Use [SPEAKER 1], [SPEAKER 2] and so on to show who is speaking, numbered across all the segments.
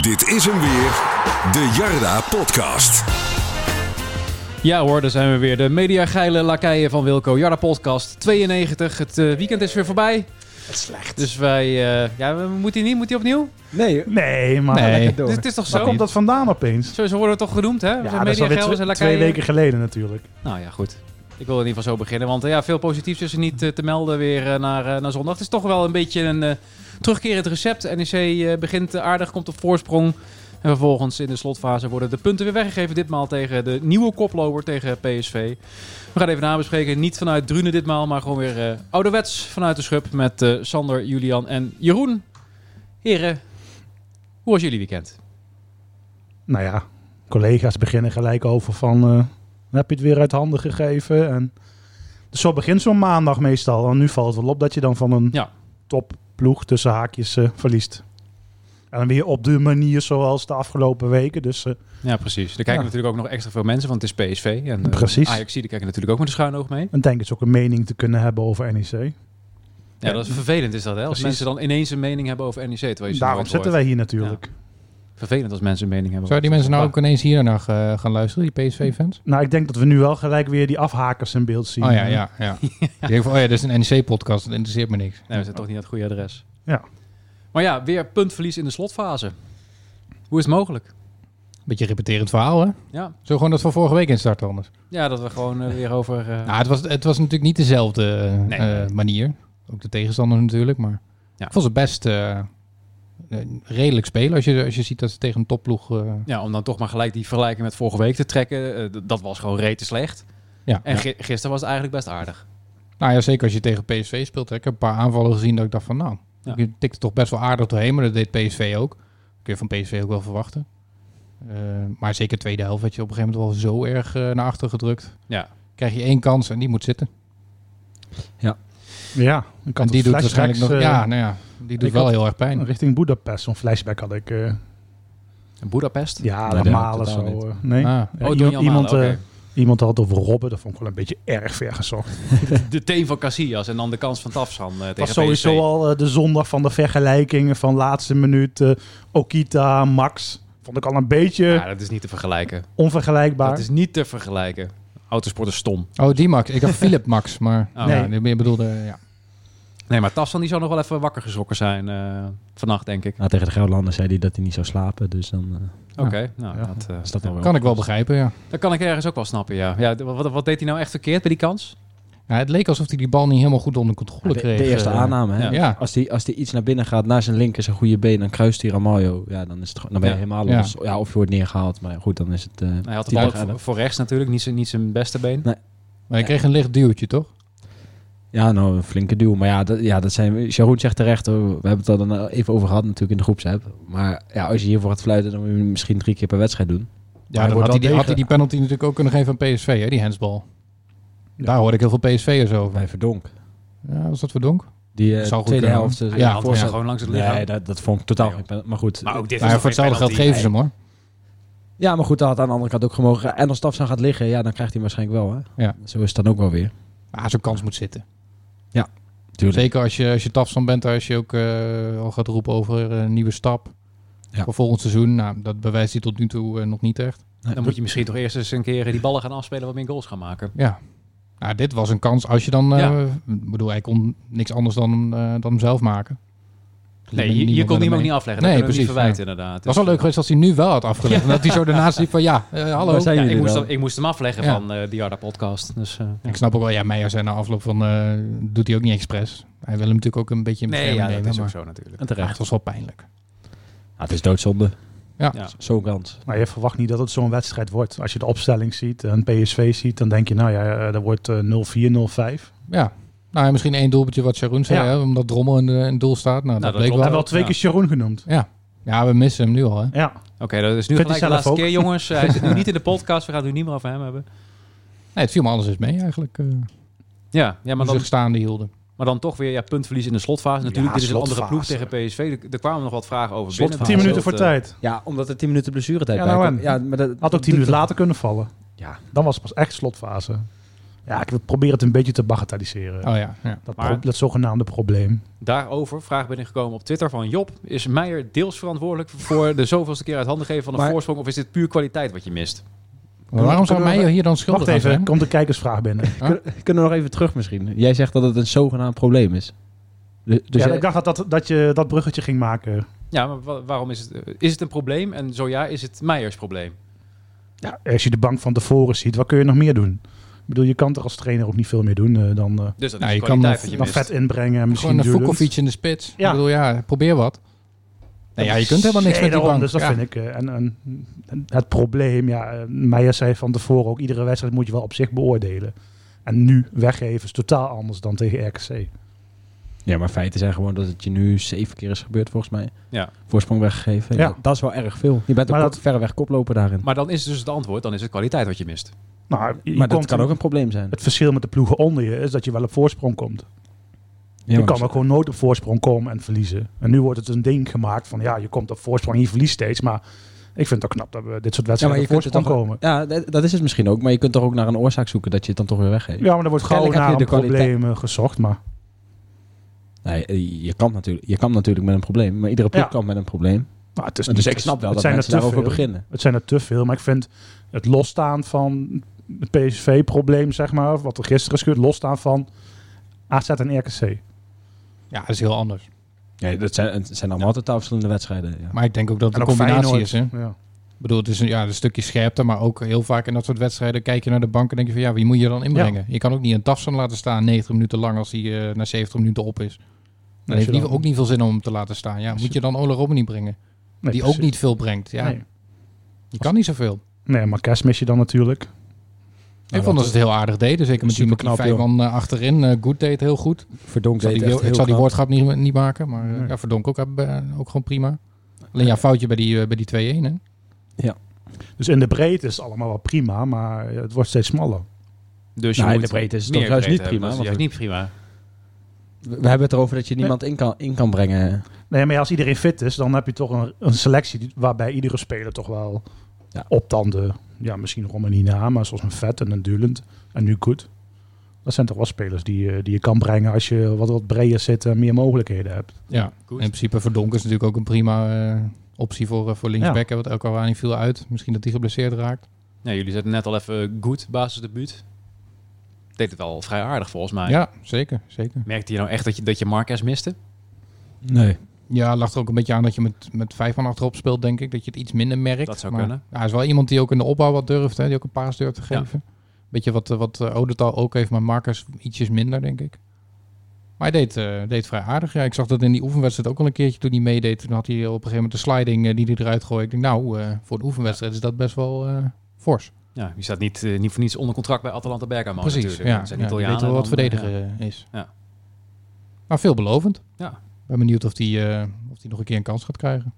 [SPEAKER 1] Dit is hem weer, de Jarda Podcast.
[SPEAKER 2] Ja hoor, daar zijn we weer. De mediageile lakeien van Wilco. Jarda Podcast 92. Het eh, weekend is weer voorbij.
[SPEAKER 3] Het is slecht.
[SPEAKER 2] Dus wij... eh, ja, we- moet hij niet? Moet hij opnieuw?
[SPEAKER 3] Nee,
[SPEAKER 4] Nee, maar
[SPEAKER 2] Nee.
[SPEAKER 4] lekker door.
[SPEAKER 2] Dit is toch
[SPEAKER 4] Waar
[SPEAKER 2] zo?
[SPEAKER 4] komt dat vandaan opeens?
[SPEAKER 2] Zo, zo worden we toch genoemd, hè?
[SPEAKER 4] Ja, dat is alweer
[SPEAKER 2] Mediageil
[SPEAKER 4] tw-
[SPEAKER 2] en lakeien.
[SPEAKER 4] twee weken geleden natuurlijk.
[SPEAKER 2] Nou ja, goed. Ik wil in ieder geval zo beginnen. Want eh, ja, veel positiefs is er niet eh, te melden weer eh, naar, eh, naar zondag. Het is toch wel een beetje een eh, terugkerend recept. NEC eh, begint eh, aardig, komt op voorsprong. En vervolgens in de slotfase worden de punten weer weggegeven. Ditmaal tegen de nieuwe koploper, tegen PSV. We gaan even nabespreken. Niet vanuit Drunen ditmaal, maar gewoon weer eh, ouderwets vanuit de schub. Met eh, Sander, Julian en Jeroen. Heren, hoe was jullie weekend?
[SPEAKER 4] Nou ja, collega's beginnen gelijk over van... eh, heb je het weer uit handen gegeven? En dus zo begint zo'n maandag meestal. En nu valt het wel op dat je dan van een
[SPEAKER 2] Ja.
[SPEAKER 4] topploeg tussen haakjes eh, verliest. En dan weer op de manier zoals de afgelopen weken. Dus eh,
[SPEAKER 2] Ja, precies. Er kijken
[SPEAKER 4] Ja.
[SPEAKER 2] natuurlijk ook nog extra veel mensen, want het is PSV. En eh,
[SPEAKER 4] Precies.
[SPEAKER 2] Ajax, die kijken natuurlijk ook met een schuin oog mee.
[SPEAKER 4] dan denk ik ze ook een mening te kunnen hebben over E NEC.
[SPEAKER 2] Ja, dat is vervelend is dat, hè? Als
[SPEAKER 4] Precies.
[SPEAKER 2] mensen dan ineens een mening hebben over NEC. Terwijl je ze
[SPEAKER 4] Daarom
[SPEAKER 2] nooit
[SPEAKER 4] zitten
[SPEAKER 2] hoort.
[SPEAKER 4] wij hier natuurlijk.
[SPEAKER 2] Vervelend als mensen een mening hebben.
[SPEAKER 3] Zou die
[SPEAKER 2] over-
[SPEAKER 3] mensen nou ook ineens hier naar eh, gaan luisteren, die PSV-fans?
[SPEAKER 4] Nou, ik denk dat we nu wel gelijk weer die afhakers in beeld zien.
[SPEAKER 3] Oh ja, ja, ja. Die denken van, oh ja, dit is een NEC-podcast, dat interesseert me niks.
[SPEAKER 2] Nee, we zijn toch niet aan het goede adres.
[SPEAKER 4] nou Ja.
[SPEAKER 2] Maar ja, weer puntverlies in de slotfase. Hoe is het mogelijk?
[SPEAKER 3] Beetje repeterend verhaal, hè?
[SPEAKER 2] Ja,
[SPEAKER 3] Zo gewoon dat van vorige week instarten anders.
[SPEAKER 2] ja dat we gewoon eh, weer over... eh,
[SPEAKER 3] Nou, het was, het was natuurlijk niet dezelfde
[SPEAKER 2] Nee.
[SPEAKER 3] eh, eh, manier. Ook de tegenstander natuurlijk, maar
[SPEAKER 2] Ja.
[SPEAKER 3] ik vond ze best eh, eh, redelijk spelen. Als je, als je ziet dat ze tegen een topploeg... eh,
[SPEAKER 2] Ja, om dan toch maar gelijk die vergelijking met vorige week te trekken. eh, d- dat was gewoon rete slecht.
[SPEAKER 3] ja,
[SPEAKER 2] En
[SPEAKER 3] ja.
[SPEAKER 2] gi- gisteren was het eigenlijk best aardig.
[SPEAKER 3] Nou ja, zeker als je tegen PSV speelt. hè. Ik heb een paar aanvallen gezien dat ik dacht van nou,
[SPEAKER 2] Ja.
[SPEAKER 3] je tikt er toch best wel aardig doorheen. Maar dat deed PSV ook. Kun je van PSV ook wel verwachten. Eh, maar zeker tweede helft werd je op een gegeven moment wel zo erg eh, naar achter gedrukt.
[SPEAKER 2] Ja.
[SPEAKER 3] Krijg je één kans en die moet zitten.
[SPEAKER 4] Ja, ik had
[SPEAKER 3] en die
[SPEAKER 4] een
[SPEAKER 3] doet waarschijnlijk nog...
[SPEAKER 4] flashbacks, eh,
[SPEAKER 3] ja, nou ja, die doet
[SPEAKER 4] ik
[SPEAKER 3] wel
[SPEAKER 4] had-
[SPEAKER 3] heel erg pijn.
[SPEAKER 4] richting Budapest. Zo'n flashback had ik. eh,
[SPEAKER 2] Boedapest?
[SPEAKER 4] ja,
[SPEAKER 3] Nee,
[SPEAKER 4] dat
[SPEAKER 3] nee,
[SPEAKER 4] malen
[SPEAKER 3] totaal
[SPEAKER 4] zo.
[SPEAKER 3] niet.
[SPEAKER 4] eh, nee.
[SPEAKER 3] Ah,
[SPEAKER 4] Ja,
[SPEAKER 2] Oh,
[SPEAKER 4] iemand,
[SPEAKER 2] iemand,
[SPEAKER 4] iemand, eh, iemand had het over Robben. Dat vond ik wel een beetje erg ver gezocht.
[SPEAKER 2] De teen van Casillas en dan de kans van Tafsan eh,
[SPEAKER 4] Het was
[SPEAKER 2] tegen
[SPEAKER 4] sowieso
[SPEAKER 2] PSV.
[SPEAKER 4] al eh, de zondag van de vergelijkingen van laatste minuut. eh, Okita, Max. Vond ik al een beetje
[SPEAKER 2] Ja, dat is niet te vergelijken.
[SPEAKER 4] onvergelijkbaar.
[SPEAKER 2] Dat is niet te vergelijken. Autosport is stom.
[SPEAKER 3] oh, die Max. Ik had Philip Max, maar
[SPEAKER 2] Oh.
[SPEAKER 3] nee.
[SPEAKER 4] Nee.
[SPEAKER 3] die- die bedoelde... Ja.
[SPEAKER 2] Nee, maar Tafsan die zou nog wel even wakker geschrokken zijn eh, vannacht, denk ik.
[SPEAKER 5] Nou, tegen de Gelderlander zei hij dat hij niet zou slapen. Dus dan eh,
[SPEAKER 2] Oké, nou,
[SPEAKER 4] Ja.
[SPEAKER 2] dat, eh,
[SPEAKER 5] is dat dan wel.
[SPEAKER 3] Kan ik wel begrijpen, ja.
[SPEAKER 2] dat kan ik ergens ook wel snappen, ja. ja d- wat, wat deed hij nou echt verkeerd bij die kans?
[SPEAKER 3] ja. Het leek alsof hij die bal niet helemaal goed onder
[SPEAKER 5] Maar
[SPEAKER 3] controle
[SPEAKER 5] de,
[SPEAKER 3] kreeg.
[SPEAKER 5] de eerste
[SPEAKER 3] eh.
[SPEAKER 5] aanname. Hè?
[SPEAKER 2] ja.
[SPEAKER 3] Ja.
[SPEAKER 5] Als hij als die iets naar binnen gaat, naar zijn linker, zijn goede been, dan kruist hij Ramaljo. Ja, dan, is het, gewoon- dan ben je
[SPEAKER 2] Ja.
[SPEAKER 5] helemaal
[SPEAKER 3] Ja.
[SPEAKER 5] los. Ja. of je wordt neergehaald. Maar goed, dan is het... eh,
[SPEAKER 2] Hij had het
[SPEAKER 5] tien
[SPEAKER 2] bal ook
[SPEAKER 5] graden.
[SPEAKER 2] voor, voor rechts natuurlijk, niet zijn, niet zijn beste been.
[SPEAKER 3] Maar hij kreeg een licht duwtje, toch?
[SPEAKER 5] Ja, nou, een flinke duw. Maar ja, dat, ja, dat zijn... we- Jeroen zegt terecht, hoor. we hebben het al dan eh, even over gehad natuurlijk in de groepsapp. Maar ja, als je hiervoor gaat fluiten, dan moet je hem misschien drie keer per wedstrijd doen.
[SPEAKER 3] Ja,
[SPEAKER 4] Hij wordt
[SPEAKER 3] dan had hij,
[SPEAKER 4] wel
[SPEAKER 3] die, had hij
[SPEAKER 4] degelijk-
[SPEAKER 3] die penalty natuurlijk ook kunnen geven aan PSV, hè, die handsbal. Daar hoorde ik heel veel PSV'ers over.
[SPEAKER 5] Bij Verdonk.
[SPEAKER 3] Ja, was dat Verdonk?
[SPEAKER 5] Die eh,
[SPEAKER 3] Zou goed
[SPEAKER 5] tweede
[SPEAKER 3] kunnen,
[SPEAKER 5] helft... eh,
[SPEAKER 3] Ja,
[SPEAKER 2] want
[SPEAKER 3] voor-
[SPEAKER 2] was
[SPEAKER 3] ja.
[SPEAKER 2] gewoon langs het lichaam.
[SPEAKER 5] Nee, dat, dat vond ik totaal
[SPEAKER 2] Nee,
[SPEAKER 5] geen pen- Maar goed,
[SPEAKER 2] maar ook dit
[SPEAKER 3] Maar
[SPEAKER 2] is nog
[SPEAKER 3] ja, voor
[SPEAKER 2] geen
[SPEAKER 3] hetzelfde geld
[SPEAKER 2] penalty.
[SPEAKER 3] geven ze hem hoor.
[SPEAKER 5] Ja, maar goed, dat had aan de andere kant ook gemogen. En als Tafsan gaat liggen, ja, dan krijgt hij hem waarschijnlijk wel. Hè?
[SPEAKER 3] Ja.
[SPEAKER 5] Zo is het dan ook wel weer.
[SPEAKER 3] Ah, zo'n kans moet zitten.
[SPEAKER 5] Tuurlijk.
[SPEAKER 3] Zeker als je, als je tafstand bent, als je ook eh, al gaat roepen over een nieuwe stap
[SPEAKER 5] Ja.
[SPEAKER 3] voor volgend seizoen. Nou, dat bewijst hij tot nu toe eh, nog niet echt.
[SPEAKER 2] Dan moet je misschien toch eerst eens een keer die ballen gaan afspelen wat meer goals gaan maken.
[SPEAKER 3] Ja. Nou, dit was een kans als je dan, eh,
[SPEAKER 2] Ja.
[SPEAKER 3] ik bedoel, hij kon niks anders dan, eh, dan hem zelf maken.
[SPEAKER 2] Nee, hier, hier kon
[SPEAKER 3] wel
[SPEAKER 2] hij hem ook
[SPEAKER 3] mee.
[SPEAKER 2] niet afleggen.
[SPEAKER 3] Nee,
[SPEAKER 2] Nee, precies. Niet
[SPEAKER 3] precies,
[SPEAKER 2] verwijten, inderdaad.
[SPEAKER 3] Het was wel
[SPEAKER 2] Dus,
[SPEAKER 3] leuk geweest als hij nu wel had afgelegd. En dat hij zo daarnaast liep van ja, eh, hallo.
[SPEAKER 5] Waar zijn
[SPEAKER 2] ja,
[SPEAKER 5] jullie
[SPEAKER 2] ik, moest
[SPEAKER 5] dan?
[SPEAKER 2] hem, ik moest hem afleggen
[SPEAKER 3] Ja.
[SPEAKER 2] van eh die Jarda podcast. Dus, eh, ja.
[SPEAKER 3] Ik snap ook wel, ja, Meijer zijn na afloop van, eh, doet hij ook niet expres. Hij wil hem natuurlijk ook een beetje in
[SPEAKER 2] Nee,
[SPEAKER 3] bescherming
[SPEAKER 2] ja, dat
[SPEAKER 3] nemen,
[SPEAKER 2] is ook
[SPEAKER 3] maar
[SPEAKER 2] zo natuurlijk.
[SPEAKER 5] En
[SPEAKER 3] ja,
[SPEAKER 5] terecht.
[SPEAKER 3] het was wel pijnlijk.
[SPEAKER 5] Ja, het is doodzonde.
[SPEAKER 3] Ja.
[SPEAKER 2] Ja.
[SPEAKER 5] Zo'n kans.
[SPEAKER 4] Maar je verwacht niet dat het zo'n wedstrijd wordt. Als je de opstelling ziet en PSV ziet, dan denk je, nou ja, eh, dat wordt eh, 0-4, 0-5.
[SPEAKER 3] Ja, nou ja, misschien één doelpuntje wat Sharon zei,
[SPEAKER 4] Ja.
[SPEAKER 3] hè, omdat Drommel in, de- in het doel staat. Nou,
[SPEAKER 2] dat
[SPEAKER 3] dat bleek
[SPEAKER 2] klopt.
[SPEAKER 4] Hij
[SPEAKER 3] wel.
[SPEAKER 4] wel twee
[SPEAKER 2] ja.
[SPEAKER 4] keer Jeroen genoemd.
[SPEAKER 3] Ja. ja, we missen hem nu al, hè.
[SPEAKER 4] Ja,
[SPEAKER 2] Oké, dat is nu
[SPEAKER 4] Vindt
[SPEAKER 2] gelijk de
[SPEAKER 4] hij zelf
[SPEAKER 2] laatste
[SPEAKER 4] ook?
[SPEAKER 2] keer, jongens. eh, Hij zit nu niet in de podcast. We gaan het nu niet meer over hem hebben.
[SPEAKER 3] Nee, het viel me alles eens mee eigenlijk, eh
[SPEAKER 2] Ja, Dus ja maar
[SPEAKER 3] hoe ze
[SPEAKER 2] dan
[SPEAKER 3] staande hielden.
[SPEAKER 2] Maar dan toch weer ja, puntverlies in de slotfase. Natuurlijk,
[SPEAKER 4] Ja,
[SPEAKER 2] dit is een andere ploeg
[SPEAKER 4] slotfase.
[SPEAKER 2] tegen PSV. Er, er kwamen nog wat vragen over
[SPEAKER 5] Slotfase.
[SPEAKER 2] binnen.
[SPEAKER 4] 10
[SPEAKER 2] Maar
[SPEAKER 4] minuten voor
[SPEAKER 2] dat, eh,
[SPEAKER 4] tijd.
[SPEAKER 5] Ja, omdat er 10 minuten blessuretijd
[SPEAKER 4] Ja,
[SPEAKER 5] bij
[SPEAKER 4] nou
[SPEAKER 5] komt.
[SPEAKER 4] en?
[SPEAKER 5] ja, maar dat
[SPEAKER 4] Had ook 10
[SPEAKER 5] dit-
[SPEAKER 4] minuten later kunnen vallen.
[SPEAKER 5] Ja.
[SPEAKER 4] Dan was het pas echt slotfase. Ja, ik probeer het een beetje te bagatelliseren.
[SPEAKER 3] Oh ja, ja.
[SPEAKER 4] dat,
[SPEAKER 2] maar-
[SPEAKER 4] pro- dat zogenaamde probleem.
[SPEAKER 2] eh, Daarover, vraag binnengekomen op Twitter van Job. Is Meijer deels verantwoordelijk voor de zoveelste keer uit handen geven van een
[SPEAKER 5] Maar-
[SPEAKER 2] voorsprong? Of is dit puur kwaliteit wat je mist?
[SPEAKER 3] Maar waarom zou
[SPEAKER 5] Kunnen we-
[SPEAKER 3] mij hier dan schuldig
[SPEAKER 4] Wacht
[SPEAKER 3] aan
[SPEAKER 4] even,
[SPEAKER 3] zijn?
[SPEAKER 4] komt de kijkersvraag binnen.
[SPEAKER 5] Kunnen we nog even terug misschien? Jij zegt dat het een zogenaamd probleem is. Dus dus
[SPEAKER 4] ja,
[SPEAKER 5] jij-
[SPEAKER 4] ik dacht dat, dat, dat je dat bruggetje ging maken.
[SPEAKER 2] Ja, maar wa- waarom is het, eh, is het een probleem? En zo ja, is het Meijers probleem?
[SPEAKER 4] Ja, als je de bank van tevoren ziet, wat kun je nog meer doen? Ik bedoel, je kan toch als trainer ook niet veel meer doen eh, dan, eh,
[SPEAKER 2] Dus dat
[SPEAKER 3] Nou,
[SPEAKER 2] is
[SPEAKER 3] je
[SPEAKER 2] de kwaliteit
[SPEAKER 3] kan nog-
[SPEAKER 2] wat je
[SPEAKER 4] dan
[SPEAKER 2] mist.
[SPEAKER 4] vet inbrengen. en Misschien
[SPEAKER 3] Gewoon een
[SPEAKER 4] duurend.
[SPEAKER 3] Fokkovic in de spits.
[SPEAKER 4] Ja.
[SPEAKER 3] Ik bedoel, ja, probeer wat. Nee, ja, je kunt helemaal niks
[SPEAKER 4] Nee,
[SPEAKER 3] met die
[SPEAKER 4] daarom,
[SPEAKER 3] bank.
[SPEAKER 4] Dus dat
[SPEAKER 3] ja.
[SPEAKER 4] vind ik. eh, en, en, en het probleem, ja, eh, Meijer zei van tevoren ook, iedere wedstrijd moet je wel op zich beoordelen. En nu weggeven is totaal anders dan tegen RKC.
[SPEAKER 5] Ja, maar feiten zijn gewoon dat het je nu zeven keer is gebeurd volgens mij.
[SPEAKER 2] Ja.
[SPEAKER 5] Voorsprong weggegeven.
[SPEAKER 4] Ja.
[SPEAKER 5] Ja. Dat is wel erg veel. Je bent ook
[SPEAKER 4] Maar
[SPEAKER 5] kop-
[SPEAKER 4] dat-
[SPEAKER 5] verreweg koploper daarin.
[SPEAKER 2] Maar dan is dus het antwoord, dan is het kwaliteit wat je mist.
[SPEAKER 4] Nou, je
[SPEAKER 5] Maar dat
[SPEAKER 4] komt-
[SPEAKER 5] kan ook een probleem zijn.
[SPEAKER 4] Het verschil met de ploegen onder je is dat je wel op voorsprong komt.
[SPEAKER 5] Ja,
[SPEAKER 4] je
[SPEAKER 5] maar-
[SPEAKER 4] kan ook gewoon nooit op voorsprong komen en verliezen. En nu wordt het een ding gemaakt van ja, je komt op voorsprong en je verliest steeds. Maar ik vind het ook knap dat we dit soort
[SPEAKER 5] ja, maar
[SPEAKER 4] wedstrijden
[SPEAKER 5] je
[SPEAKER 4] op
[SPEAKER 5] kunt het
[SPEAKER 4] voorsprong
[SPEAKER 5] toch
[SPEAKER 4] komen.
[SPEAKER 5] Ja, dat dat is het misschien ook. Maar je kunt toch ook naar een oorzaak zoeken dat je het dan toch weer weggeeft.
[SPEAKER 4] Ja, maar er wordt gauw
[SPEAKER 5] Kennelijk heb
[SPEAKER 4] naar
[SPEAKER 5] je
[SPEAKER 4] een
[SPEAKER 5] de kwaliteit.
[SPEAKER 4] probleem eh, gezocht. Maar
[SPEAKER 5] Nee, eh, je kan natuurlijk, je kan natuurlijk met een probleem. Maar iedere ploeg
[SPEAKER 4] Ja.
[SPEAKER 5] kan met een probleem.
[SPEAKER 4] nou, het is
[SPEAKER 5] dus
[SPEAKER 4] niet-
[SPEAKER 5] ik snap wel
[SPEAKER 4] het
[SPEAKER 5] dat
[SPEAKER 4] zijn er
[SPEAKER 5] mensen daarover
[SPEAKER 4] te veel.
[SPEAKER 5] beginnen.
[SPEAKER 4] Het zijn er te veel, maar ik vind het losstaan van het PSV-probleem, zeg maar, wat er gisteren is gebeurd, losstaan van AZ en RKC.
[SPEAKER 3] Ja, dat is heel anders.
[SPEAKER 5] Ja, dat zijn, het zijn allemaal altijd verschillende wedstrijden. Ja.
[SPEAKER 3] Maar ik denk ook dat het
[SPEAKER 4] En
[SPEAKER 3] een
[SPEAKER 4] ook
[SPEAKER 3] combinatie
[SPEAKER 4] Feyenoord.
[SPEAKER 3] is. Hè?
[SPEAKER 4] Ja.
[SPEAKER 3] Ik bedoel, het is een, ja, een stukje scherpte, maar ook heel vaak in dat soort wedstrijden kijk je naar de bank en denk je van ja, wie moet je dan inbrengen? Je kan ook niet een Tafsan laten staan 90 minuten lang als hij eh, na 70 minuten op is. Dan
[SPEAKER 4] Als
[SPEAKER 3] heeft
[SPEAKER 4] je
[SPEAKER 3] die
[SPEAKER 4] dan-
[SPEAKER 3] ook niet veel zin om hem te laten staan. Ja,
[SPEAKER 4] Als
[SPEAKER 3] moet
[SPEAKER 4] je-
[SPEAKER 3] je dan Ola Robben niet brengen?
[SPEAKER 4] Nee,
[SPEAKER 3] die
[SPEAKER 4] precies.
[SPEAKER 3] ook niet veel brengt. Ja,
[SPEAKER 4] Nee.
[SPEAKER 3] die kan niet zoveel.
[SPEAKER 4] nee, maar Kes mis je dan natuurlijk.
[SPEAKER 3] ik vond dat ze het heel aardig deden. Zeker met die, met die
[SPEAKER 5] Superknap,
[SPEAKER 3] vijf man eh, achterin. Eh, Goed deed het heel goed. Ik
[SPEAKER 5] Verdonk
[SPEAKER 3] zal
[SPEAKER 5] deed
[SPEAKER 3] die,
[SPEAKER 5] echt
[SPEAKER 3] wil- ik
[SPEAKER 5] heel
[SPEAKER 3] zal die
[SPEAKER 5] knap.
[SPEAKER 3] woordgrap niet, niet maken, maar eh,
[SPEAKER 4] Nee.
[SPEAKER 3] ja, Verdonk ook, eh, ook gewoon prima. Alleen ja, foutje bij die, eh, bij die 2-1. Hè?
[SPEAKER 4] Dus in de breedte is het allemaal wel prima, maar het wordt steeds smaller.
[SPEAKER 2] Dus je
[SPEAKER 5] Nou, in
[SPEAKER 2] moet
[SPEAKER 5] de breedte is het
[SPEAKER 2] meer
[SPEAKER 5] toch juist niet
[SPEAKER 2] breedte hebben,
[SPEAKER 5] prima,
[SPEAKER 2] Dat is juist
[SPEAKER 5] want
[SPEAKER 2] niet prima.
[SPEAKER 5] We, we hebben het erover dat je niemand in, kan, in kan brengen.
[SPEAKER 4] Nee, maar ja, als iedereen fit is, dan heb je toch een, een selectie die- waarbij iedere speler toch wel
[SPEAKER 5] Ja.
[SPEAKER 4] op dan de, ja, misschien Romanina, maar zoals een Vet en een Dulend en nu goed. Dat zijn toch wel spelers die, je- die je kan brengen als je wat, wat breder zit en meer mogelijkheden hebt.
[SPEAKER 3] Ja,
[SPEAKER 2] Goed.
[SPEAKER 3] in principe Verdonk is natuurlijk ook een prima eh, optie voor, eh, voor linksback. hè, Want El Kawani viel uit. Misschien dat hij geblesseerd raakt.
[SPEAKER 2] Ja, jullie zetten net al even goed basisdebuut. Deed het al vrij aardig volgens mij.
[SPEAKER 3] Ja, zeker, zeker.
[SPEAKER 2] Merkte je nou echt dat je, dat je Marquez miste?
[SPEAKER 5] Nee.
[SPEAKER 3] Ja, lag er ook een beetje aan dat je met, met vijf man achterop speelt, denk ik. Dat je het iets minder merkt.
[SPEAKER 2] Dat zou
[SPEAKER 3] Maar,
[SPEAKER 2] kunnen.
[SPEAKER 3] ja, Hij is wel iemand die ook in de opbouw wat durft. Hè, die ook een paas durft te
[SPEAKER 2] Ja.
[SPEAKER 3] geven. Beetje wat, eh, wat eh, Odetal ook heeft, maar Marcus ietsjes minder, denk ik. Maar hij deed, eh, deed vrij aardig. Ja, ik zag dat in die oefenwedstrijd ook al een keertje toen hij meedeed. Toen had hij op een gegeven moment de sliding eh, die hij eruit gooide. Ik denk, nou, eh, voor de oefenwedstrijd is dat best wel eh, fors.
[SPEAKER 2] Ja, je staat niet, eh, niet voor niets onder contract bij Atalanta Bergamo
[SPEAKER 3] Precies,
[SPEAKER 2] natuurlijk.
[SPEAKER 3] ja.
[SPEAKER 2] Dat zijn
[SPEAKER 3] ja,
[SPEAKER 2] Italianen.
[SPEAKER 3] die weten wel wat
[SPEAKER 2] dan, eh,
[SPEAKER 3] verdedigen eh, is.
[SPEAKER 2] Ja.
[SPEAKER 3] Maar veelbelovend.
[SPEAKER 2] Ja.
[SPEAKER 3] Ik ben benieuwd of die, eh, of die nog een keer een kans gaat krijgen.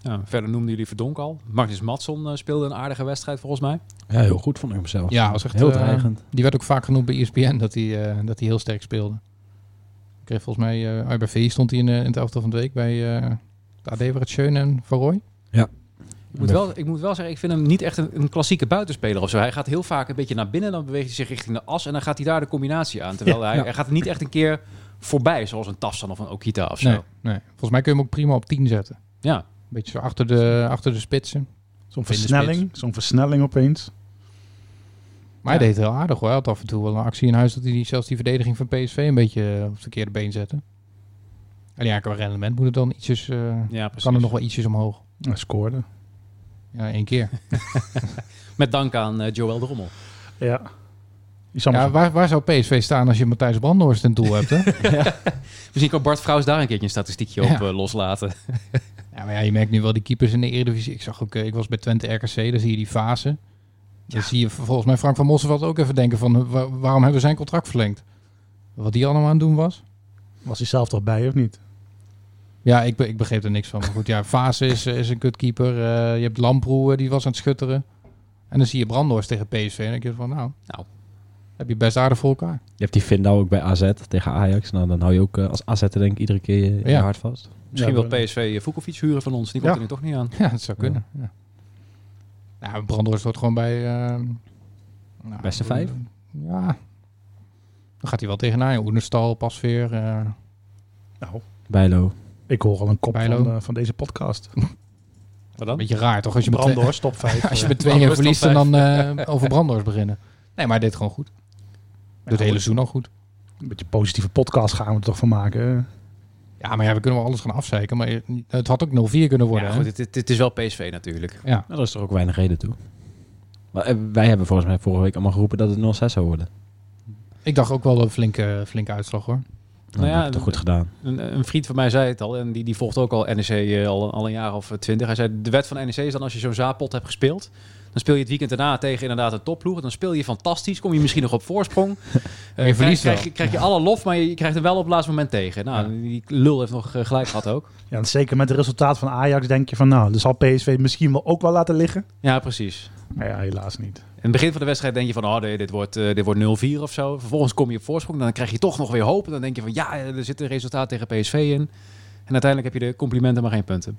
[SPEAKER 2] ja, verder noemden jullie Verdonk al. Magnus Matson speelde een aardige wedstrijd volgens mij.
[SPEAKER 5] Ja, heel goed vond ik mezelf.
[SPEAKER 3] Ja, was echt
[SPEAKER 5] Heel
[SPEAKER 3] eh,
[SPEAKER 5] dreigend.
[SPEAKER 3] Die werd ook vaak genoemd bij E ESPN dat hij eh, dat hij heel sterk speelde. Kreeg volgens mij, eh RBV stond hij in, eh, in het elftal van de week bij eh de AD waar het Schöne en Van Rooij.
[SPEAKER 2] Ik moet, wel, ik moet wel zeggen, ik vind hem niet echt een, een klassieke buitenspeler of zo. Hij gaat heel vaak een beetje naar binnen, dan beweegt hij zich richting de as en dan gaat hij daar de combinatie aan. Terwijl hij,
[SPEAKER 5] ja.
[SPEAKER 2] hij gaat niet echt een keer voorbij, zoals een Tafsan of een Okita of zo.
[SPEAKER 3] Nee, nee. Volgens mij kun je hem ook prima op 10 zetten.
[SPEAKER 2] Ja,
[SPEAKER 3] Beetje zo achter de, achter de spitsen.
[SPEAKER 4] Zo'n
[SPEAKER 3] de spits.
[SPEAKER 4] versnelling, zo'n versnelling opeens.
[SPEAKER 3] Maar hij deed het heel aardig hoor. Hij had af en toe wel een actie in huis dat hij die- zelfs die verdediging van PSV een beetje eh, op het verkeerde been zette. En ja, qua rendement moet het dan ietsjes, eh,
[SPEAKER 2] ja precies.
[SPEAKER 3] kan er nog wel ietsjes omhoog.
[SPEAKER 4] Hij scoorde.
[SPEAKER 3] Ja, één keer.
[SPEAKER 2] Met dank aan eh, Joël de Rommel.
[SPEAKER 4] Ja. Die zal
[SPEAKER 3] Ja,
[SPEAKER 4] maar-
[SPEAKER 3] waar, waar zou PSV staan als je Matthijs Brandhorst ten doel hebt? Hè?
[SPEAKER 2] Misschien kan Bart Vrouws daar een keertje een statistiekje
[SPEAKER 3] Ja.
[SPEAKER 2] op eh, loslaten.
[SPEAKER 3] ja, maar ja, je merkt nu wel die keepers in de Eredivisie. Ik zag ook, eh, ik was bij Twente RKC, daar zie je die fase. Dan zie je volgens mij Frank van Mosselveld ook even denken van eh, wa- waarom hebben we zijn contract verlengd? Wat die allemaal aan het doen was?
[SPEAKER 4] was hij zelf toch bij of niet?
[SPEAKER 3] Ja, ik, be- ik begreep er niks van. Maar goed, ja, Fase is, eh, is een kutkeeper. Eh, je hebt Lamproe, eh, die was aan het schutteren. En dan zie je Brandhorst tegen PSV. En ik denk van, nou,
[SPEAKER 2] Nou.
[SPEAKER 3] heb je best aardig voor elkaar.
[SPEAKER 5] Je hebt die Vindal ook bij AZ tegen Ajax. Nou, dan hou je ook eh, als AZ denk ik iedere keer je, je
[SPEAKER 3] Ja.
[SPEAKER 5] hart vast.
[SPEAKER 2] Misschien
[SPEAKER 4] Ja,
[SPEAKER 2] wil PSV eh, Vukovic huren van ons. Die komt
[SPEAKER 4] Ja.
[SPEAKER 2] er nu toch niet aan.
[SPEAKER 3] Ja, dat zou kunnen. Ja. ehm, Nou, Brandhorst wordt gewoon bij... eh nou,
[SPEAKER 5] Beste vijf?
[SPEAKER 3] Ja, Dan gaat hij wel tegenaan. Oenerstal, Pasveer. eh
[SPEAKER 4] Nou,
[SPEAKER 5] Bijlo.
[SPEAKER 4] ik hoor al een kop
[SPEAKER 3] Bijlo.
[SPEAKER 4] van, eh, van deze podcast.
[SPEAKER 2] Wat dan?
[SPEAKER 3] beetje raar toch? Als je met twee-
[SPEAKER 4] Brandhorst, top 5.
[SPEAKER 3] Als je met 2-1
[SPEAKER 2] Brandhorst top
[SPEAKER 3] verliest en
[SPEAKER 2] vijf.
[SPEAKER 3] dan eh, over Brandhorst beginnen. Nee, maar hij deed gewoon goed. Doet het hele seizoen al goed.
[SPEAKER 4] Een beetje positieve podcast gaan we er toch van maken.
[SPEAKER 3] Ja, maar ja, we kunnen wel alles gaan afzeiken. Maar het had ook 0-4 kunnen worden.
[SPEAKER 2] Ja,
[SPEAKER 3] hè?
[SPEAKER 2] goed, het, het- het is wel PSV natuurlijk.
[SPEAKER 3] ja.
[SPEAKER 5] Nou, daar is toch ook weinig reden toe. Maar, eh, wij hebben volgens mij vorige week allemaal geroepen dat het 0-6 zou worden.
[SPEAKER 3] Ik dacht ook wel een flinke, flinke uitslag hoor.
[SPEAKER 5] Nou,
[SPEAKER 2] ja,
[SPEAKER 5] dat heb ik toch goed gedaan.
[SPEAKER 2] Een, eh, een vriend van mij zei het al, en die, die volgt ook al NEC eh, al, al een jaar of twintig. Hij zei, de wet van NEC is dan als je zo'n zaappot hebt gespeeld... dan speel je het weekend daarna tegen inderdaad een topploeg. Dan speel je fantastisch, kom je misschien nog op voorsprong. Eh, krijg-
[SPEAKER 3] verliest
[SPEAKER 2] krijg,
[SPEAKER 3] wel.
[SPEAKER 2] je- krijg je alle lof, maar je, je krijgt hem wel op het laatste moment tegen. Nou, die lul heeft nog eh, gelijk gehad ook.
[SPEAKER 4] Ja, want zeker met het resultaat van Ajax denk je van... Nou, dat zal PSV misschien wel ook wel laten liggen.
[SPEAKER 2] Ja, precies.
[SPEAKER 4] Maar ja, helaas niet.
[SPEAKER 2] In het begin van de wedstrijd denk je van, oh nee, dit wordt, eh, dit wordt 0-4 of zo. Vervolgens kom je op voorsprong, dan krijg je toch nog weer hoop. En dan denk je van, ja, eh, er zit een resultaat tegen PSV in. En uiteindelijk heb je de complimenten, maar geen punten.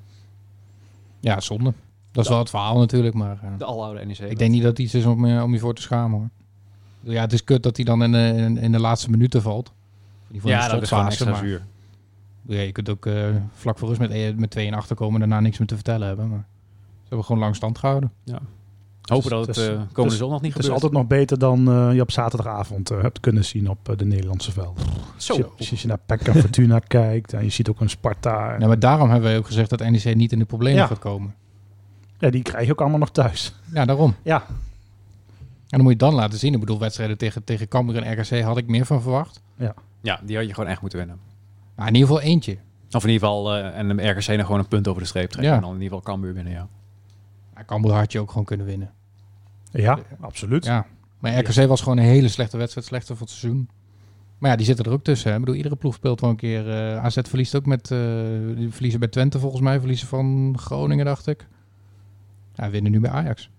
[SPEAKER 3] Ja, zonde. Dat is wel het verhaal natuurlijk, maar eh,
[SPEAKER 2] De aloude E NEC.
[SPEAKER 3] ik denk niet dat het iets is om, eh, om je voor te schamen hoor. Ik bedoel, Ja, het is kut dat hij dan in, eh, in, in de laatste minuten valt. In ieder geval in de
[SPEAKER 2] ja, dat is gewoon extra
[SPEAKER 3] slotfase, maar-
[SPEAKER 2] zuur.
[SPEAKER 3] Ja, je kunt ook eh, vlak voor rust met, eh, met 2-1 achterkomen en daarna niks meer te vertellen hebben. Maar ze hebben gewoon lang stand gehouden.
[SPEAKER 2] Hopen dat
[SPEAKER 4] Het
[SPEAKER 3] Dus-
[SPEAKER 2] het
[SPEAKER 4] is-
[SPEAKER 2] eh,
[SPEAKER 4] het is-
[SPEAKER 2] komende zondag niet
[SPEAKER 4] Het is
[SPEAKER 2] gebeurt.
[SPEAKER 4] altijd nog beter dan eh, je op zaterdagavond eh, hebt kunnen zien op eh, de Nederlandse velden. Als je-
[SPEAKER 2] zo.
[SPEAKER 4] Als je, naar Pek en Fortuna kijkt en je ziet ook een Sparta.
[SPEAKER 3] Nou, maar daarom hebben wij ook gezegd dat NEC niet in de problemen
[SPEAKER 4] Ja.
[SPEAKER 3] gaat komen.
[SPEAKER 4] Ja, die krijg je ook allemaal nog thuis.
[SPEAKER 3] Ja, daarom.
[SPEAKER 4] Ja.
[SPEAKER 3] En dan moet je het dan laten zien. Ik bedoel, wedstrijden tegen, tegen Cambuur en RKC had ik meer van verwacht.
[SPEAKER 2] Ja, die had je gewoon echt moeten winnen.
[SPEAKER 3] Maar in ieder geval eentje.
[SPEAKER 2] Of in ieder geval, eh, en de RKC nog gewoon een punt over de streep trekken.
[SPEAKER 3] Ja.
[SPEAKER 2] En dan in ieder geval Cambuur winnen, ja.
[SPEAKER 3] Ja, Cambuur had je ook gewoon kunnen winnen.
[SPEAKER 4] Ja, absoluut.
[SPEAKER 3] Ja. Maar RKC was gewoon een hele slechte wedstrijd, slechter van het seizoen. Maar ja, die zitten er ook tussen. Hè. Ik bedoel, iedere ploeg speelt wel een keer. eh, AZ verliest ook met... eh, die verliezen bij Twente volgens mij, verliezen van Groningen, dacht ik. Ja, winnen nu bij Ajax.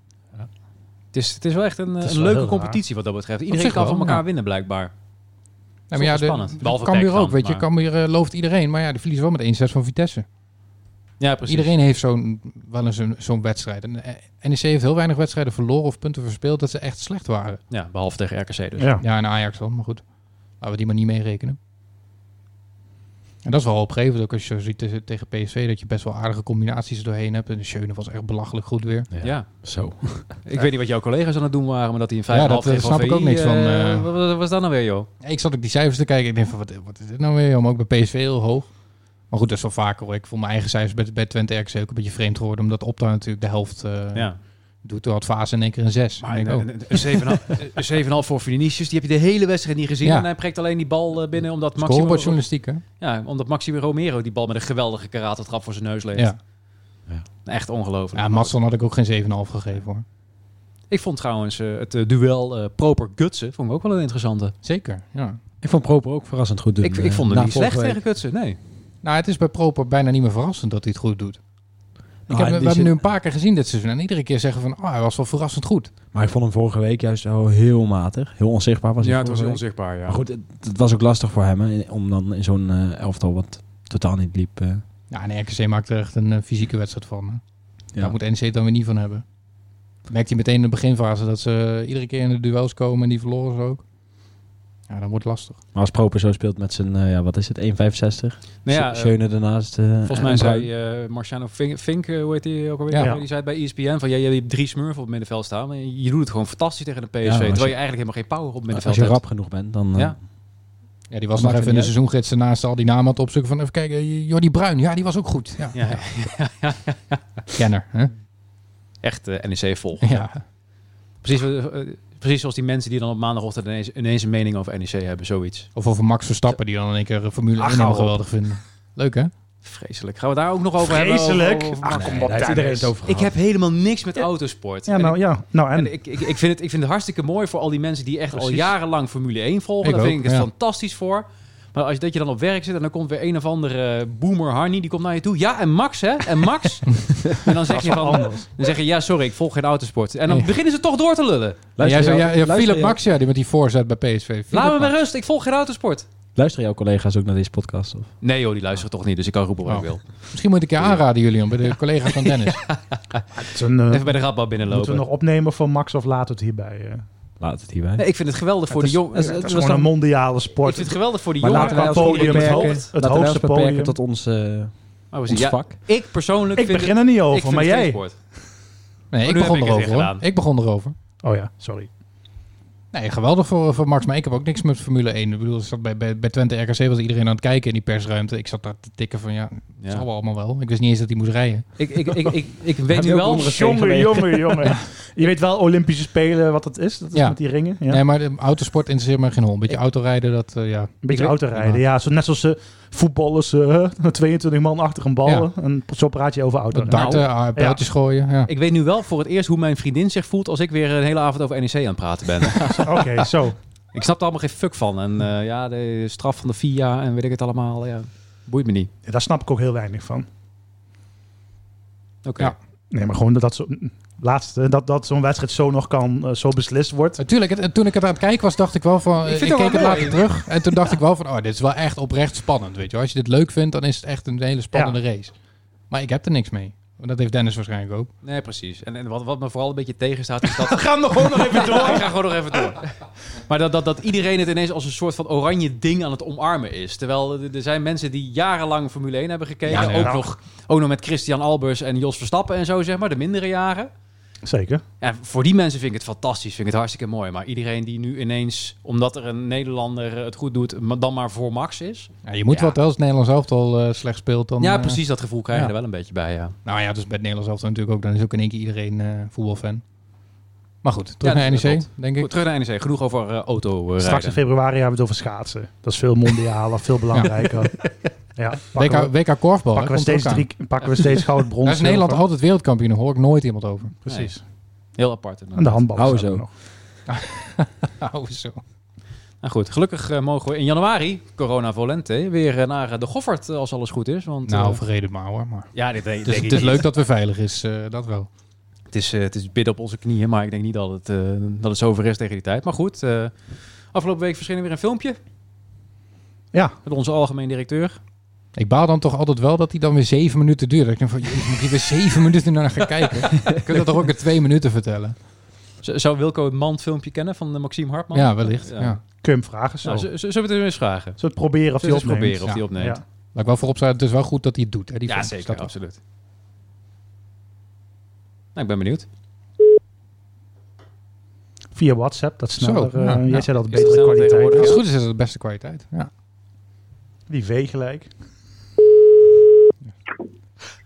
[SPEAKER 2] Het is, het is wel echt een, eh,
[SPEAKER 4] is
[SPEAKER 2] een
[SPEAKER 4] wel
[SPEAKER 2] leuke
[SPEAKER 4] heel raar.
[SPEAKER 2] competitie wat dat betreft. Iedereen
[SPEAKER 3] zich
[SPEAKER 2] kan
[SPEAKER 3] wel,
[SPEAKER 2] van elkaar
[SPEAKER 3] ja.
[SPEAKER 2] winnen, blijkbaar.
[SPEAKER 3] Nou, maar ja,
[SPEAKER 2] wel spannend. Behalve
[SPEAKER 3] Cambuur
[SPEAKER 2] Peck dan,
[SPEAKER 3] ook, weet je.
[SPEAKER 2] maar-
[SPEAKER 3] Cambuur eh, looft iedereen, maar ja, die verliezen wel met 1-6 van Vitesse.
[SPEAKER 2] Ja, precies.
[SPEAKER 3] Iedereen heeft zo'n, wel eens een, zo'n wedstrijd. En eh, NEC heeft heel weinig wedstrijden verloren of punten verspeeld dat ze echt slecht waren.
[SPEAKER 2] Ja, behalve tegen RKC dus.
[SPEAKER 4] Ja.
[SPEAKER 3] Ja, en Ajax dan, maar goed. Laten we die maar niet meerekenen. En dat is wel opgevend ook als je zo ziet tussen- tegen PSV dat je best wel aardige combinaties er doorheen hebt. En de Schöne was echt belachelijk goed weer.
[SPEAKER 2] Ja.
[SPEAKER 5] Zo.
[SPEAKER 2] Ik weet niet wat jouw collega's aan het doen waren, maar dat hij in
[SPEAKER 3] Ja,
[SPEAKER 2] 5,5
[SPEAKER 3] dat, eh,
[SPEAKER 2] tegen
[SPEAKER 3] snap ik ook
[SPEAKER 2] VI,
[SPEAKER 3] niks van,
[SPEAKER 2] eh,
[SPEAKER 3] eh.
[SPEAKER 2] wat- Wat was dat nou weer, joh?
[SPEAKER 3] Ja, Ik zat ook die cijfers te kijken. Ik denk van, wat, wat is dit nou weer? Maar ook bij PSV heel hoog. Maar goed, dat is wel vaker hoor. Ik vond mijn eigen cijfers bij, bij Twente RKC ook een beetje vreemd geworden. Omdat Opta natuurlijk de helft eh,
[SPEAKER 2] Ja.
[SPEAKER 3] doet. Toen had Fase in één keer een zes.
[SPEAKER 2] Maar
[SPEAKER 3] Ik
[SPEAKER 2] een,
[SPEAKER 3] denk, oh.
[SPEAKER 2] een, een 7,5 een 7,5 voor Vinicius, die heb je de hele wedstrijd niet gezien.
[SPEAKER 3] Ja.
[SPEAKER 2] En hij prikt alleen die bal eh, binnen omdat
[SPEAKER 3] Scorebord
[SPEAKER 2] Maximo,
[SPEAKER 3] journalistiek, hè?
[SPEAKER 2] ja, omdat Maximo Romero die bal met een geweldige karatentrap voor zijn neus leeft.
[SPEAKER 3] Ja.
[SPEAKER 2] Echt ongelooflijk.
[SPEAKER 3] Ja, Matson had ik ook geen 7,5 gegeven hoor.
[SPEAKER 2] Ik vond trouwens eh, het eh, duel eh, proper Gutsen vond ik ook wel een interessante.
[SPEAKER 3] Zeker, ja.
[SPEAKER 5] Ik vond Proper ook verrassend goed doen.
[SPEAKER 2] Ik, ik
[SPEAKER 5] eh,
[SPEAKER 2] vond
[SPEAKER 5] na
[SPEAKER 2] hem niet
[SPEAKER 5] vorige
[SPEAKER 2] slecht
[SPEAKER 5] week.
[SPEAKER 2] tegen Gutsen, nee.
[SPEAKER 3] Nou, het is bij Proper bijna niet meer verrassend dat hij het goed doet. Ik
[SPEAKER 5] Nou,
[SPEAKER 3] heb, we
[SPEAKER 5] die
[SPEAKER 3] hebben
[SPEAKER 5] zit-
[SPEAKER 3] nu een paar keer gezien dit seizoen en iedere keer zeggen van, oh, hij was wel verrassend goed.
[SPEAKER 5] Maar ik vond hem vorige week juist al heel matig. Heel onzichtbaar was hij vorige week.
[SPEAKER 2] onzichtbaar, ja.
[SPEAKER 5] Maar goed, het, het was ook lastig voor hem hè, om dan in zo'n eh, elftal wat totaal niet liep. eh.
[SPEAKER 3] Nou, en RKC maakt er echt een eh, fysieke wedstrijd van. Hè?
[SPEAKER 5] ja.
[SPEAKER 3] Daar moet NEC het dan weer niet van hebben. Merkt hij meteen in de beginfase dat ze eh, iedere keer in de duels komen en die verloren ze ook. Ja, dan wordt het lastig.
[SPEAKER 5] Maar als Proper zo speelt met zijn, eh, ja, wat is het, 1,65?
[SPEAKER 2] Nou ja,
[SPEAKER 5] Sch-
[SPEAKER 2] eh,
[SPEAKER 5] Schöne daarnaast. eh,
[SPEAKER 2] volgens
[SPEAKER 5] en
[SPEAKER 2] mij
[SPEAKER 5] Bruin.
[SPEAKER 2] zei eh, Marciano Fink, Fink, eh, hoe heet die ook alweer?
[SPEAKER 3] Ja.
[SPEAKER 2] Eh, Die zei het bij ESPN van, ja, je hebt drie smurfen op het middenveld staan. maar Je doet het gewoon fantastisch tegen de PSV,
[SPEAKER 5] als je-
[SPEAKER 2] terwijl je eigenlijk helemaal geen power op het
[SPEAKER 5] Als
[SPEAKER 2] middenveld
[SPEAKER 5] je
[SPEAKER 2] hebt.
[SPEAKER 5] rap genoeg bent, dan... eh,
[SPEAKER 2] Ja.
[SPEAKER 3] Ja, die was
[SPEAKER 5] Dat
[SPEAKER 3] nog
[SPEAKER 5] maakt
[SPEAKER 3] even in de
[SPEAKER 5] niet uit.
[SPEAKER 3] seizoengids naast al die namen aan het opzoeken van, even kijken, Jordi Bruin, ja, die was ook goed. Ja,
[SPEAKER 2] Ja,
[SPEAKER 3] kenner, hè?
[SPEAKER 2] echt eh, NEC vol.
[SPEAKER 3] Ja.
[SPEAKER 2] Precies, eh, eh, precies zoals die mensen die dan op maandagochtend ineens, ineens een mening over NEC hebben, zoiets.
[SPEAKER 3] Of over Max Verstappen, die dan in één keer eh, Formule
[SPEAKER 2] Ach,
[SPEAKER 3] 1 helemaal
[SPEAKER 2] hou op.
[SPEAKER 3] geweldig vinden. Leuk, hè?
[SPEAKER 2] Vreselijk. Gaan we het daar ook nog over hebben?
[SPEAKER 4] Vreselijk.
[SPEAKER 2] Over- over-
[SPEAKER 4] Ah,
[SPEAKER 2] over-
[SPEAKER 4] kom
[SPEAKER 5] nee,
[SPEAKER 4] op,
[SPEAKER 5] daar heeft
[SPEAKER 4] Dennis.
[SPEAKER 5] iedereen het over
[SPEAKER 2] ik
[SPEAKER 5] gehad.
[SPEAKER 2] heb helemaal niks met autosport.
[SPEAKER 4] Ja,
[SPEAKER 2] En
[SPEAKER 4] nou ja. Nou, en,
[SPEAKER 2] En ik, ik, ik, vind het, ik vind het hartstikke mooi voor al die mensen die echt al
[SPEAKER 4] Precies.
[SPEAKER 2] jarenlang Formule 1 volgen.
[SPEAKER 3] Ik
[SPEAKER 2] Daar vind
[SPEAKER 3] ook,
[SPEAKER 2] ik het
[SPEAKER 3] ja.
[SPEAKER 2] fantastisch voor. Maar als je, dat je dan op werk zit en dan komt weer een of andere boomer Harney, die komt naar je toe. Ja, en Max, hè? En Max? en dan zeg je van, dan zeg je, ja, sorry, ik volg geen autosport. En dan
[SPEAKER 3] Nee.
[SPEAKER 2] beginnen ze toch door te lullen.
[SPEAKER 3] Ja, jij
[SPEAKER 5] Luister,
[SPEAKER 3] zei,
[SPEAKER 5] jou-
[SPEAKER 3] ja, ja,
[SPEAKER 5] luister
[SPEAKER 3] Philip
[SPEAKER 5] jou-
[SPEAKER 3] Max, ja, die met die voorzet bij PSV. Philip
[SPEAKER 2] Laat me
[SPEAKER 3] Max.
[SPEAKER 2] maar rust, ik volg geen autosport.
[SPEAKER 5] Luisteren jouw collega's ook naar deze podcast? Of?
[SPEAKER 2] Nee joh, die luisteren toch niet, dus ik kan roepen wat
[SPEAKER 3] Oh.
[SPEAKER 2] ik wil.
[SPEAKER 3] Misschien moet ik je aanraden, Julian, bij de collega's van Dennis.
[SPEAKER 4] het is een, eh,
[SPEAKER 2] Even bij de radbouw binnenlopen.
[SPEAKER 4] moeten we nog opnemen voor Max of laten we het hierbij? eh?
[SPEAKER 5] Laat het hierbij.
[SPEAKER 2] Nee, ik vind het geweldig voor
[SPEAKER 5] Het
[SPEAKER 2] de
[SPEAKER 5] is-
[SPEAKER 2] jongen.
[SPEAKER 5] het is-
[SPEAKER 2] Ik
[SPEAKER 4] Het is
[SPEAKER 5] was
[SPEAKER 4] gewoon een
[SPEAKER 5] dan-
[SPEAKER 4] mondiale sport.
[SPEAKER 2] vind het geweldig voor de
[SPEAKER 5] Maar
[SPEAKER 2] jongen.
[SPEAKER 5] laten wij
[SPEAKER 2] qua
[SPEAKER 5] als
[SPEAKER 2] podium
[SPEAKER 5] beperken-
[SPEAKER 2] het Oh, hoofd.
[SPEAKER 4] het
[SPEAKER 5] Laten wij ons
[SPEAKER 4] hoogste
[SPEAKER 5] beperken
[SPEAKER 4] podium.
[SPEAKER 5] tot ons, eh
[SPEAKER 2] Maar we zien-
[SPEAKER 5] ons
[SPEAKER 2] ja,
[SPEAKER 5] vak.
[SPEAKER 2] ik persoonlijk
[SPEAKER 4] Ik
[SPEAKER 2] vind
[SPEAKER 4] begin er niet
[SPEAKER 2] het, ik
[SPEAKER 4] over,
[SPEAKER 2] vind
[SPEAKER 4] maar
[SPEAKER 2] het geen
[SPEAKER 4] jij.
[SPEAKER 2] sport.
[SPEAKER 3] Nee,
[SPEAKER 2] Oh,
[SPEAKER 3] ik
[SPEAKER 2] nu
[SPEAKER 3] begon
[SPEAKER 2] heb ik het
[SPEAKER 3] erover
[SPEAKER 2] weer
[SPEAKER 3] hoor.
[SPEAKER 2] gedaan.
[SPEAKER 3] Ik begon erover.
[SPEAKER 4] Oh ja, sorry.
[SPEAKER 3] Nee, geweldig voor, voor Max, maar ik heb ook niks met Formule 1. Ik bedoel, ik zat bij, bij, bij Twente RKC was iedereen aan het kijken in die persruimte. Ik zat daar te tikken van, ja, dat zal wel allemaal wel. Ik wist niet eens dat hij moest rijden.
[SPEAKER 2] Ik, ik, ik, ik, ik weet nu
[SPEAKER 5] ook
[SPEAKER 2] wel...
[SPEAKER 5] onder-
[SPEAKER 4] Jongen, jongen, jongen. Je weet wel Olympische Spelen, wat het is. Dat is
[SPEAKER 3] Ja.
[SPEAKER 4] met die ringen. Ja.
[SPEAKER 3] Nee, maar de autosport interesseert me geen hol. Een beetje autorijden, dat, eh, ja.
[SPEAKER 4] Een beetje
[SPEAKER 3] Ik weet-
[SPEAKER 4] autorijden. Ja, zo, net zoals ze voetballers, eh, 22 man achter een bal. eh,
[SPEAKER 3] Ja.
[SPEAKER 4] En zo praat je over
[SPEAKER 3] Dat
[SPEAKER 4] autorijden.
[SPEAKER 3] darten, ah, pijltjes gooien, ja.
[SPEAKER 2] Ik weet nu wel voor het eerst hoe mijn vriendin zich voelt als ik weer een hele avond over NEC aan het praten ben.
[SPEAKER 4] Nou, Oké, zo.
[SPEAKER 2] ik snap er allemaal geen fuck van. En eh, ja, de straf van de FIA en weet ik het allemaal. Ja, boeit me niet.
[SPEAKER 4] Ja, daar snap ik ook heel weinig van.
[SPEAKER 2] Oké.
[SPEAKER 3] Ja.
[SPEAKER 4] Nee, maar gewoon dat, dat zo, laatste, dat, dat zo'n wedstrijd zo nog kan, eh, zo beslist wordt.
[SPEAKER 3] Natuurlijk, het- toen ik het aan het kijken was, dacht ik wel van... eh,
[SPEAKER 2] Ik vind
[SPEAKER 3] Ik,
[SPEAKER 2] het wel
[SPEAKER 3] keek het
[SPEAKER 2] mooi.
[SPEAKER 3] later terug en toen dacht ik wel van... Oh, dit is wel echt oprecht spannend, weet je wel. Als je dit leuk vindt, dan is het echt een hele spannende race. Maar ik heb er niks mee. Want Dat heeft Dennis waarschijnlijk ook.
[SPEAKER 2] Nee, precies. En, en wat, wat me vooral een beetje tegenstaat is dat...
[SPEAKER 4] gaan nog gewoon nog even
[SPEAKER 2] ik ga gewoon nog even door. Maar dat, dat, dat iedereen het ineens als een soort van oranje ding aan het omarmen is. Terwijl er er zijn mensen die jarenlang Formule 1 hebben gekeken.
[SPEAKER 3] Ja, nee,
[SPEAKER 2] ook,
[SPEAKER 4] ja.
[SPEAKER 2] nog, ook nog met Christian Albers en Jos Verstappen en zo, zeg maar. De mindere jaren.
[SPEAKER 4] Zeker.
[SPEAKER 2] Ja, voor die mensen vind ik het fantastisch, vind ik het hartstikke mooi. Maar iedereen die nu ineens, omdat er een Nederlander eh, het goed doet, ma- dan maar voor Max is.
[SPEAKER 3] Ja, je moet
[SPEAKER 2] Ja.
[SPEAKER 3] wat wel als het Nederlands elftal eh, slecht speelt. Dan,
[SPEAKER 2] ja,
[SPEAKER 3] eh,
[SPEAKER 2] precies, dat gevoel krijg je
[SPEAKER 3] ja.
[SPEAKER 2] er wel een beetje bij, ja.
[SPEAKER 3] Nou ja, dus bij het Nederlands elftal natuurlijk ook. Dan is ook in één keer iedereen eh, voetbalfan. Maar goed, terug
[SPEAKER 2] Ja,
[SPEAKER 3] naar
[SPEAKER 2] dat
[SPEAKER 3] NEC,
[SPEAKER 2] klopt.
[SPEAKER 3] denk
[SPEAKER 2] Goed,
[SPEAKER 3] ik.
[SPEAKER 2] terug naar NEC, genoeg over eh, auto eh,
[SPEAKER 4] Straks in
[SPEAKER 2] rijden.
[SPEAKER 4] februari hebben we het over schaatsen. Dat is veel mondialer, veel belangrijker. Ja, pakken
[SPEAKER 3] WK,
[SPEAKER 4] we,
[SPEAKER 3] WK korfbal. hè,
[SPEAKER 4] pakken we
[SPEAKER 3] komt er ook
[SPEAKER 4] steeds
[SPEAKER 3] aan.
[SPEAKER 4] drie, pakken we steeds goud, brons.
[SPEAKER 3] Daar is Nederland
[SPEAKER 4] zilver.
[SPEAKER 3] altijd wereldkampioen. Daar hoor ik nooit iemand over.
[SPEAKER 4] Precies.
[SPEAKER 2] Heel apart.
[SPEAKER 4] En de handbal.
[SPEAKER 5] Hou
[SPEAKER 4] staat
[SPEAKER 5] zo.
[SPEAKER 4] er nog.
[SPEAKER 3] Oh, zo.
[SPEAKER 2] Nou goed, gelukkig eh, mogen we in januari, corona volente, weer eh, naar eh, de Goffert eh, als alles goed is. Want, eh,
[SPEAKER 3] Nou, verreden het maar hoor. Maar.
[SPEAKER 2] ja, dit, denk
[SPEAKER 3] Het, is,
[SPEAKER 2] ik
[SPEAKER 3] het is
[SPEAKER 2] niet.
[SPEAKER 3] leuk dat we veilig is, eh, dat wel.
[SPEAKER 2] Het is, eh, het is bidden op onze knieën, maar ik denk niet dat het, eh, dat het zover is tegen die tijd. Maar goed, eh, afgelopen week verscheen er weer een filmpje
[SPEAKER 4] Ja,
[SPEAKER 2] met onze algemeen directeur.
[SPEAKER 3] Ik baal dan toch altijd wel dat die dan weer zeven minuten duurt. Ik denk van, jezus, moet ik hier weer zeven minuten naar gaan kijken? Je kunt dat toch ook in twee minuten vertellen?
[SPEAKER 2] Z- zou Wilco het mandfilmpje kennen van eh, Maxime Hartman?
[SPEAKER 3] Ja, wellicht.
[SPEAKER 2] Ja.
[SPEAKER 3] Ja.
[SPEAKER 4] kun je hem vragen zo.
[SPEAKER 2] Nou, z- z- zullen we het hem eens vragen?
[SPEAKER 4] Zullen we het proberen of hij
[SPEAKER 2] Zullen we eens
[SPEAKER 4] opneemt?
[SPEAKER 2] proberen of
[SPEAKER 3] Ja.
[SPEAKER 2] die opneemt?
[SPEAKER 4] Ja.
[SPEAKER 3] Laat ik wel voorop staan, het is wel goed dat hij het doet. Hè, die
[SPEAKER 2] Ja,
[SPEAKER 3] films.
[SPEAKER 2] zeker,
[SPEAKER 3] Dat wel.
[SPEAKER 2] absoluut. Nou, ik ben benieuwd.
[SPEAKER 4] Via WhatsApp, dat sneller.
[SPEAKER 3] Zo,
[SPEAKER 4] eh,
[SPEAKER 3] nou,
[SPEAKER 4] jij
[SPEAKER 3] nou.
[SPEAKER 4] zei dat het
[SPEAKER 2] Is dat
[SPEAKER 4] betere
[SPEAKER 2] snel
[SPEAKER 4] kwaliteit.
[SPEAKER 2] tegenwoordig?
[SPEAKER 3] Als
[SPEAKER 4] is.
[SPEAKER 3] het goed is, is dat de beste kwaliteit. Ja.
[SPEAKER 4] Die V gelijk.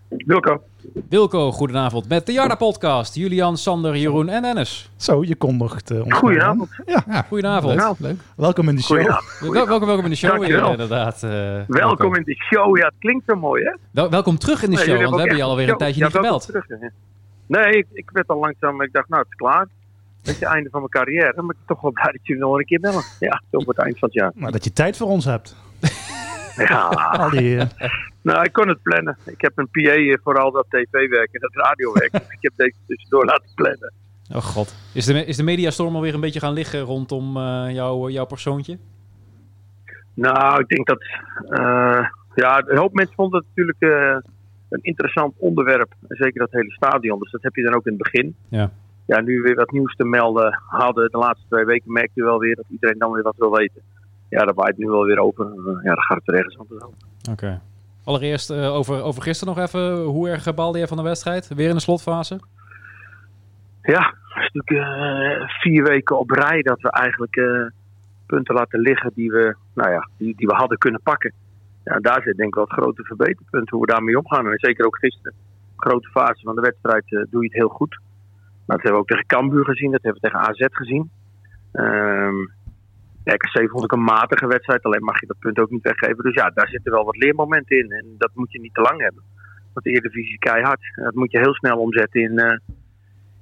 [SPEAKER 6] Wilco.
[SPEAKER 2] Wilco, goedenavond met de Jarda Podcast. Julian, Sander, Jeroen en Ennis.
[SPEAKER 4] Zo, je kondigt eh, ons.
[SPEAKER 6] Goedenavond.
[SPEAKER 3] Ja.
[SPEAKER 2] Goedenavond.
[SPEAKER 3] Leuk, leuk.
[SPEAKER 4] Welkom in de show.
[SPEAKER 6] Nou, Goedenavond.
[SPEAKER 2] Wel- welkom, welkom in de show weer,
[SPEAKER 6] Dankjewel.
[SPEAKER 2] inderdaad. eh,
[SPEAKER 6] Welkom in de show. Ja, het klinkt zo mooi, hè?
[SPEAKER 2] Wel- welkom terug in de
[SPEAKER 6] Nee,
[SPEAKER 2] show,
[SPEAKER 6] jullie
[SPEAKER 2] want we
[SPEAKER 6] ook
[SPEAKER 2] hebben
[SPEAKER 6] echt
[SPEAKER 2] je alweer
[SPEAKER 6] show.
[SPEAKER 2] een tijdje
[SPEAKER 6] Ja,
[SPEAKER 2] niet
[SPEAKER 6] welkom
[SPEAKER 2] gebeld.
[SPEAKER 6] terug, hè. Nee, ik, ik werd al langzaam. Ik dacht, nou, het is klaar. Dat is het einde van mijn carrière. Maar ik ben toch wel blij dat jullie nog wel een keer bellen. Ja, op het eind van het jaar.
[SPEAKER 4] Maar dat je tijd voor ons hebt.
[SPEAKER 6] Ja,
[SPEAKER 4] Al die, eh,
[SPEAKER 6] nou, ik kon het plannen. Ik heb een PA hier voor al dat tv-werk en dat radiowerk. Dus ik heb deze tussendoor laten plannen.
[SPEAKER 2] Oh god. Is de, is de mediastorm alweer een beetje gaan liggen rondom eh, jou, jouw persoontje?
[SPEAKER 6] Nou, ik denk dat... eh, ja, een hoop mensen vonden het natuurlijk eh, een interessant onderwerp. En zeker dat hele stadion. Dus dat heb je dan ook in het begin.
[SPEAKER 2] Ja.
[SPEAKER 6] ja, nu weer wat nieuws te melden hadden. De laatste twee weken merkte je wel weer dat iedereen dan weer wat wil weten. Ja, daar waait nu wel weer over. Eh, Ja, dan gaat het er ergens anders over.
[SPEAKER 2] Oké. Allereerst eh, over, over gisteren nog even. Hoe erg baalde jij van de wedstrijd? Weer in de slotfase?
[SPEAKER 6] Ja, het is natuurlijk eh, vier weken op rij dat we eigenlijk eh, punten laten liggen die we, nou ja, die, die we hadden kunnen pakken. Ja, daar zit denk ik wel het grote verbeterpunt hoe we daarmee omgaan. En zeker ook gisteren. Grote fase van de wedstrijd eh, doe je het heel goed. Maar dat hebben we ook tegen Cambuur gezien, dat hebben we tegen AZ gezien. Ehm RKC vond ik een matige wedstrijd, alleen mag je dat punt ook niet weggeven. Dus ja, daar zitten wel wat leermomenten in. En dat moet je niet te lang hebben. Want de Eredivisie is keihard. En Dat moet je heel snel omzetten in, eh,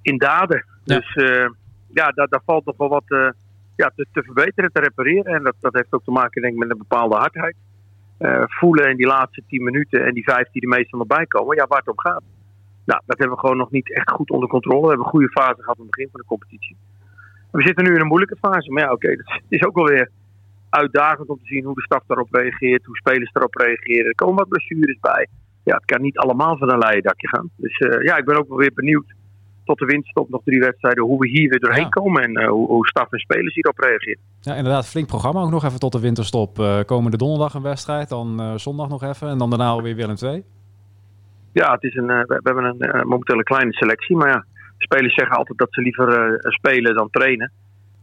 [SPEAKER 6] in daden.
[SPEAKER 2] Ja.
[SPEAKER 6] Dus eh, ja, daar, daar valt nog wel wat eh, ja, te, te verbeteren, te repareren. En dat, dat heeft ook te maken denk ik, met een bepaalde hardheid. Eh, voelen in die laatste 10 minuten en die vijf die er meestal nog bij komen. Ja, waar het om gaat. Nou, dat hebben we gewoon nog niet echt goed onder controle. We hebben een goede fase gehad aan het begin van de competitie. We zitten nu in een moeilijke fase. Maar ja, oké, dat is- is ook wel weer uitdagend om te zien hoe de staf daarop reageert, hoe spelers daarop reageren. Er komen wat blessures bij. Ja, het kan niet allemaal van een leien dakje gaan. Dus eh, ja, ik ben ook wel weer benieuwd tot de winterstop nog drie wedstrijden. Hoe we hier weer doorheen
[SPEAKER 2] Ja.
[SPEAKER 6] komen en eh, hoe, hoe staf en spelers hierop reageren.
[SPEAKER 2] Ja, inderdaad, flink programma ook nog even tot de winterstop. Eh, komende donderdag een wedstrijd, dan eh, zondag nog even en dan daarna weer Willem II.
[SPEAKER 6] Ja, het is een, eh, we, we hebben een, eh, momenteel een kleine selectie. Maar ja, spelers zeggen altijd dat ze liever eh, spelen dan trainen.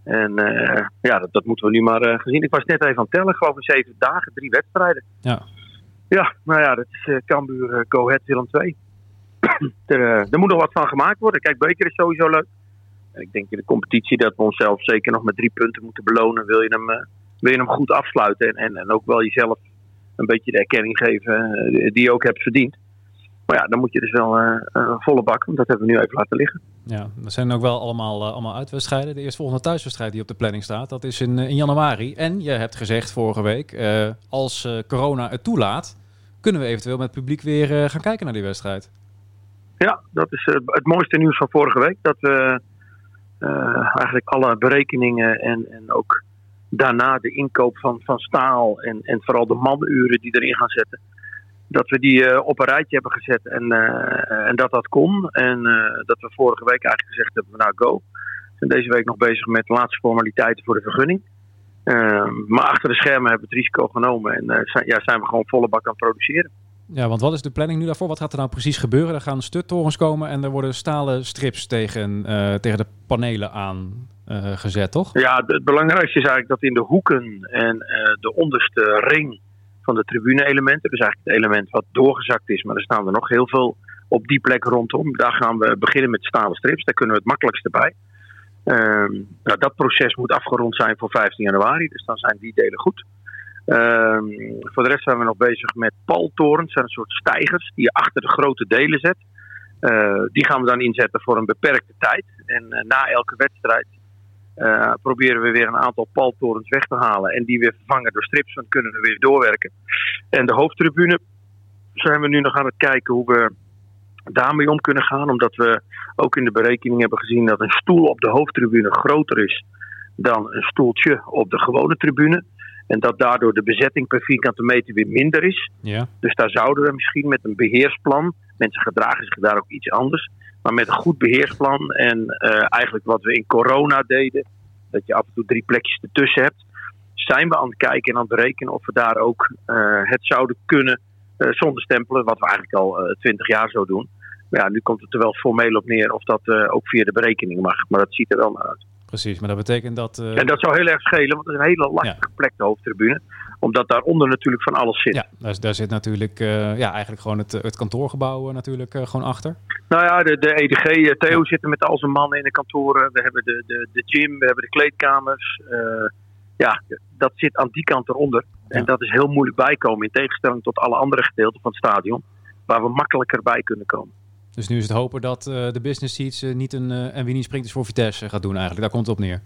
[SPEAKER 6] En eh, ja, dat, dat moeten we nu maar eh, gezien. Ik was net even aan het tellen. Ik geloof in zeven dagen, drie wedstrijden.
[SPEAKER 2] Ja.
[SPEAKER 6] Ja, nou ja, dat is eh Cambuur, eh, Go Ahead, Willem II. er, eh, er moet nog wat van gemaakt worden. Kijk, Beker is sowieso leuk. En ik denk in de competitie dat we onszelf zeker nog met drie punten moeten belonen. Wil je hem, eh, wil je hem goed afsluiten en, en, en ook wel jezelf een beetje de erkenning geven eh, die je ook hebt verdiend. Maar ja, dan moet je dus wel eh, eh, volle bak, want dat hebben we nu even laten liggen.
[SPEAKER 2] Ja, dat zijn ook wel allemaal, eh, allemaal uitwedstrijden. De eerstvolgende thuiswedstrijd die op de planning staat, dat is in, eh, in januari. En je hebt gezegd vorige week, eh, als eh, corona het toelaat, kunnen we eventueel met het publiek weer eh, gaan kijken naar die wedstrijd.
[SPEAKER 6] Ja, dat is eh, het mooiste nieuws van vorige week. Dat we eh, eigenlijk alle berekeningen en, en ook daarna de inkoop van, van staal en, en vooral de manuren die erin gaan zetten. Dat we die eh, op een rijtje hebben gezet en, eh, en dat dat kon. En eh, dat we vorige week eigenlijk gezegd hebben, nou go. We zijn deze week nog bezig met de laatste formaliteiten voor de vergunning. Eh, maar achter de schermen hebben we het risico genomen en eh, zijn, ja, zijn we gewoon volle bak aan het produceren.
[SPEAKER 2] Ja, want wat is de planning nu daarvoor? Wat gaat er nou precies gebeuren? Er gaan stuttorens komen en er worden stalen strips tegen, eh, tegen de panelen aan eh, gezet, toch?
[SPEAKER 6] Ja, de- het belangrijkste is eigenlijk dat in de hoeken en eh, de onderste ring van de tribune-elementen, dus eigenlijk het element wat doorgezakt is, maar er staan er nog heel veel op die plek rondom. Daar gaan we beginnen met stalen strips, daar kunnen we het makkelijkste bij. Ehm, nou, dat proces moet afgerond zijn voor 15 januari, dus dan zijn die delen goed. Ehm, voor de rest zijn we nog bezig met paltorens, dat zijn een soort stijgers die je achter de grote delen zet. Eh, die gaan we dan inzetten voor een beperkte tijd. En eh, na elke wedstrijd eh, proberen we weer een aantal paltorens weg te halen. En die weer vervangen door strips, want kunnen we weer doorwerken. En de hoofdtribune zijn we nu nog aan het kijken hoe we daarmee om kunnen gaan. Omdat we ook in de berekening hebben gezien dat een stoel op de hoofdtribune groter is dan een stoeltje op de gewone tribune. En dat daardoor de bezetting per vierkante meter weer minder is.
[SPEAKER 2] Ja.
[SPEAKER 6] Dus daar zouden we misschien met een beheersplan, mensen gedragen zich daar ook iets anders, maar met een goed beheersplan en eh, eigenlijk wat we in corona deden, dat je af en toe drie plekjes ertussen hebt, zijn we aan het kijken en aan het berekenen of we daar ook eh, het zouden kunnen eh, zonder stempelen, wat we eigenlijk al eh, twintig jaar zo doen. Maar ja, nu komt het er wel formeel op neer of dat eh, ook via de berekening mag, maar dat ziet er wel naar uit.
[SPEAKER 2] Precies, maar dat betekent dat... eh,
[SPEAKER 6] En dat zou heel erg schelen, want het is een hele lastige plek, de hoofdtribune, omdat daaronder natuurlijk van alles zit.
[SPEAKER 2] ja, daar, daar zit natuurlijk eh, ja, eigenlijk gewoon het, eh, het kantoorgebouw eh, natuurlijk eh, gewoon achter.
[SPEAKER 6] Nou ja, de, de EDG, eh, Theo zit er met al zijn mannen in de kantoren. We hebben de, de, de gym, we hebben de kleedkamers. Eh, ja, dat zit aan die kant eronder. En
[SPEAKER 2] Ja.
[SPEAKER 6] dat is heel moeilijk bijkomen in tegenstelling tot alle andere gedeelten van het stadion. Waar we makkelijker bij kunnen komen.
[SPEAKER 2] Dus nu is het hopen dat eh, de business seats eh, niet een eh, en wie niet springt is voor Vitesse gaat doen eigenlijk. Daar komt het op neer.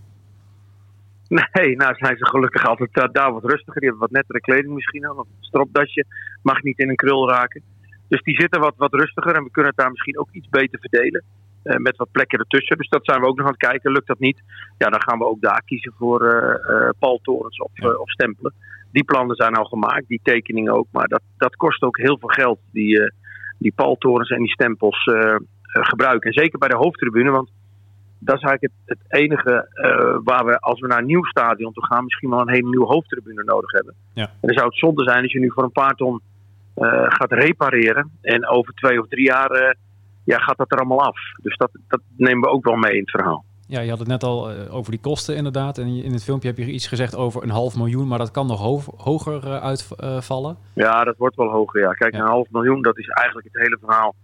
[SPEAKER 6] Nee, nou zijn ze gelukkig altijd eh, daar wat rustiger. Die hebben wat nettere kleding misschien aan. Of een stropdasje mag niet in een krul raken. Dus die zitten wat, wat rustiger en we kunnen het daar misschien ook iets beter verdelen. eh, met wat plekken ertussen. Dus dat zijn we ook nog aan het kijken. Lukt dat niet? Ja, dan gaan we ook daar kiezen voor eh, eh, paltorens of, eh, of stempelen. Die plannen zijn al gemaakt, die tekeningen ook. Maar dat, dat kost ook heel veel geld, die, eh, die paltorens en die stempels eh, eh, gebruiken. En zeker bij de hoofdtribune, want dat is eigenlijk het, het enige eh, waar we, als we naar een nieuw stadion toe gaan, misschien wel een hele nieuwe hoofdtribune nodig hebben.
[SPEAKER 2] Ja.
[SPEAKER 6] En dan zou het zonde zijn als je nu voor een paar ton eh, gaat repareren. En over twee of drie jaar eh, ja, gaat dat er allemaal af. Dus dat, dat nemen we ook wel mee in het verhaal.
[SPEAKER 2] Ja, je had het net al eh, over die kosten inderdaad. En je- in het filmpje heb je iets gezegd over een half miljoen, maar dat kan nog ho- hoger eh, uitvallen.
[SPEAKER 6] Ja, dat wordt wel hoger. Ja. Kijk,
[SPEAKER 2] Ja.
[SPEAKER 6] een half miljoen, dat is eigenlijk het hele verhaal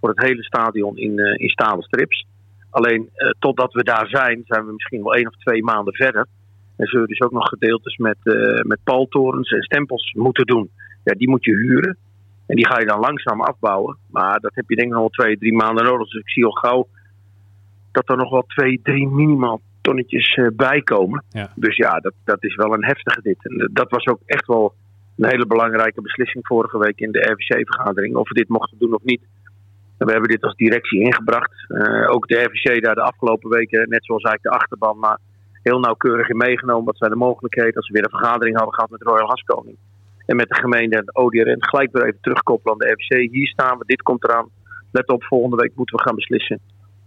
[SPEAKER 6] voor het hele stadion in, eh, in stalen strips. Alleen eh, totdat we daar zijn, zijn we misschien wel één of twee maanden verder. En zullen we dus ook nog gedeeltes met, eh, met paltorens en stempels moeten doen. Ja, die moet je huren. En die ga je dan langzaam afbouwen. Maar dat heb je denk ik nog wel twee, drie maanden nodig. Dus ik zie al gauw dat er nog wel twee, drie minimaal tonnetjes eh, bij komen.
[SPEAKER 2] Ja.
[SPEAKER 6] Dus ja, dat, dat is wel een heftige dit. En eh, dat was ook echt wel een hele belangrijke beslissing vorige week in de RVC-vergadering. Of we dit mochten doen of niet. En We hebben dit als directie ingebracht. Eh, ook de RVC daar de afgelopen weken, net zoals eigenlijk de achterban, maar heel nauwkeurig in meegenomen. Wat zijn de mogelijkheden als we weer een vergadering hadden gehad met Royal Haskoning. En met de gemeente en de ODRN gelijk weer even terugkoppelen aan de RVC. Hier staan we, dit komt eraan. Let op, volgende week moeten we gaan beslissen.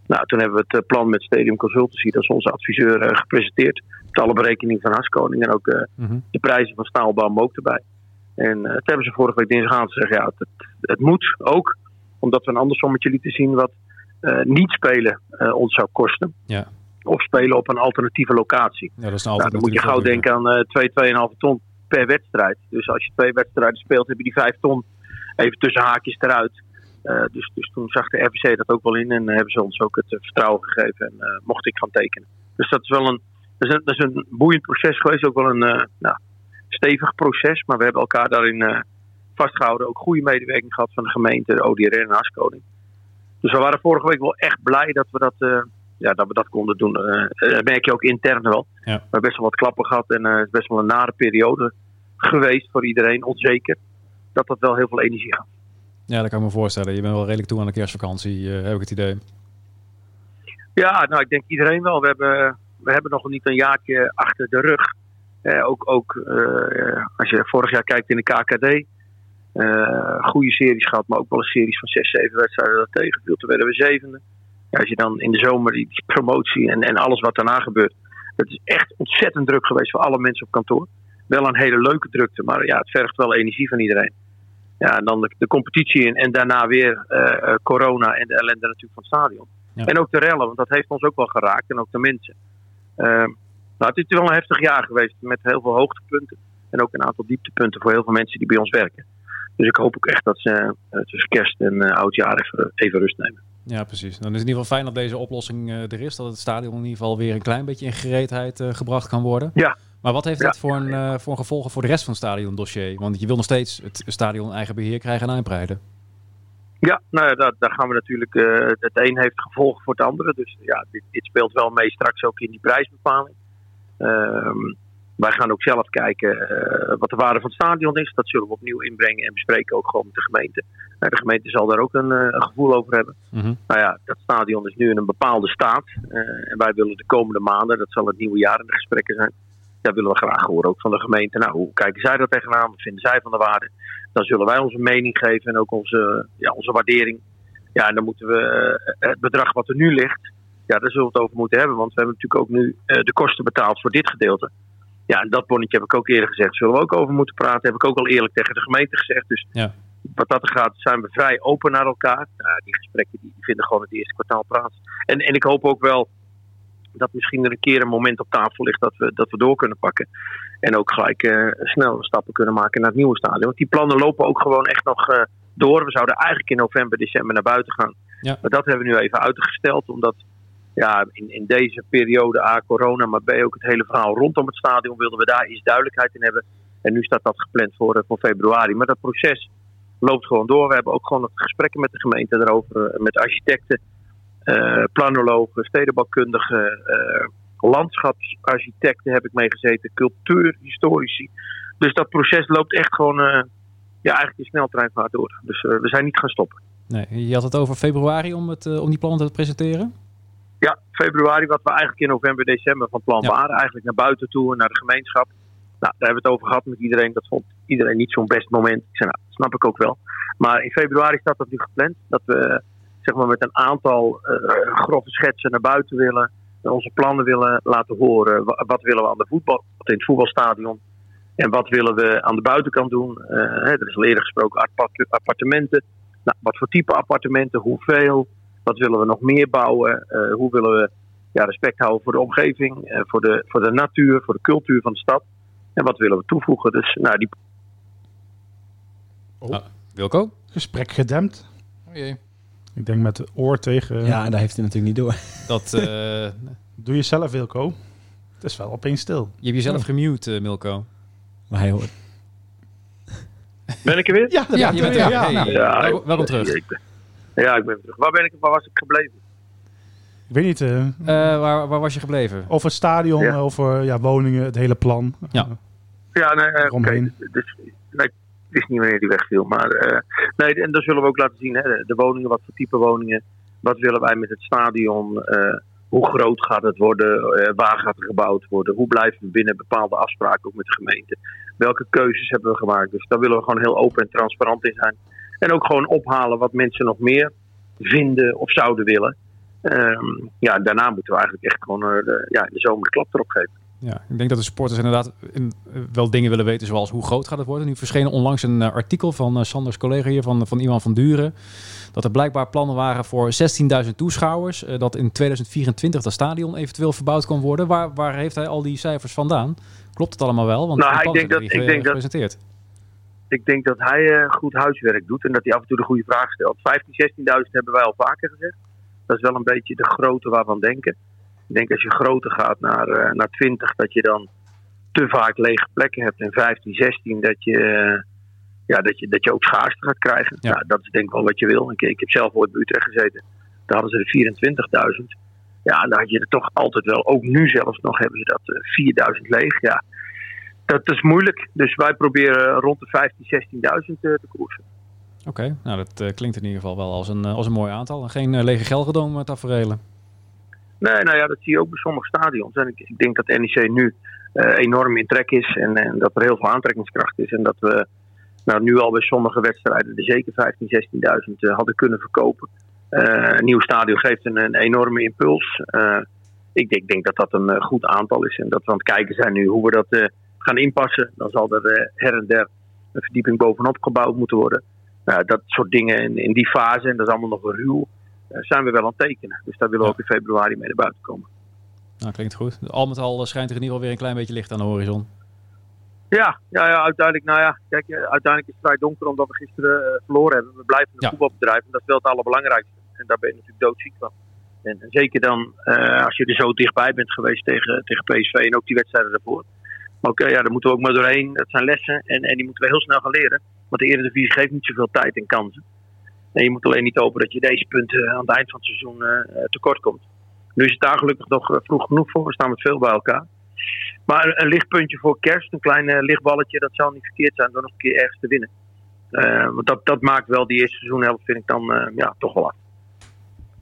[SPEAKER 6] Nou, toen hebben we het eh, plan met Stadium Consultancy, dat is onze adviseur, eh, gepresenteerd. Met alle berekeningen van Haskoning en ook eh,
[SPEAKER 2] Mhm.
[SPEAKER 6] de prijzen van Staalbaum ook erbij. En eh dat hebben ze vorige week dinsdag aan te zeggen, ja, het, het moet ook. Omdat we een ander sommetje lieten zien wat eh, niet spelen eh, ons zou kosten.
[SPEAKER 2] Ja.
[SPEAKER 6] Of spelen op een alternatieve locatie.
[SPEAKER 2] Ja, dat is een
[SPEAKER 6] Nou, dan moet je
[SPEAKER 2] alternatief
[SPEAKER 6] gauw
[SPEAKER 2] ook, ja.
[SPEAKER 6] denken aan eh, 2, 2,5 ton per wedstrijd. Dus als je twee wedstrijden speelt, heb je die 5 ton even tussen haakjes eruit. Eh, dus, dus toen zag de RVC dat ook wel in en hebben ze ons ook het eh, vertrouwen gegeven en eh, mocht ik gaan tekenen. Dus dat is wel een, dat is een, dat is een boeiend proces geweest, ook wel een eh, nou, stevig proces. Maar we hebben elkaar daarin eh, vastgehouden, ook goede medewerking gehad van de gemeente, de ODR en Haskoning. Dus we waren vorige week wel echt blij dat we dat, eh, ja, dat, we dat konden doen. Eh, dat merk je ook intern wel.
[SPEAKER 2] Ja.
[SPEAKER 6] We hebben best wel wat klappen gehad en eh, het is best wel een nare periode geweest voor iedereen, onzeker. Dat dat wel heel veel energie gaat.
[SPEAKER 2] Ja, dat kan ik me voorstellen. Je bent wel redelijk toe aan de kerstvakantie, eh, heb ik het idee.
[SPEAKER 6] Ja, nou, ik denk iedereen wel. We hebben, we hebben nog niet een jaartje achter de rug. Eh, ook ook eh, als je vorig jaar kijkt in de KKD. eh, goede series gehad, maar ook wel een series van 6, 7 wedstrijden dat tegenviel. Toen werden we zevende. Ja, als je dan in de zomer die, die promotie en, en alles wat daarna gebeurt. Het is echt ontzettend druk geweest voor alle mensen op kantoor. Wel een hele leuke drukte, maar ja, het vergt wel energie van iedereen. Ja, en dan de, de competitie en, en daarna weer eh, eh, corona en de ellende natuurlijk van het stadion.
[SPEAKER 2] Ja.
[SPEAKER 6] En ook de rellen, want dat heeft ons ook wel geraakt en ook de mensen. Ehm, nou, het is wel een heftig jaar geweest met heel veel hoogtepunten. En ook een aantal dieptepunten voor heel veel mensen die bij ons werken. Dus ik hoop ook echt dat ze eh, tussen kerst en eh, oudjaar even, even rust nemen.
[SPEAKER 2] Ja, precies. Dan is het in ieder geval fijn dat deze oplossing eh, er is. Dat het stadion in ieder geval weer een klein beetje in gereedheid eh, gebracht kan worden.
[SPEAKER 6] Ja.
[SPEAKER 2] Maar wat heeft
[SPEAKER 6] Ja,
[SPEAKER 2] dat voor, een, eh, voor een gevolgen voor de rest van het stadiondossier? Want je wil nog steeds het stadion in eigen beheer krijgen en uitbreiden.
[SPEAKER 6] Ja, nou ja, daar, daar gaan we natuurlijk. eh, het een heeft gevolgen voor het andere. Dus ja, dit, dit speelt wel mee straks ook in die prijsbepaling. Ehm, wij gaan ook zelf kijken eh, wat de waarde van het stadion is. Dat zullen we opnieuw inbrengen en bespreken ook gewoon met de gemeente. Nou, de gemeente zal daar ook een, eh, een gevoel over hebben.
[SPEAKER 2] Mhm.
[SPEAKER 6] Nou ja, dat stadion is nu in een bepaalde staat. eh, en wij willen de komende maanden, dat zal het nieuwe jaar in de gesprekken zijn. Daar willen we graag horen ook van de gemeente. Nou, hoe kijken zij daar tegenaan? Wat vinden zij van de waarde? Dan zullen wij onze mening geven en ook onze, ja, onze waardering. Ja, en dan moeten we eh, het bedrag wat er nu ligt, ja, daar zullen we het over moeten hebben. Want we hebben natuurlijk ook nu eh, de kosten betaald voor dit gedeelte. Ja, en dat bonnetje heb ik ook eerder gezegd. Zullen we ook over moeten praten? Heb ik ook al eerlijk tegen de gemeente gezegd. Dus
[SPEAKER 2] Ja.
[SPEAKER 6] wat dat gaat, zijn we vrij open naar elkaar. Nou, die gesprekken die vinden gewoon het eerste kwartaal plaats. En, en ik hoop ook wel dat misschien er een keer een moment op tafel ligt dat we, dat we door kunnen pakken. En ook gelijk eh, snel stappen kunnen maken naar het nieuwe stadion. Want die plannen lopen ook gewoon echt nog eh, door. We zouden eigenlijk in november, december naar buiten gaan.
[SPEAKER 2] Ja.
[SPEAKER 6] Maar dat hebben we nu even uitgesteld. Omdat ja, in, in deze periode A, corona, maar B, ook het hele verhaal rondom het stadion... wilden we daar iets duidelijkheid in hebben. En nu staat dat gepland voor, eh, voor februari. Maar dat proces loopt gewoon door. We hebben ook gewoon nog gesprekken met de gemeente daarover. eh, Met architecten, eh, planologen, stedenbouwkundigen, eh, landschapsarchitecten heb ik meegezeten, cultuurhistorici. Dus dat proces loopt echt gewoon eh, ja, eigenlijk in sneltreinvaart door. Dus eh, we zijn niet gaan stoppen.
[SPEAKER 2] Nee, je had het over februari om, het, eh, om die plannen te presenteren.
[SPEAKER 6] Ja, februari, wat we eigenlijk in november, december van plan
[SPEAKER 2] Ja.
[SPEAKER 6] waren. Eigenlijk naar buiten toe en naar de gemeenschap. Nou, daar hebben we het over gehad met iedereen. Dat vond iedereen niet zo'n best moment. Ik zei, nou, dat snap ik ook wel. Maar in februari staat dat nu gepland. Dat we zeg maar, met een aantal eh, grove schetsen naar buiten willen. En onze plannen willen laten horen. Wa- Wat willen we aan de voetbal, wat in het voetbalstadion? En wat willen we aan de buitenkant doen? Eh, hè, er is al eerder gesproken apart- appartementen. Nou, wat voor type appartementen? Hoeveel? Wat willen we nog meer bouwen? Eh, hoe willen we ja, respect houden voor de omgeving, eh, voor, de, voor de natuur, voor de cultuur van de stad? En wat willen we toevoegen? Dus nou, die
[SPEAKER 2] Wilco?
[SPEAKER 4] Gesprek gedempt.
[SPEAKER 3] Oh jee.
[SPEAKER 4] Ik denk met het oor tegen. eh,
[SPEAKER 5] Ja, en daar heeft hij natuurlijk niet door.
[SPEAKER 2] Dat, eh, je
[SPEAKER 4] Doe je zelf, Wilco. Het is wel opeens stil.
[SPEAKER 2] hebt jezelf gemute, eh, Milko.
[SPEAKER 5] Maar hij hoort.
[SPEAKER 6] ben ik er weer?
[SPEAKER 4] Ja,
[SPEAKER 2] Ja, je bent er.
[SPEAKER 3] ja,
[SPEAKER 2] Hey,
[SPEAKER 3] nou.
[SPEAKER 2] eh, welkom-
[SPEAKER 6] ik-
[SPEAKER 2] welkom terug.
[SPEAKER 6] Ik ben- ja, ik ben terug. Waar ben ik? Waar was ik gebleven?
[SPEAKER 4] Ik weet niet, eh,
[SPEAKER 2] Eh, waar, waar was je gebleven?
[SPEAKER 4] over het stadion,
[SPEAKER 6] Ja.
[SPEAKER 4] over ja, woningen, het hele plan.
[SPEAKER 2] Ja.
[SPEAKER 4] Eh,
[SPEAKER 6] Ja, nee, eh, oké.
[SPEAKER 4] Eromheen.
[SPEAKER 6] Dus, nee, ik wist niet wanneer die wegviel. Maar eh, nee, en dat zullen we ook laten zien. Hè, de, de woningen, wat voor type woningen. Wat willen wij met het stadion? eh, hoe groot gaat het worden? eh, waar gaat er gebouwd worden? Hoe blijven we binnen bepaalde afspraken ook met de gemeente? Welke keuzes hebben we gemaakt? Dus daar willen we gewoon heel open en transparant in zijn. En ook gewoon ophalen wat mensen nog meer vinden of zouden willen. Ehm, ja, daarna moeten we eigenlijk echt gewoon eh, de, ja, de zomer de klap erop geven.
[SPEAKER 2] Ja, ik denk dat de supporters inderdaad in- eh, wel dingen willen weten, zoals hoe groot gaat het worden. Nu verscheen onlangs een eh, artikel van eh, Sanders collega hier, van, van Iwan van Duren, dat er blijkbaar plannen waren voor 16.000 toeschouwers, eh, dat in 2024 dat stadion eventueel verbouwd kan worden. Waar, waar heeft hij al die cijfers vandaan? Klopt het allemaal wel? Want
[SPEAKER 6] Nou,
[SPEAKER 2] die
[SPEAKER 6] ik
[SPEAKER 2] plannen
[SPEAKER 6] denk dat-
[SPEAKER 2] zijn
[SPEAKER 6] ik
[SPEAKER 2] nog
[SPEAKER 6] denk
[SPEAKER 2] niet, eh,
[SPEAKER 6] dat-
[SPEAKER 2] gepresenteerd.
[SPEAKER 6] Ik denk dat hij eh, goed huiswerk doet en dat hij af en toe de goede vraag stelt. 15, 16.000 hebben wij al vaker gezegd. Dat is wel een beetje de grootte waarvan denken. Ik denk als je groter gaat naar, eh, naar 20, dat je dan te vaak lege plekken hebt. En 15, 16, dat je, eh, ja, dat je, dat je ook schaarste gaat krijgen.
[SPEAKER 2] Ja.
[SPEAKER 6] Nou, dat is denk ik wel wat je wil. Ik, ik heb zelf ooit bij Utrecht gezeten. Daar hadden ze er 24.000. Ja, en daar had je er toch altijd wel. Ook nu zelfs nog hebben ze dat eh, 4000 leeg. Ja, dat is moeilijk. Dus wij proberen rond de 15, 16.000 eh, te koersen.
[SPEAKER 2] Oké, nou dat eh, klinkt in ieder geval wel als een, eh, als een mooi aantal. En Geen eh, lege Gelredome tafereelen.
[SPEAKER 6] Nee, nou ja, dat zie je ook bij sommige stadions. En ik, ik denk dat NEC nu eh, enorm in trek is en, en dat er heel veel aantrekkingskracht is. En dat we nou, nu al bij sommige wedstrijden de zeker 15, 16.000 eh, hadden kunnen verkopen. Eh, een nieuw stadion geeft een, een enorme impuls. Eh, ik denk, denk dat dat een eh, goed aantal is. En dat we aan het kijken zijn nu hoe we dat eh, gaan inpassen. Dan zal er eh, her en der een verdieping bovenop gebouwd moeten worden. Nou, dat soort dingen in, in die fase, en dat is allemaal nog ruw, eh, zijn we wel aan het tekenen. Dus daar willen we ook in februari mee naar buiten komen.
[SPEAKER 2] Nou, klinkt goed. Al met al eh, schijnt er in ieder geval weer een klein beetje licht aan de horizon.
[SPEAKER 6] Ja, ja, ja, uiteindelijk, nou ja, kijk, eh, uiteindelijk is het vrij donker omdat we gisteren eh, verloren hebben. We blijven een
[SPEAKER 2] Ja.
[SPEAKER 6] voetbalbedrijf en dat is wel het allerbelangrijkste. En daar ben je natuurlijk doodziek van. En, en zeker dan eh, als je er zo dichtbij bent geweest tegen, tegen PSV en ook die wedstrijden daarvoor. Maar oké, ja, daar moeten we ook maar doorheen. Dat zijn lessen en, en die moeten we heel snel gaan leren. Want de Eredivisie geeft niet zoveel tijd en kansen. En je moet alleen niet hopen dat je deze punten aan het eind van het seizoen eh, eh, tekort komt. Nu is het daar gelukkig nog eh, vroeg genoeg voor. We staan met veel bij elkaar. Maar een, een lichtpuntje voor kerst, een klein eh, lichtballetje, dat zou niet verkeerd zijn door nog een keer ergens te winnen. Eh, want dat, dat maakt wel die eerste seizoenhelft, vind ik dan eh, ja, toch wel af.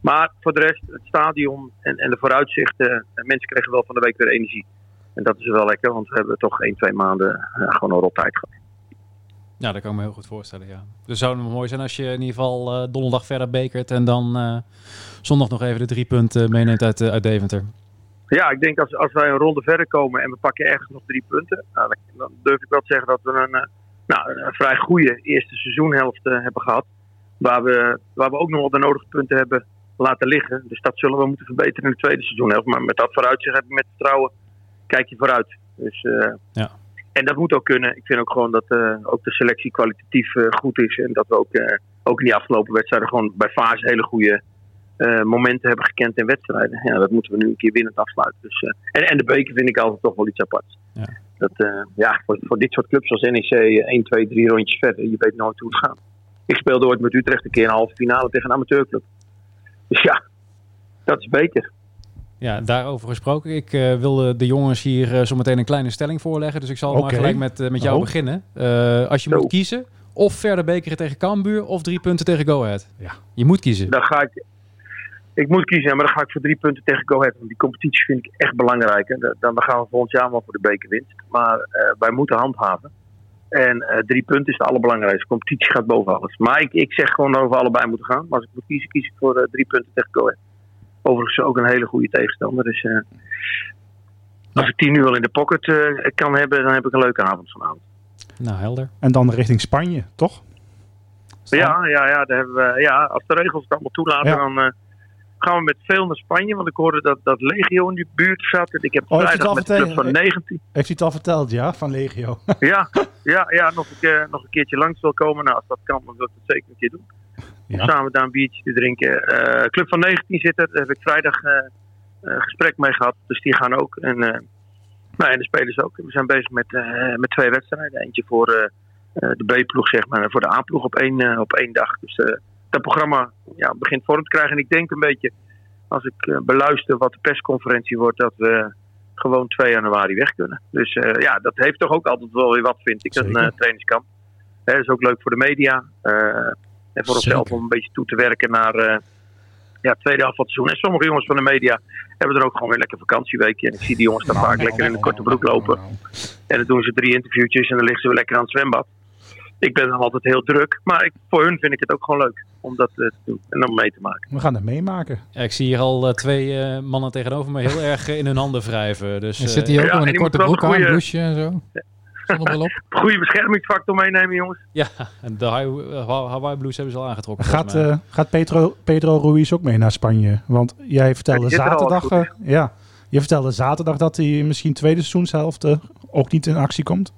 [SPEAKER 6] Maar voor de rest, het stadion en, en de vooruitzichten. eh, mensen kregen wel van de week weer energie. En dat is wel lekker, want we hebben toch 1, 2 maanden eh, gewoon een rot tijd gehad.
[SPEAKER 2] Ja, dat kan ik me heel goed voorstellen, ja. Dus het zou mooi zijn als je in ieder geval eh, donderdag verder bekert en dan eh, zondag nog even de drie punten meeneemt uit, eh, uit Deventer.
[SPEAKER 6] Ja, ik denk als, als wij een ronde verder komen en we pakken ergens nog drie punten. Nou, dan, dan durf ik wel te zeggen dat we een, eh, nou, een vrij goede eerste seizoenhelft eh, hebben gehad. Waar we, waar we ook nog wel de nodige punten hebben laten liggen. Dus dat zullen we moeten verbeteren in de tweede seizoenhelft. Maar met dat vooruitzicht heb ik met vertrouwen, kijk je vooruit. Dus, eh,
[SPEAKER 2] Ja.
[SPEAKER 6] En dat moet ook kunnen. Ik vind ook gewoon dat eh, ook de selectie kwalitatief eh, goed is. En dat we ook, eh, ook in die afgelopen wedstrijden gewoon bij fase hele goede eh, momenten hebben gekend in wedstrijden. Ja, dat moeten we nu een keer winnend afsluiten. Dus, eh, en, en de beker vind ik altijd toch wel iets aparts.
[SPEAKER 2] Ja.
[SPEAKER 6] Dat, eh, ja, voor, voor dit soort clubs als NEC eh, 1, 2, 3 rondjes verder. Je weet nooit hoe het gaat. Ik speelde ooit met Utrecht een keer een halve finale tegen een amateurclub. Dus ja, dat is beter.
[SPEAKER 2] Ja, daarover gesproken. Ik eh, wilde de jongens hier eh, zo meteen een kleine stelling voorleggen. Dus ik zal maar
[SPEAKER 4] Oké.
[SPEAKER 2] gelijk met, eh, met jou
[SPEAKER 4] Oh.
[SPEAKER 2] beginnen. Eh, als je
[SPEAKER 6] Zo.
[SPEAKER 2] moet kiezen, of verder bekeren tegen Cambuur of drie punten tegen Go Ahead. Ja. Je moet kiezen.
[SPEAKER 6] Dan ga ik. Ik moet kiezen, maar dan ga ik voor drie punten tegen Go Ahead. Want die competitie vind ik echt belangrijk. hè. Dan dan gaan we volgend jaar wel voor de bekerwinst. Maar eh, wij moeten handhaven. En eh, drie punten is de allerbelangrijkste. Competitie gaat boven alles. Maar ik, ik zeg gewoon dat we allebei moeten gaan. Maar als ik moet kiezen, kies ik voor eh, drie punten tegen Go Ahead. Overigens ook een hele goede tegenstander. Dus eh, als ik die nu al in de pocket eh, kan hebben, dan heb ik een leuke avond vanavond.
[SPEAKER 2] Nou, helder.
[SPEAKER 4] En dan richting Spanje, toch?
[SPEAKER 6] Ja, ja, ja, daar hebben we, ja, als de regels het allemaal toelaten,
[SPEAKER 4] Ja.
[SPEAKER 6] dan eh, gaan we met veel naar Spanje. Want ik hoorde dat, dat Legio in die buurt zat. En ik heb
[SPEAKER 4] Oh, heeft hij het
[SPEAKER 6] vrijdag
[SPEAKER 4] al
[SPEAKER 6] met de club van
[SPEAKER 4] verteld?
[SPEAKER 6] 19.
[SPEAKER 4] Heeft hij het al verteld, ja? Van Legio.
[SPEAKER 6] ja, ja, ja nog, een keer, nog een keertje langs wil komen. Nou, als dat kan, dan wil ik dat zeker een keer doen. Om
[SPEAKER 4] Ja.
[SPEAKER 6] samen daar een biertje te drinken. Eh, club van 19 zit er. Daar heb ik vrijdag eh, eh, gesprek mee gehad. Dus die gaan ook. En, eh, nou, en de spelers ook. We zijn bezig met, eh, met twee wedstrijden. Eentje voor eh, eh, de B-ploeg, zeg maar. En voor de A-ploeg op één, eh, op één dag. Dus eh, dat programma ja, begint vorm te krijgen. En ik denk een beetje, als ik eh, beluister wat de persconferentie wordt, dat we gewoon 2 januari weg kunnen. Dus eh, ja, dat heeft toch ook altijd wel weer wat, vind ik, een
[SPEAKER 4] Zeker.
[SPEAKER 6] eh, trainingskamp. Hè, dat is ook leuk voor de media. eh, en voor onszelf
[SPEAKER 3] Zeker.
[SPEAKER 6] om een beetje toe te werken naar eh ja, het tweede half van het seizoen. En sommige jongens van de media hebben er ook gewoon weer lekker vakantieweekje. En ik zie die jongens dan vaak lekker in een korte broek lopen. En dan doen ze drie interviewtjes en dan liggen ze weer lekker aan het zwembad. ik ben dan altijd heel druk. Maar ik, voor hun vind ik het ook gewoon leuk om dat eh, te doen en om mee te maken.
[SPEAKER 4] We gaan het meemaken.
[SPEAKER 2] Ja, ik zie hier al eh, twee eh, mannen tegenover me heel erg eh, in hun handen wrijven. Dus,
[SPEAKER 3] Er
[SPEAKER 2] eh,
[SPEAKER 3] zit hier ook
[SPEAKER 6] ja,
[SPEAKER 3] wel
[SPEAKER 6] en
[SPEAKER 3] een
[SPEAKER 6] die
[SPEAKER 3] korte
[SPEAKER 6] moet wel
[SPEAKER 3] broek aan,
[SPEAKER 6] een goeie-
[SPEAKER 3] bloesje en zo. Zonnebril op.
[SPEAKER 6] Goede beschermingsfactor meenemen, jongens.
[SPEAKER 2] Ja, en de eh, Hawaii, Hawaii Blues hebben ze al aangetrokken.
[SPEAKER 4] Gaat,
[SPEAKER 2] volgens mij.
[SPEAKER 4] eh, gaat Pedro, Pedro Ruiz ook mee naar Spanje? Want jij vertelde
[SPEAKER 6] die zit er al,
[SPEAKER 4] zaterdag.
[SPEAKER 6] als het
[SPEAKER 4] eh, ja, je vertelde zaterdag dat hij misschien tweede seizoenshelft eh, ook niet in actie komt.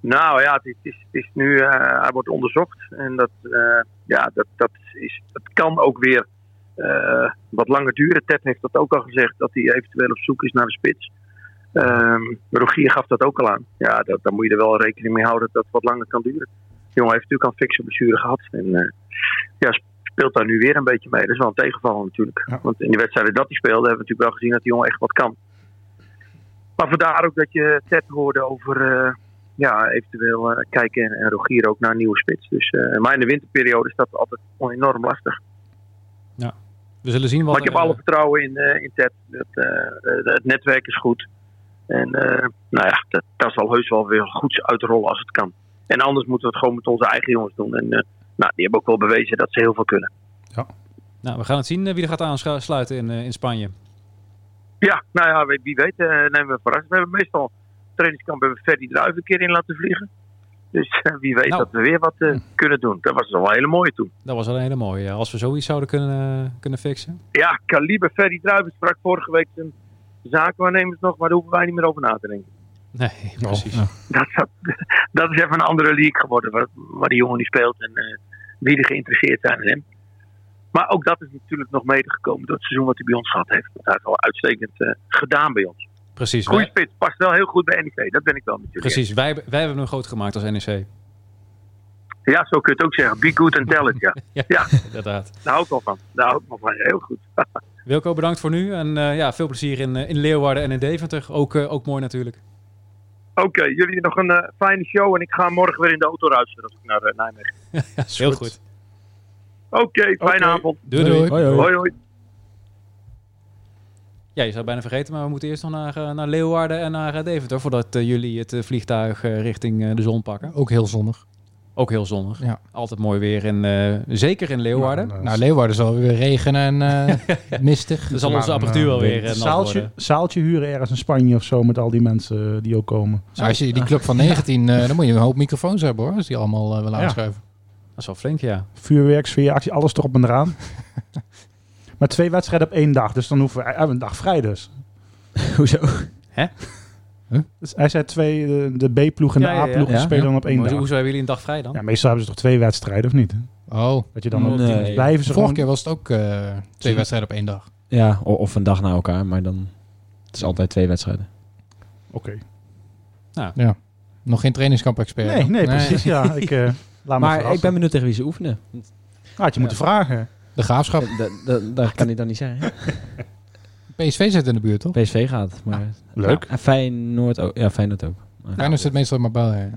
[SPEAKER 6] Nou ja, het is, het is, het is nu, eh, hij wordt onderzocht. En dat, eh, ja, dat, dat, is, dat kan ook weer eh, wat langer duren. Ted heeft dat ook al gezegd, dat hij eventueel op zoek is naar de spits. Ehm Rogier gaf dat ook al aan. Ja, dat, daar moet je er wel rekening mee houden dat het wat langer kan duren. De jongen heeft natuurlijk al een fikse blessure gehad. En eh, ja, speelt daar nu weer een beetje mee. Dat is wel een tegenvaller natuurlijk.
[SPEAKER 4] Ja.
[SPEAKER 6] Want in de wedstrijden dat hij speelde, hebben we natuurlijk wel gezien dat die jongen echt wat kan. Maar vandaar ook dat je Ted hoorde over... eh, ja, eventueel eh, kijken en, en Rogier ook naar een nieuwe spits. Dus, eh, maar in de winterperiode is dat altijd enorm lastig.
[SPEAKER 2] We zullen zien wat...
[SPEAKER 6] maar ik heb
[SPEAKER 2] er, eh,
[SPEAKER 6] alle vertrouwen in, eh, in Ted. Dat, eh, eh, het netwerk is goed. En eh, nou ja, dat, dat zal heus wel weer goed uitrollen als het kan. En anders moeten we het gewoon met onze eigen jongens doen. En eh, nou, die hebben ook wel bewezen dat ze heel veel kunnen.
[SPEAKER 2] nou, we gaan het zien eh, wie er gaat aansluiten in, eh, in Spanje.
[SPEAKER 6] Ja, nou ja, wie- wie weet eh, nemen we een verrassing. We hebben meestal trainingskamp hebben we Ferdy Druif een keer in laten vliegen. Dus eh, wie weet
[SPEAKER 2] Nou.
[SPEAKER 6] dat we weer wat eh, kunnen doen. Dat was wel een hele mooie toen.
[SPEAKER 2] Dat was wel een hele mooie. ja. Als we zoiets zouden kunnen, eh, kunnen fixen.
[SPEAKER 6] Ja, kaliber Ferry Druiven sprak vorige week zijn zakenwaarnemers nog, maar daar hoeven wij niet meer over na te denken.
[SPEAKER 2] Nee, precies.
[SPEAKER 6] Dat, dat, dat is even een andere league geworden waar, waar die jongen nu speelt en eh, wie er geïnteresseerd zijn in hem. Maar ook dat is natuurlijk nog medegekomen door het seizoen wat hij bij ons gehad heeft. Want Hij heeft al uitstekend eh, gedaan bij ons.
[SPEAKER 2] Precies.
[SPEAKER 6] Goeie
[SPEAKER 2] Wij,
[SPEAKER 6] spits, past wel heel goed bij NEC, dat ben ik wel natuurlijk.
[SPEAKER 2] precies. Wij, wij hebben hem groot gemaakt als E NEC.
[SPEAKER 6] Ja, zo kun je het ook zeggen. Be good and tell it, ja.
[SPEAKER 2] Inderdaad.
[SPEAKER 6] Daar hou ik wel van. Daar hou ik wel van. Heel goed.
[SPEAKER 2] Wilco, bedankt voor nu. En eh, ja, veel plezier in, eh, in Leeuwarden en in Deventer. Ook, eh, ook mooi natuurlijk.
[SPEAKER 6] Oké, jullie nog een eh, fijne show en ik ga morgen weer in de auto ruisen als ik naar eh, Nijmegen
[SPEAKER 2] Ja, heel goed.
[SPEAKER 6] ga. Oké, fijne avond.
[SPEAKER 2] Doei, doei.
[SPEAKER 3] Hoi,
[SPEAKER 6] Hoi, hoi.
[SPEAKER 2] Ja, je zou het bijna vergeten, maar we moeten eerst nog naar, eh, naar Leeuwarden en naar eh, Deventer. Voordat eh, jullie het eh, vliegtuig eh, richting eh, de zon pakken.
[SPEAKER 3] Ook heel zonnig.
[SPEAKER 2] Ook heel zonnig.
[SPEAKER 3] Ja.
[SPEAKER 2] Altijd mooi weer. En eh, zeker in Leeuwarden.
[SPEAKER 4] Nou,
[SPEAKER 3] Nou, Leeuwarden zal weer regenen en eh, mistig.
[SPEAKER 2] Dan zal
[SPEAKER 3] Maar,
[SPEAKER 2] onze
[SPEAKER 3] eh,
[SPEAKER 2] apparatuur wel weer
[SPEAKER 4] een
[SPEAKER 2] eh, nat
[SPEAKER 4] zaaltje,
[SPEAKER 2] worden.
[SPEAKER 4] zaaltje huren ergens in Spanje of zo met al die mensen eh, die ook komen.
[SPEAKER 3] nou, als je die club van 19, eh, dan moet je een hoop microfoons hebben hoor. Als die allemaal eh, willen
[SPEAKER 4] Ja.
[SPEAKER 3] aanschuiven.
[SPEAKER 2] Dat is wel flink, ja.
[SPEAKER 4] Vuurwerksfeer, actie, alles erop en eraan. maar twee wedstrijden op één dag, dus dan hoeven we, hij heeft een dag vrij dus.
[SPEAKER 5] Hoezo?
[SPEAKER 4] Dus hij zei twee, eh, de, B-ploeg en
[SPEAKER 2] Ja,
[SPEAKER 4] de
[SPEAKER 2] ja, ja.
[SPEAKER 4] A-ploeg die
[SPEAKER 5] Ja,
[SPEAKER 4] spelen
[SPEAKER 5] ja.
[SPEAKER 4] dan op één
[SPEAKER 2] Hoezo,
[SPEAKER 4] dag.
[SPEAKER 2] hoezo hebben jullie een dag vrij dan?
[SPEAKER 4] Ja, meestal hebben ze toch twee wedstrijden, of niet?
[SPEAKER 3] Oh,
[SPEAKER 4] Dat je dan op
[SPEAKER 5] Nee.
[SPEAKER 4] dus blijven ze
[SPEAKER 3] de
[SPEAKER 4] gewoon...
[SPEAKER 3] vorige keer was het ook eh, twee wedstrijden op één dag.
[SPEAKER 5] Ja, o- of een dag na elkaar, maar dan... Het is altijd twee wedstrijden.
[SPEAKER 4] Oké.
[SPEAKER 3] Nog geen trainingskamp-expert.
[SPEAKER 4] Nee, nee, precies. Ja, ik, eh, laat maar
[SPEAKER 5] Maar ik ben benieuwd tegen wie ze oefenen.
[SPEAKER 4] Had je moeten vragen.
[SPEAKER 3] De graafschap.
[SPEAKER 5] Dat kan ik dan niet zeggen.
[SPEAKER 3] PSV zit in de buurt, toch?
[SPEAKER 5] PSV gaat, maar...
[SPEAKER 4] Leuk.
[SPEAKER 5] Ja, Feyenoord ook. Ja, Feyenoord ook.
[SPEAKER 3] Daarna zit meestal maar bij.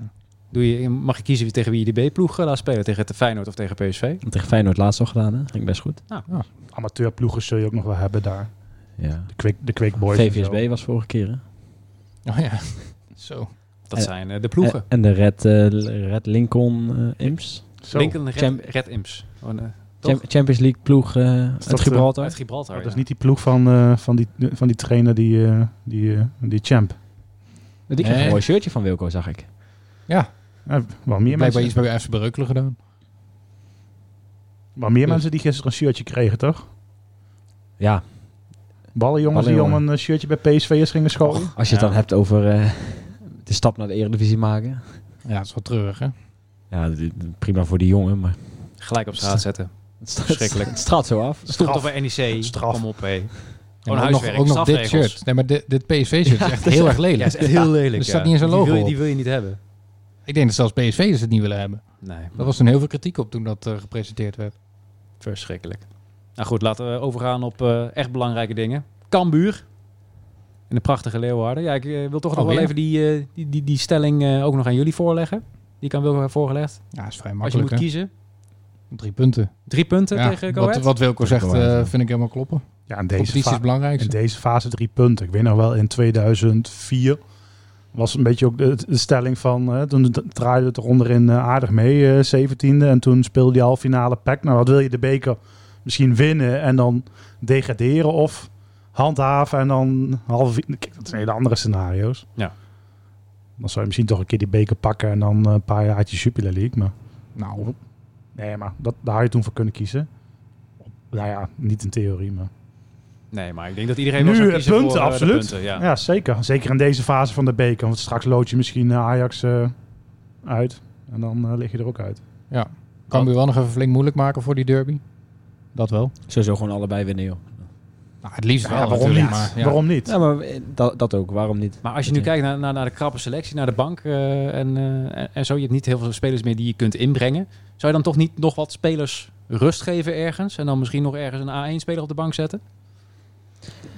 [SPEAKER 2] Doe je, mag je kiezen wie- tegen wie je die B-ploeg eh, laat spelen? Tegen de Feyenoord of tegen PSV?
[SPEAKER 5] Tegen Feyenoord laatst al gedaan, hè? Ging best goed.
[SPEAKER 4] Amateurploegen zul je ook nog wel hebben daar.
[SPEAKER 5] Ja.
[SPEAKER 4] De Quick, de quick Boys. en zo.
[SPEAKER 5] VVSB was vorige keer, hè?
[SPEAKER 3] Oh ja. Zo.
[SPEAKER 2] Dat
[SPEAKER 5] Eh,
[SPEAKER 2] zijn eh, de ploegen.
[SPEAKER 5] En, en de Red, eh, Red Lincoln eh, Imps.
[SPEAKER 4] Zo.
[SPEAKER 2] Lincoln Red,
[SPEAKER 5] Champ-
[SPEAKER 2] Red Imps. Oh, nee. Toch?
[SPEAKER 5] Cham- Champions League ploeg eh uit
[SPEAKER 4] dat, eh,
[SPEAKER 5] Gibraltar.
[SPEAKER 2] Uit Gibraltar.
[SPEAKER 3] Oh,
[SPEAKER 4] Dat
[SPEAKER 2] ja.
[SPEAKER 4] is niet die ploeg van, eh, van, die, van die trainer, die, eh, die, eh, die champ.
[SPEAKER 5] Ik kreeg
[SPEAKER 3] Nee.
[SPEAKER 5] een mooi shirtje van Wilco, zag ik.
[SPEAKER 4] Eh, wel meer,
[SPEAKER 3] Blijkbaar iets
[SPEAKER 4] mensen,
[SPEAKER 3] bij FC Breukelen gedaan.
[SPEAKER 4] wel meer mensen die gisteren een shirtje kregen, toch?
[SPEAKER 5] Ja,
[SPEAKER 4] Ballenjongens die om
[SPEAKER 5] Ballenjongen.
[SPEAKER 4] een eh, shirtje bij PSV'ers gingen scholen.
[SPEAKER 5] als je het
[SPEAKER 4] Ja.
[SPEAKER 5] dan hebt over eh, de stap naar de Eredivisie maken.
[SPEAKER 3] Ja, dat is wel treurig, hè?
[SPEAKER 5] Ja, d- d- prima voor die jongen, maar
[SPEAKER 2] Gelijk op straat zetten.
[SPEAKER 5] het straalt,
[SPEAKER 2] Verschrikkelijk.
[SPEAKER 5] het straalt zo af.
[SPEAKER 2] Stond toch bij NEC.
[SPEAKER 4] Straf.
[SPEAKER 2] E Kom op, hé.
[SPEAKER 3] Ja,
[SPEAKER 2] Gewoon
[SPEAKER 3] maar ook nog,
[SPEAKER 2] huiswerk,
[SPEAKER 3] ook nog dit
[SPEAKER 2] strafregels.
[SPEAKER 3] shirt. Nee, maar dit, dit PSV-shirt is echt heel erg lelijk.
[SPEAKER 2] Ja, is echt heel lelijk.
[SPEAKER 3] Er staat
[SPEAKER 2] ja.
[SPEAKER 3] niet eens een
[SPEAKER 2] Die
[SPEAKER 3] logo
[SPEAKER 2] wil je,
[SPEAKER 3] op.
[SPEAKER 2] die wil je niet hebben.
[SPEAKER 3] Ik denk dat zelfs PSV'ers het niet willen hebben.
[SPEAKER 2] Nee,
[SPEAKER 3] Daar was toen heel veel kritiek op toen dat eh, gepresenteerd werd.
[SPEAKER 2] verschrikkelijk. Nou goed, laten we overgaan op eh, echt belangrijke dingen. Kambuur. In de prachtige Leeuwarden. Ja, ik eh, wil toch nog wel
[SPEAKER 3] Alweer?
[SPEAKER 2] even die, eh, die, die, die stelling eh, ook nog aan jullie voorleggen. Die kan Wilco hebben voorgelegd.
[SPEAKER 3] Ja, is
[SPEAKER 2] Als je
[SPEAKER 3] vrij makkelijk,
[SPEAKER 2] moet kiezen.
[SPEAKER 3] hè? Drie punten.
[SPEAKER 2] Drie punten
[SPEAKER 3] Ja,
[SPEAKER 2] tegen Go
[SPEAKER 3] wat,
[SPEAKER 2] Ahead.
[SPEAKER 3] wat Wilco zegt
[SPEAKER 5] Go Ahead,
[SPEAKER 3] eh,
[SPEAKER 5] ja.
[SPEAKER 3] vind ik helemaal kloppen.
[SPEAKER 4] Ja, in
[SPEAKER 3] Competitie
[SPEAKER 4] deze,
[SPEAKER 3] is het
[SPEAKER 4] fa- in
[SPEAKER 3] belangrijkste.
[SPEAKER 4] deze fase drie punten. Ik weet nog wel in 2004 was een beetje ook de, de stelling van... eh, toen d- draaide het eronder in eh, aardig mee, zeventiende. en toen speelde die halve finale pack. Nou, wat wil je de beker misschien winnen en dan degraderen of handhaven en dan halve... fi- Kijk, dat zijn hele andere scenario's.
[SPEAKER 2] Ja.
[SPEAKER 4] Dan zou je misschien toch een keer die beker pakken en dan eh, een paar jaartjes Jupiler League. Maar
[SPEAKER 3] Nou,
[SPEAKER 4] nee, maar dat, daar had je toen voor kunnen kiezen. Nou ja, niet in theorie, maar...
[SPEAKER 2] Nee, maar ik denk dat iedereen
[SPEAKER 4] Nu,
[SPEAKER 2] wel zou
[SPEAKER 4] eh,
[SPEAKER 2] kiezen
[SPEAKER 4] punten,
[SPEAKER 2] voor, eh, de
[SPEAKER 4] absoluut.
[SPEAKER 2] punten, ja.
[SPEAKER 4] Ja, zeker. Zeker in deze fase van de beker. Want straks lood je misschien eh, Ajax eh, uit. En dan eh, lig je er ook uit.
[SPEAKER 3] kan je wel nog even flink moeilijk maken voor die derby? Dat wel.
[SPEAKER 5] Sowieso gewoon allebei winnen, joh.
[SPEAKER 3] Nou, het liefst wel.
[SPEAKER 4] waarom, niet?
[SPEAKER 3] natuurlijk, maar, ja.
[SPEAKER 4] waarom niet?
[SPEAKER 5] Ja, maar eh, dat, dat ook. Waarom niet?
[SPEAKER 2] Maar als je nu
[SPEAKER 5] Dat-
[SPEAKER 2] kijkt naar, naar, naar de krappe selectie, naar de bank eh, en, eh, en- en zo, je hebt niet heel veel spelers meer die je kunt inbrengen. Zou je dan toch niet nog wat spelers rust geven ergens en dan misschien nog ergens een A1-speler op de bank zetten?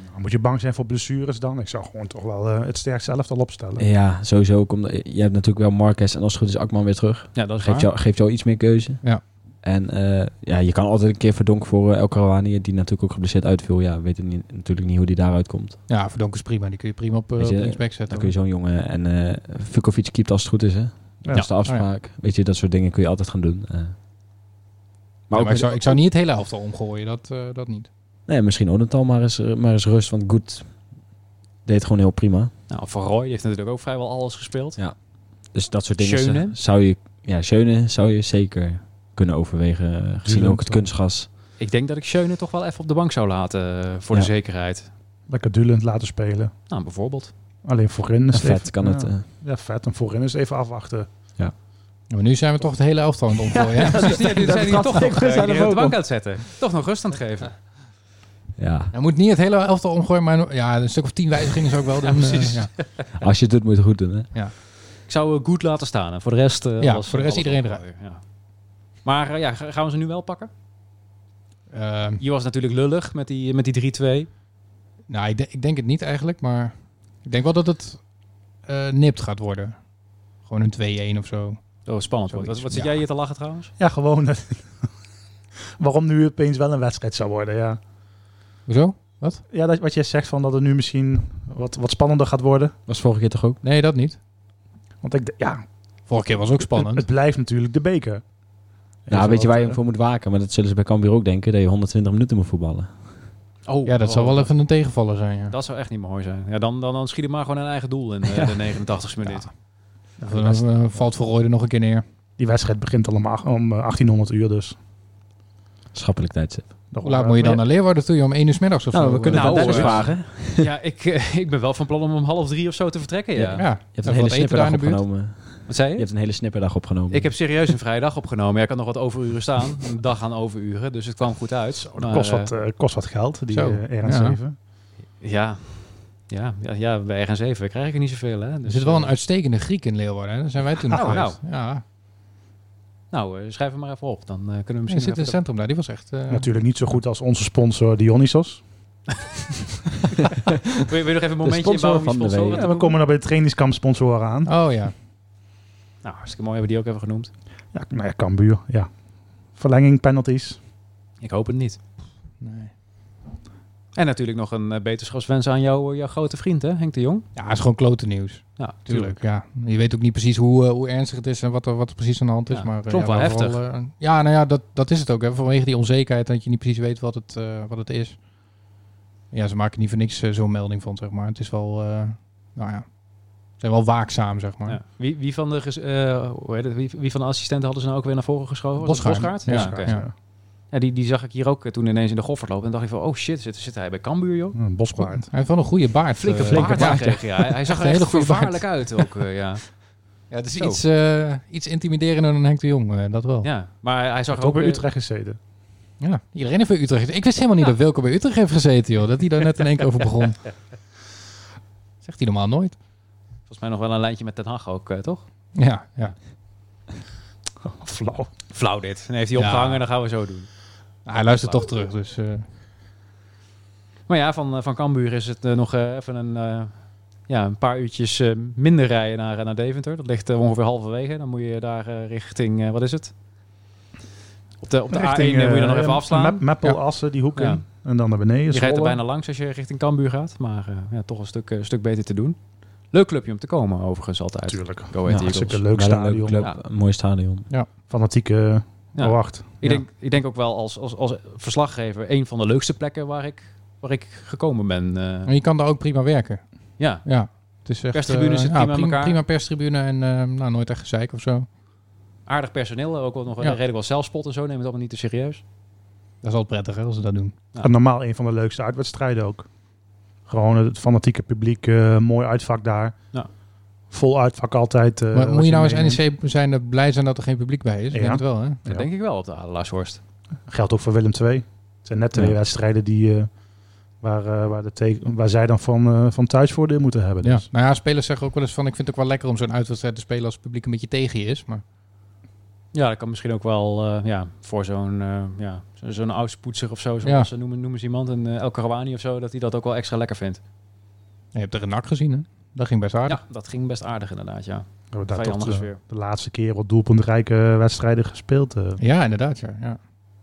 [SPEAKER 4] Nou, moet je bang zijn voor blessures dan? Ik zou gewoon toch wel eh, het sterkste elftal opstellen.
[SPEAKER 5] Ja, sowieso. Ook omdat, je hebt natuurlijk wel Marquez en als het goed is Akman weer terug.
[SPEAKER 2] Ja, dat is
[SPEAKER 5] Geeft
[SPEAKER 2] waar.
[SPEAKER 5] jou, geeft jou iets meer keuze.
[SPEAKER 3] Ja.
[SPEAKER 5] En eh, ja, je kan altijd een keer verdonken voor eh, El Karawani, die natuurlijk ook geblesseerd uitviel. Ja, we weten niet, natuurlijk niet hoe die daaruit komt.
[SPEAKER 3] Ja, Verdonk is prima. Die kun je prima op, eh,
[SPEAKER 5] Weet je,
[SPEAKER 3] op linksback zetten.
[SPEAKER 5] Dan kun je zo'n jongen en eh Vukovic keept als het goed is, hè? Dat is de
[SPEAKER 3] Oh
[SPEAKER 5] afspraak. Weet je, dat soort dingen kun je altijd gaan doen. eh. Maar,
[SPEAKER 3] Ja,
[SPEAKER 5] ook
[SPEAKER 3] maar ik,
[SPEAKER 5] met-
[SPEAKER 3] zou, ik zou niet het hele elftal omgooien. Dat, eh, dat niet.
[SPEAKER 5] Nee, misschien Odental maar eens, maar eens rust, want Goed deed gewoon heel prima.
[SPEAKER 2] Nou, Van Roy die heeft natuurlijk ook vrijwel alles gespeeld.
[SPEAKER 5] Dus dat soort dingen
[SPEAKER 2] Schöne?
[SPEAKER 5] z- zou je, ja, Schöne zou je zeker kunnen overwegen, eh, gezien
[SPEAKER 4] Tuurlijk,
[SPEAKER 5] ook het
[SPEAKER 4] toch.
[SPEAKER 5] kunstgas.
[SPEAKER 2] Ik denk dat ik Schöne toch wel even op de bank zou laten eh, voor
[SPEAKER 5] Ja.
[SPEAKER 2] de zekerheid.
[SPEAKER 4] Lekker Dulend laten spelen.
[SPEAKER 2] Nou, bijvoorbeeld.
[SPEAKER 4] Alleen voorin is het
[SPEAKER 5] vet
[SPEAKER 4] even-
[SPEAKER 5] kan
[SPEAKER 4] ja,
[SPEAKER 5] het. eh.
[SPEAKER 4] Ja, vet. En voorin is het even afwachten.
[SPEAKER 3] Ja, Maar nu zijn we toch het hele elftal aan het omgooien. hè?
[SPEAKER 2] Dus die, die zijn hier toch nog
[SPEAKER 5] zijn
[SPEAKER 2] eh,
[SPEAKER 5] er
[SPEAKER 2] die op de
[SPEAKER 5] ook op.
[SPEAKER 2] bank uitzetten. Toch nog rust aan het geven.
[SPEAKER 5] ja,
[SPEAKER 3] Je moet niet het hele elftal omgooien, maar no- ja, een stuk of tien wijzigingen zou ik wel doen. eh,
[SPEAKER 2] precies.
[SPEAKER 3] ja.
[SPEAKER 5] als je het doet, moet je het goed doen. Hè?
[SPEAKER 2] Ik zou goed laten staan. En voor de rest... eh,
[SPEAKER 3] Ja, voor de rest iedereen
[SPEAKER 2] opgooien, ja. Maar eh, ja, ga- gaan we ze nu wel pakken?
[SPEAKER 3] Ehm,
[SPEAKER 2] Je was natuurlijk lullig met die, met die 3-2.
[SPEAKER 3] nou, ik, de- ik denk het niet eigenlijk, maar ik denk wel dat het eh, nipt gaat worden. Gewoon een 2-1 of zo.
[SPEAKER 2] Oh, spannend. Wat,
[SPEAKER 3] Zoiets,
[SPEAKER 2] wat zit
[SPEAKER 3] ja.
[SPEAKER 2] jij hier te lachen trouwens?
[SPEAKER 4] Ja, gewoon. eh, waarom nu opeens wel een wedstrijd zou worden, ja.
[SPEAKER 3] Hoezo?
[SPEAKER 4] Ja, dat, wat jij zegt van dat het nu misschien wat, wat spannender gaat worden.
[SPEAKER 5] Was vorige keer toch ook?
[SPEAKER 3] Nee, dat niet.
[SPEAKER 4] Want ik, d- ja,
[SPEAKER 3] Vorige keer was ook
[SPEAKER 4] het,
[SPEAKER 3] spannend.
[SPEAKER 4] het blijft natuurlijk de beker.
[SPEAKER 5] Nou,
[SPEAKER 4] Even
[SPEAKER 5] weet je
[SPEAKER 4] wat,
[SPEAKER 5] waar je
[SPEAKER 4] eh,
[SPEAKER 5] voor moet waken? Maar dat zullen ze bij Cambuur ook denken, dat je 120 minuten moet voetballen.
[SPEAKER 2] Oh,
[SPEAKER 3] Ja, dat zou
[SPEAKER 2] oh,
[SPEAKER 3] wel even een tegenvaller zijn. Ja.
[SPEAKER 2] Dat zou echt niet mooi zijn. Ja, dan, dan, dan schiet hij maar gewoon een eigen doel in eh, de 89 e minuut.
[SPEAKER 3] Of dan eh, valt Van Rooij er nog een keer neer.
[SPEAKER 4] Die wedstrijd begint allemaal om eh, 1800 uur dus. eh,
[SPEAKER 5] Schappelijk tijdstip.
[SPEAKER 3] Hoe laat moet je dan naar Leeuwarden toe? joh? Om 1 uur 's middags of zo?
[SPEAKER 5] Nou, we kunnen
[SPEAKER 3] Eh,
[SPEAKER 5] het aan
[SPEAKER 2] nou,
[SPEAKER 5] Dennis
[SPEAKER 2] eh,
[SPEAKER 5] vragen.
[SPEAKER 2] Ja, ik, eh, ik ben wel van plan om om half drie of zo te vertrekken. Ja.
[SPEAKER 3] ja,
[SPEAKER 5] Je hebt
[SPEAKER 3] Even
[SPEAKER 5] een hele
[SPEAKER 3] wat eten daar
[SPEAKER 5] snipperdag
[SPEAKER 3] in de buurt.
[SPEAKER 5] opgenomen.
[SPEAKER 2] Wat zei
[SPEAKER 5] Je
[SPEAKER 2] je?
[SPEAKER 5] hebt een hele snipperdag opgenomen.
[SPEAKER 2] Ik heb serieus een vrijdag opgenomen. Ja, ik had nog wat overuren staan. Een dag aan overuren. Dus het kwam goed uit. Maar,
[SPEAKER 4] kost,
[SPEAKER 2] eh,
[SPEAKER 4] wat, eh, kost wat geld, die
[SPEAKER 3] Zo,
[SPEAKER 4] eh,
[SPEAKER 3] ja.
[SPEAKER 4] RN7.
[SPEAKER 2] ja. Ja, ja, ja, bij RN7 krijg ik er niet zoveel. Hè?
[SPEAKER 3] Er
[SPEAKER 2] Dus,
[SPEAKER 3] zit wel
[SPEAKER 2] eh,
[SPEAKER 3] een uitstekende Griek in Leeuwarden. hè? Daar zijn wij toen nog
[SPEAKER 2] Oh,
[SPEAKER 3] geweest. Ja,
[SPEAKER 2] Nou, eh, schrijf hem maar even op. Dan eh, kunnen we
[SPEAKER 3] er
[SPEAKER 2] misschien...
[SPEAKER 3] zit
[SPEAKER 2] nog
[SPEAKER 3] een
[SPEAKER 2] even-
[SPEAKER 3] centrum daar. Die was echt... eh,
[SPEAKER 4] Natuurlijk niet zo goed als onze sponsor Dionysos.
[SPEAKER 2] Wil je, wil je nog even een momentje
[SPEAKER 5] sponsor
[SPEAKER 2] inbouwen om
[SPEAKER 5] van
[SPEAKER 2] je sponsoren
[SPEAKER 5] de week.
[SPEAKER 2] te
[SPEAKER 4] Ja, we
[SPEAKER 2] noemen?
[SPEAKER 4] komen nou bij de trainingskamp sponsoren aan.
[SPEAKER 3] Oh ja.
[SPEAKER 2] Nou, hartstikke mooi. Hebben we die ook even genoemd?
[SPEAKER 4] Ja, nou ja, Cambuur, ja. Verlenging, penalties.
[SPEAKER 2] Ik hoop het niet.
[SPEAKER 3] Nee.
[SPEAKER 2] En natuurlijk nog een eh, beterschapswens aan jou, eh, jouw grote vriend, hè? Henk de Jong.
[SPEAKER 3] Ja, het is gewoon klote nieuws.
[SPEAKER 2] Ja,
[SPEAKER 3] Tuurlijk, ja. Je weet ook niet precies hoe, eh, hoe ernstig het is en wat er, wat er precies aan de hand is.
[SPEAKER 2] Ja,
[SPEAKER 3] maar, eh,
[SPEAKER 2] soms
[SPEAKER 3] ja,
[SPEAKER 2] wel
[SPEAKER 3] vooral, eh, ja, nou ja, dat, dat is het ook. Hè. Vanwege die onzekerheid dat je niet precies weet wat het, eh, wat het is. Ja, ze maken niet voor niks eh, zo'n melding van, zeg maar. Het is wel, eh, nou ja, ze zijn wel waakzaam, zeg maar.
[SPEAKER 2] Ja. Wie, wie, van de ges- eh, hoe heet het? Wie, wie van de assistenten hadden ze nou ook weer naar voren geschoven? Was het
[SPEAKER 3] Bosgaard.
[SPEAKER 2] Bosgaard?
[SPEAKER 3] Ja,
[SPEAKER 2] Ja, oké.
[SPEAKER 3] ja.
[SPEAKER 2] Ja, die, die zag ik hier ook eh, toen ineens in de goffer lopen. En dacht ik van, oh shit, zit, zit hij bij Cambuur, joh?
[SPEAKER 4] Een bospaard.
[SPEAKER 3] Hij heeft wel een goede baard.
[SPEAKER 2] Flinke,
[SPEAKER 3] eh,
[SPEAKER 2] flinke baard,
[SPEAKER 3] ja.
[SPEAKER 2] kreeg hij. Hij- Hij zag
[SPEAKER 3] Echt
[SPEAKER 2] er
[SPEAKER 3] een
[SPEAKER 2] echt
[SPEAKER 3] hele goede baard.
[SPEAKER 2] gevaarlijk uit ook, eh, ja.
[SPEAKER 3] Ja, het is
[SPEAKER 2] Zo.
[SPEAKER 3] iets, eh, iets intimiderender dan Henk de Jong, eh, dat wel. Ja.
[SPEAKER 2] ja. Maar hij zag er
[SPEAKER 4] Ook
[SPEAKER 2] ook...
[SPEAKER 4] bij
[SPEAKER 2] eh,
[SPEAKER 4] Utrecht gezeten.
[SPEAKER 3] Iedereen heeft bij Utrecht gezeten. Ik wist helemaal niet dat Wilco bij Utrecht heeft gezeten, joh. Dat hij daar net in één keer over begon. Zegt hij normaal nooit.
[SPEAKER 2] Volgens mij nog wel een lijntje met Den Haag ook, eh, toch?
[SPEAKER 3] Ja, ja.
[SPEAKER 4] Flauw.
[SPEAKER 2] Flauw dit. En heeft hij
[SPEAKER 3] Ja.
[SPEAKER 2] opgehangen, dan gaan we zo doen.
[SPEAKER 3] Hij luistert toch terug, dus... eh,
[SPEAKER 2] Maar ja, van, eh, van Cambuur is het eh, nog eh, even een, eh, ja, een paar uurtjes eh, minder rijden naar, eh, naar Deventer. Dat ligt eh, ongeveer halverwege. Dan moet je daar eh, richting, eh, wat is het? Op de, op de A1 eh, moet je dan nog even afslaan.
[SPEAKER 4] Meppel,
[SPEAKER 3] Ja.
[SPEAKER 4] Assen, die hoeken.
[SPEAKER 2] Ja.
[SPEAKER 4] En dan naar beneden.
[SPEAKER 2] Je rijdt er
[SPEAKER 4] Zwolle.
[SPEAKER 2] bijna langs als je richting Cambuur gaat. Maar eh, ja, toch een stuk, eh, een stuk beter te doen. Leuk clubje om te komen, overigens altijd.
[SPEAKER 4] Natuurlijk.
[SPEAKER 2] Go Ahead
[SPEAKER 5] Ja,
[SPEAKER 2] Eagles.
[SPEAKER 4] Hartstikke leuk
[SPEAKER 5] Maar
[SPEAKER 4] stadion.
[SPEAKER 5] Een leuke club, een mooi stadion.
[SPEAKER 4] Fanatieke
[SPEAKER 2] Ja.
[SPEAKER 4] wacht.
[SPEAKER 2] Ik, denk, ik denk ook wel als, als, als verslaggever een van de leukste plekken waar ik, waar ik gekomen ben. eh.
[SPEAKER 3] En je kan daar ook prima werken.
[SPEAKER 2] ja,
[SPEAKER 3] Ja. Het is echt,
[SPEAKER 2] Perstribune
[SPEAKER 3] eh,
[SPEAKER 2] zit
[SPEAKER 3] ja,
[SPEAKER 2] prima aan elkaar.
[SPEAKER 3] Prima perstribune en eh, nou, nooit echt gezeik of zo.
[SPEAKER 2] aardig personeel. eh, Ook wel nog
[SPEAKER 3] Ja.
[SPEAKER 2] redelijk wel zelfspot en zo. Neem het allemaal niet te serieus.
[SPEAKER 3] Dat is al prettig hè, als ze dat doen.
[SPEAKER 4] En normaal een van de leukste uitwedstrijden ook. Gewoon het fanatieke publiek, eh, mooi uitvak daar.
[SPEAKER 2] Ja.
[SPEAKER 4] Vol uitvak altijd. eh,
[SPEAKER 3] maar
[SPEAKER 4] wat
[SPEAKER 3] moet je nou
[SPEAKER 4] meeneemt.
[SPEAKER 3] als NEC zijn dat blij zijn dat er geen publiek bij is? Ik
[SPEAKER 4] Ja.
[SPEAKER 3] denk het wel, hè?
[SPEAKER 2] Dat
[SPEAKER 4] Ja.
[SPEAKER 2] denk ik wel op de Adelaarshorst.
[SPEAKER 4] Geldt ook voor Willem II. Het zijn net twee
[SPEAKER 5] Ja.
[SPEAKER 4] wedstrijden die, eh, waar, eh, waar, de te- waar zij dan van, eh, van thuisvoordeel moeten hebben.
[SPEAKER 3] Ja.
[SPEAKER 4] Dus.
[SPEAKER 3] Nou ja, spelers zeggen ook wel eens van... ik vind het ook wel lekker om zo'n uitwedstrijd te spelen als het publiek een beetje tegen je is. Maar
[SPEAKER 2] Ja, dat kan misschien ook wel eh, ja, voor zo'n eh ja, zo- zo'n oudspoetser of zo. Zoals ze noemen, noemen ze iemand. Een eh El Karawani of zo. Dat hij dat ook wel extra lekker vindt.
[SPEAKER 3] je hebt er een nak gezien, hè? Dat ging best aardig.
[SPEAKER 2] Ja, dat ging best aardig inderdaad, ja.
[SPEAKER 4] We hebben daar toch
[SPEAKER 2] Vijandige
[SPEAKER 4] de,
[SPEAKER 2] sfeer.
[SPEAKER 4] de laatste keer wat doelpuntrijke wedstrijden gespeeld. eh.
[SPEAKER 3] Ja, inderdaad, ja. Ja,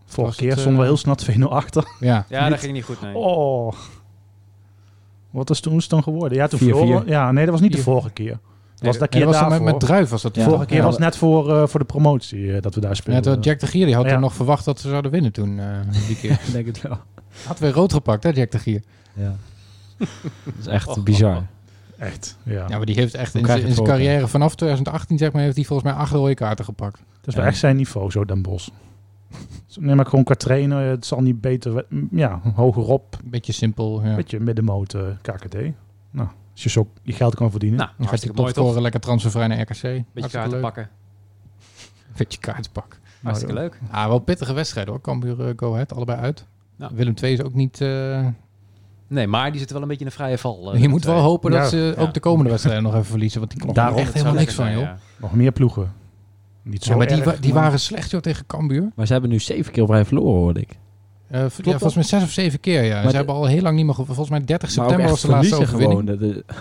[SPEAKER 4] Vorige
[SPEAKER 3] Was het,
[SPEAKER 4] keer
[SPEAKER 3] eh,
[SPEAKER 4] stonden we heel snel 2-0 achter.
[SPEAKER 3] ja.
[SPEAKER 2] Ja, dat ging niet goed, nee. Nou,
[SPEAKER 4] Oh. Wat is toen, is het dan geworden? Ja, toen
[SPEAKER 5] 4-4.
[SPEAKER 4] verloren we- Ja, nee, dat was niet de
[SPEAKER 3] 4-4.
[SPEAKER 4] vorige keer. Dat was de
[SPEAKER 3] Nee,
[SPEAKER 4] keer
[SPEAKER 3] dat was dan
[SPEAKER 4] daarvoor.
[SPEAKER 3] met, met Druif was dat.
[SPEAKER 5] Ja.
[SPEAKER 4] vorige keer
[SPEAKER 5] Ja,
[SPEAKER 4] was
[SPEAKER 5] dat-
[SPEAKER 4] net voor, eh, voor de promotie eh, dat we daar
[SPEAKER 3] Ja,
[SPEAKER 4] speelden.
[SPEAKER 3] toen Jack de Gier die had
[SPEAKER 4] Ja.
[SPEAKER 3] toen nog verwacht dat ze zouden winnen toen, eh, die keer.
[SPEAKER 5] Ik denk het wel.
[SPEAKER 3] Had weer rood gepakt, hè, Jack de Gier.
[SPEAKER 5] Ja. dat is echt bizar.
[SPEAKER 4] Echt, ja.
[SPEAKER 3] Ja, maar die heeft echt
[SPEAKER 5] Hoe
[SPEAKER 3] in zijn
[SPEAKER 5] krijg je
[SPEAKER 3] in zijn
[SPEAKER 5] het voor eh? elkaar?
[SPEAKER 3] carrière vanaf 2018, zeg maar, heeft hij volgens mij acht rode kaarten gepakt.
[SPEAKER 4] Dat is wel
[SPEAKER 5] Ja.
[SPEAKER 4] echt zijn niveau, zo Den Bos. Neem maar gewoon qua trainer. eh, Het zal niet beter... we- m, Ja, hogerop.
[SPEAKER 3] Een beetje simpel, ja.
[SPEAKER 4] Beetje middenmoot eh, KKD. Nou, als je zo je geld kan verdienen.
[SPEAKER 2] Nou,
[SPEAKER 3] Dan gaat hij
[SPEAKER 2] hartstikke mooi toch?
[SPEAKER 3] topscoren lekker transfervrij naar RKC. Hartstikke
[SPEAKER 2] Beetje kaarten
[SPEAKER 3] leuk.
[SPEAKER 2] pakken.
[SPEAKER 3] Beetje kaartpak.
[SPEAKER 2] Hartstikke leuk.
[SPEAKER 3] Ah, wel pittige wedstrijd hoor. Cambuur eh, Go Ahead, allebei uit.
[SPEAKER 2] Ja.
[SPEAKER 3] Willem II is ook niet... eh,
[SPEAKER 2] Nee, maar die zitten wel een beetje in een vrije val. eh,
[SPEAKER 3] je
[SPEAKER 2] dat
[SPEAKER 3] moet wel
[SPEAKER 2] twee.
[SPEAKER 3] hopen dat
[SPEAKER 4] Ja.
[SPEAKER 3] ze
[SPEAKER 2] Ja.
[SPEAKER 3] ook de komende wedstrijden nog even verliezen. Want die klopt
[SPEAKER 4] Daarom,
[SPEAKER 3] echt
[SPEAKER 2] Dat zou
[SPEAKER 3] helemaal niks van,
[SPEAKER 2] lekker
[SPEAKER 3] joh.
[SPEAKER 2] zijn,
[SPEAKER 4] Nog meer ploegen. Niet zo
[SPEAKER 3] Ja, maar die,
[SPEAKER 4] erg,
[SPEAKER 3] wa- die
[SPEAKER 4] maar-
[SPEAKER 3] waren slecht joh tegen Cambuur.
[SPEAKER 5] Maar ze hebben nu zeven keer op rij verloren, hoorde ik.
[SPEAKER 3] Eh, v- ja, volgens mij zes of zeven keer, ja.
[SPEAKER 5] de-
[SPEAKER 3] ze hebben al heel lang niet meer... gevo- Volgens mij 30
[SPEAKER 5] Maar ook
[SPEAKER 3] september was
[SPEAKER 5] echt
[SPEAKER 3] de laatste
[SPEAKER 5] verliezen
[SPEAKER 3] overwinning.
[SPEAKER 5] gewoon. Dat,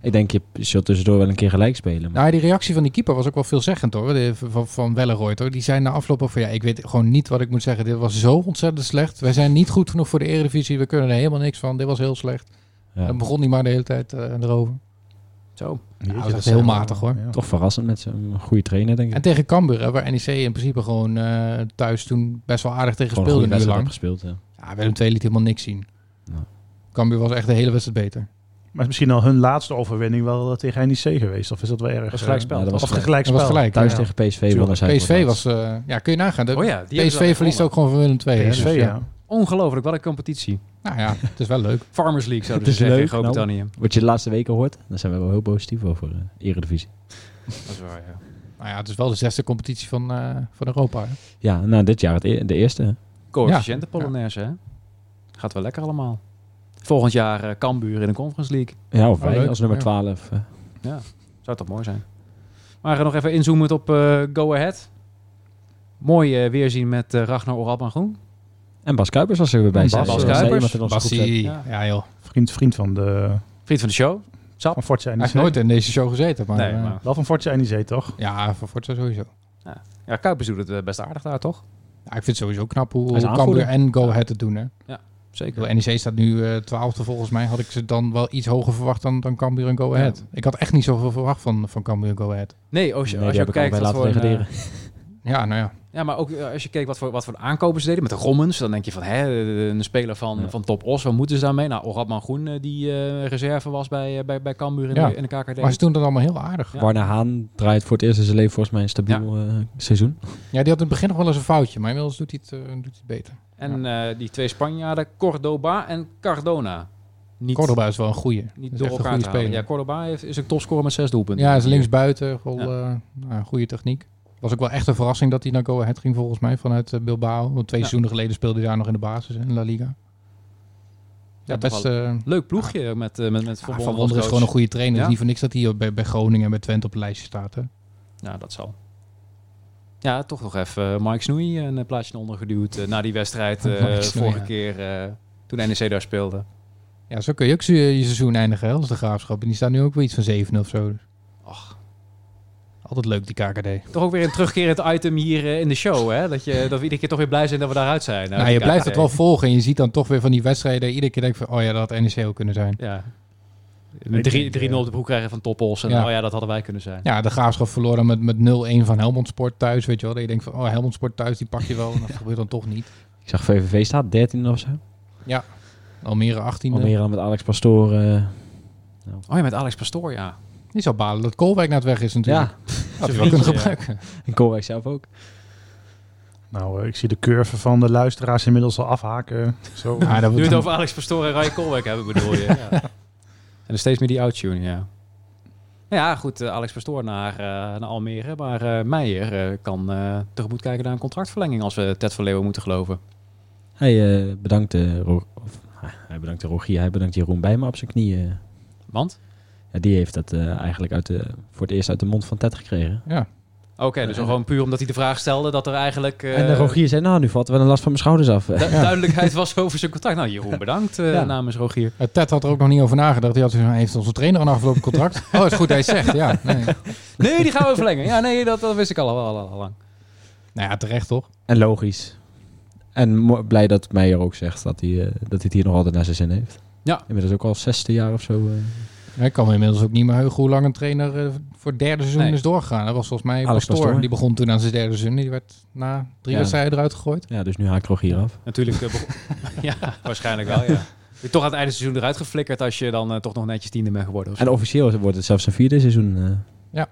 [SPEAKER 5] eh, ik denk, je zult tussendoor wel een keer gelijk spelen. Maar
[SPEAKER 3] Nou, die reactie van die keeper was ook wel veelzeggend hoor. De- van, van Welleroyd hoor. Die zei na afloop ook van ja, ik weet gewoon niet wat ik moet zeggen. Dit was zo ontzettend slecht. Wij zijn niet goed genoeg voor de Eredivisie. We kunnen er helemaal niks van. Dit was heel slecht.
[SPEAKER 5] ja,
[SPEAKER 3] Dan begon hij maar de hele tijd eh, erover.
[SPEAKER 2] ja. Zo.
[SPEAKER 4] Jeetje,
[SPEAKER 3] Nou, dat is
[SPEAKER 4] zijn
[SPEAKER 3] heel
[SPEAKER 4] wel-
[SPEAKER 3] matig, hoor.
[SPEAKER 4] ja.
[SPEAKER 5] toch verrassend met een goede trainer, denk ik.
[SPEAKER 3] En tegen Cambuur, hè, waar NEC in principe gewoon eh, thuis toen best wel aardig tegen
[SPEAKER 5] Gewoon een goede
[SPEAKER 3] speelde een uur
[SPEAKER 5] wedstrijd
[SPEAKER 3] lang.
[SPEAKER 5] gespeeld, ja.
[SPEAKER 3] Ja, Willem II liet helemaal niks zien.
[SPEAKER 5] Nee.
[SPEAKER 3] Cambuur was echt de hele wedstrijd beter.
[SPEAKER 4] Maar het is misschien al hun laatste overwinning wel eh, tegen NEC geweest. Of is dat wel erg?
[SPEAKER 2] was
[SPEAKER 4] eh,
[SPEAKER 2] gelijkspel.
[SPEAKER 5] Ja, dat was
[SPEAKER 4] Of
[SPEAKER 3] Het
[SPEAKER 5] gelijk.
[SPEAKER 4] gelijkspel.
[SPEAKER 3] was gelijk.
[SPEAKER 5] Thuis
[SPEAKER 3] ja.
[SPEAKER 5] tegen PSV.
[SPEAKER 4] Tuurlijk.
[SPEAKER 5] wonnen zij voor
[SPEAKER 3] PSV
[SPEAKER 5] het
[SPEAKER 3] was...
[SPEAKER 5] laatst.
[SPEAKER 3] eh, ja, kun je nagaan. De-
[SPEAKER 2] Oh ja, die hebben ze wel
[SPEAKER 3] PSV verliest
[SPEAKER 2] gewonnen.
[SPEAKER 3] ook gewoon van Willem II. hè, dus,
[SPEAKER 4] PSV, ja.
[SPEAKER 2] Ongelooflijk, wat een competitie.
[SPEAKER 3] Nou ja, het is wel leuk.
[SPEAKER 2] Farmers League zouden
[SPEAKER 5] Het
[SPEAKER 2] ze
[SPEAKER 5] is
[SPEAKER 2] zeggen in
[SPEAKER 5] leuk, nou.
[SPEAKER 2] Groot-Brittannië.
[SPEAKER 5] Wat je de laatste weken hoort, daar zijn we wel heel positief over. eh, Eredivisie.
[SPEAKER 2] Dat is waar, ja.
[SPEAKER 3] Nou ja, het is wel de zesde competitie van, eh, van Europa. hè.
[SPEAKER 5] Ja, nou dit jaar het e- de eerste. hè.
[SPEAKER 2] Coëfficiënte Polonaise, hè? Gaat wel lekker allemaal. Volgend jaar eh Cambuur in de Conference League.
[SPEAKER 5] Ja, of
[SPEAKER 3] Oh,
[SPEAKER 5] wij
[SPEAKER 3] leuk.
[SPEAKER 5] als nummer
[SPEAKER 3] Ja.
[SPEAKER 5] 12. eh.
[SPEAKER 2] Zou toch mooi zijn. Maar eh, nog even inzoomend op eh, Go Ahead. Mooi eh, weerzien met eh, Ragnar Orab en Groen.
[SPEAKER 5] En Bas Kuipers was er weer bij.
[SPEAKER 4] En
[SPEAKER 5] zei
[SPEAKER 4] Bas
[SPEAKER 5] ze. Dat zei
[SPEAKER 2] Kuipers.
[SPEAKER 5] iemand in onze groep,
[SPEAKER 3] Bassie.
[SPEAKER 2] Ja.
[SPEAKER 3] Ja. joh.
[SPEAKER 4] Vriend, vriend van, de,
[SPEAKER 2] Vriend van de show.
[SPEAKER 4] van Fortje
[SPEAKER 3] Hij
[SPEAKER 4] NEC.
[SPEAKER 3] heeft nooit in deze show gezeten. Maar,
[SPEAKER 2] nee,
[SPEAKER 3] eh,
[SPEAKER 2] maar...
[SPEAKER 4] Wel van Fortje NEC, toch?
[SPEAKER 3] Ja, voor Forza sowieso.
[SPEAKER 2] Ja, Kuipers doet het eh, best aardig daar, toch?
[SPEAKER 3] Ja, ik vind het sowieso knap hoe,
[SPEAKER 5] is
[SPEAKER 3] hoe
[SPEAKER 5] aanvoerder.
[SPEAKER 3] Cambuur en Go Ahead het doen. Hè. Ik
[SPEAKER 2] Zeker.
[SPEAKER 3] bedoel, NEC staat nu eh, twaalfde volgens mij. Had ik ze dan wel iets hoger verwacht dan, dan Cambuur en Go Ahead. Ik had echt niet zoveel verwacht van, van Cambuur en Go Ahead.
[SPEAKER 2] Nee, als je,
[SPEAKER 5] Nee, die
[SPEAKER 2] als je ook
[SPEAKER 5] heb ik
[SPEAKER 2] kijkt
[SPEAKER 5] ook bij
[SPEAKER 2] wat
[SPEAKER 5] laten
[SPEAKER 2] voor... een,
[SPEAKER 5] degraderen.
[SPEAKER 2] eh,
[SPEAKER 3] Ja, nou ja.
[SPEAKER 2] ja, maar ook eh, als je keek wat voor, wat voor aankopen ze deden met de Rommens. Dan denk je van, hè, eh, een speler van,
[SPEAKER 5] Ja.
[SPEAKER 2] van Top Os, wat moeten ze daarmee? Nou, Orabman Groen, eh, die eh, reserve was bij, eh, bij, bij Cambuur in,
[SPEAKER 3] Ja.
[SPEAKER 2] de, in de KKD.
[SPEAKER 3] Maar ze doen dat allemaal heel aardig.
[SPEAKER 2] Ja.
[SPEAKER 3] Ja.
[SPEAKER 5] Warner Haan draait voor het eerst in zijn leven volgens mij een stabiel eh, seizoen.
[SPEAKER 3] die had in het begin nog wel eens een foutje. Maar inmiddels doet hij het, eh, doet hij het beter.
[SPEAKER 2] En eh, die twee Spanjaarden, Cordoba en Cardona. Niet,
[SPEAKER 3] Cordoba is wel een goeie. Dat
[SPEAKER 2] niet
[SPEAKER 3] is
[SPEAKER 2] door
[SPEAKER 3] echt een
[SPEAKER 2] elkaar
[SPEAKER 3] goede
[SPEAKER 2] te halen.
[SPEAKER 3] speler.
[SPEAKER 2] Ja,
[SPEAKER 3] Ja,
[SPEAKER 2] Cordoba heeft, is een topscorer met zes doelpunten.
[SPEAKER 3] is linksbuiten. Goal,
[SPEAKER 2] Ja.
[SPEAKER 3] eh, nou, goede techniek. Was ook wel echt een verrassing dat hij naar Go Ahead ging volgens mij vanuit eh, Bilbao. Want twee
[SPEAKER 2] Ja.
[SPEAKER 3] seizoenen geleden speelde hij daar nog in de basis hè, in La Liga. Ja,
[SPEAKER 2] toch
[SPEAKER 3] best...
[SPEAKER 2] wel
[SPEAKER 3] eh,
[SPEAKER 2] Leuk ploegje met, eh, met, met
[SPEAKER 3] Ah,
[SPEAKER 2] Van
[SPEAKER 3] van
[SPEAKER 2] Bommel
[SPEAKER 3] Wonder is
[SPEAKER 2] als
[SPEAKER 3] gewoon een
[SPEAKER 2] coach.
[SPEAKER 3] goede trainer.
[SPEAKER 2] Ja?
[SPEAKER 3] Het is niet voor niks dat hij bij, bij Groningen en bij Twente op het lijstje staat. Hè?
[SPEAKER 2] Ja, dat zal. Ja, toch nog even eh, Mike Snoei een eh, plaatsje onder geduwd eh, na die wedstrijd eh,
[SPEAKER 3] Mike Snoei,
[SPEAKER 2] vorige
[SPEAKER 3] ja.
[SPEAKER 2] keer eh, toen NEC daar speelde.
[SPEAKER 3] Ja, zo kun je ook zo- je seizoen eindigen hè, als de graafschap. En die staat nu ook weer iets van 7 of zo.
[SPEAKER 2] Ach.
[SPEAKER 3] Altijd leuk die KKD.
[SPEAKER 2] Toch ook weer een terugkerend item hier eh, in de show, hè? Dat, je, dat we iedere keer toch weer blij zijn dat we daaruit zijn.
[SPEAKER 3] nou, je E blijft het wel volgen en je ziet dan toch weer van die wedstrijden. Iedere keer denk je van, oh ja, dat had NEC ook kunnen zijn.
[SPEAKER 2] Ja. 3-0 op de broek krijgen van Toppos. En
[SPEAKER 3] Ja.
[SPEAKER 2] oh ja, dat hadden wij kunnen zijn.
[SPEAKER 3] Ja, de Graafschap verloren met, met 0-1 van Helmond Sport thuis. Weet je wel, dat je denkt van, oh, Helmond Sport thuis, die pak je wel. En dat gebeurt dan toch niet.
[SPEAKER 5] Ik zag VVV staat 13 of zo.
[SPEAKER 3] Almere 18
[SPEAKER 5] Almere dan met Alex Pastoor. eh,
[SPEAKER 2] Oh ja, met Alex Pastoor, ja.
[SPEAKER 3] Die zou balen dat Koolwijk naar het weg is natuurlijk.
[SPEAKER 5] ja,
[SPEAKER 3] Had je wel kunnen gebruiken.
[SPEAKER 5] en Koolwijk zelf ook.
[SPEAKER 4] Nou, eh, ik zie de curve van de luisteraars inmiddels al afhaken. Zo.
[SPEAKER 2] Nu
[SPEAKER 3] Ja, dat
[SPEAKER 2] we
[SPEAKER 3] Ah, wordt-
[SPEAKER 2] het over Alex Pastoor en Ryan Kolwijk hebben, bedoel je. Ja. En er steeds meer die outtune, ja. Nou ja, goed, eh, Alex Pastoor naar, eh, naar Almere. Maar eh, Meijer eh, kan eh, tegemoet kijken naar een contractverlenging als we Ted van Leeuwen moeten geloven.
[SPEAKER 5] Hij eh, bedankt, eh, Ro- of, ah, hij bedankt Rogier, hij bedankt Jeroen Bijma op zijn knieën.
[SPEAKER 2] Want?
[SPEAKER 5] Ja, die heeft dat eh, eigenlijk uit de, voor het eerst uit de mond van Ted gekregen.
[SPEAKER 2] Oké, dus gewoon puur omdat hij de vraag stelde dat er eigenlijk eh,
[SPEAKER 5] en eh, Rogier zei, nou, nu valt wel een last van mijn schouders af.
[SPEAKER 2] du- duidelijkheid was over zijn contract. Nou, Jeroen, bedankt eh,
[SPEAKER 5] Ja.
[SPEAKER 2] namens Rogier.
[SPEAKER 3] Eh, Ted had er ook nog niet over nagedacht. Die had zoiets van, heeft onze trainer een afgelopen contract? oh, is goed, hij zegt. Ja, nee.
[SPEAKER 2] Nee, die gaan we verlengen. Ja, nee, dat, dat wist ik al, al, al, al lang.
[SPEAKER 3] Nou ja, terecht toch?
[SPEAKER 5] En logisch. En mo- blij dat Meijer ook zegt dat hij, eh, dat hij het hier nog altijd naar zijn zin heeft.
[SPEAKER 2] Ja.
[SPEAKER 5] Inmiddels ook al zesde jaar of zo. eh.
[SPEAKER 3] Ja, Ik kan me inmiddels ook niet meer heugen hoe lang een trainer eh, voor het derde seizoen
[SPEAKER 2] Nee.
[SPEAKER 3] is doorgegaan. Dat was volgens mij
[SPEAKER 5] Alex
[SPEAKER 3] Pastoor.
[SPEAKER 5] Pastoor.
[SPEAKER 3] Die begon toen aan zijn derde seizoen. Die werd na drie
[SPEAKER 5] Ja.
[SPEAKER 3] wedstrijden eruit gegooid.
[SPEAKER 5] Ja, dus nu haakt Rogier af.
[SPEAKER 2] Natuurlijk. eh, begon- ja, waarschijnlijk wel, ja. Je toch aan het einde van het seizoen eruit geflikkerd als je dan eh, toch nog netjes tiende bent geworden. Of zo.
[SPEAKER 5] En officieel wordt het zelfs zijn vierde seizoen. eh.
[SPEAKER 3] Ja.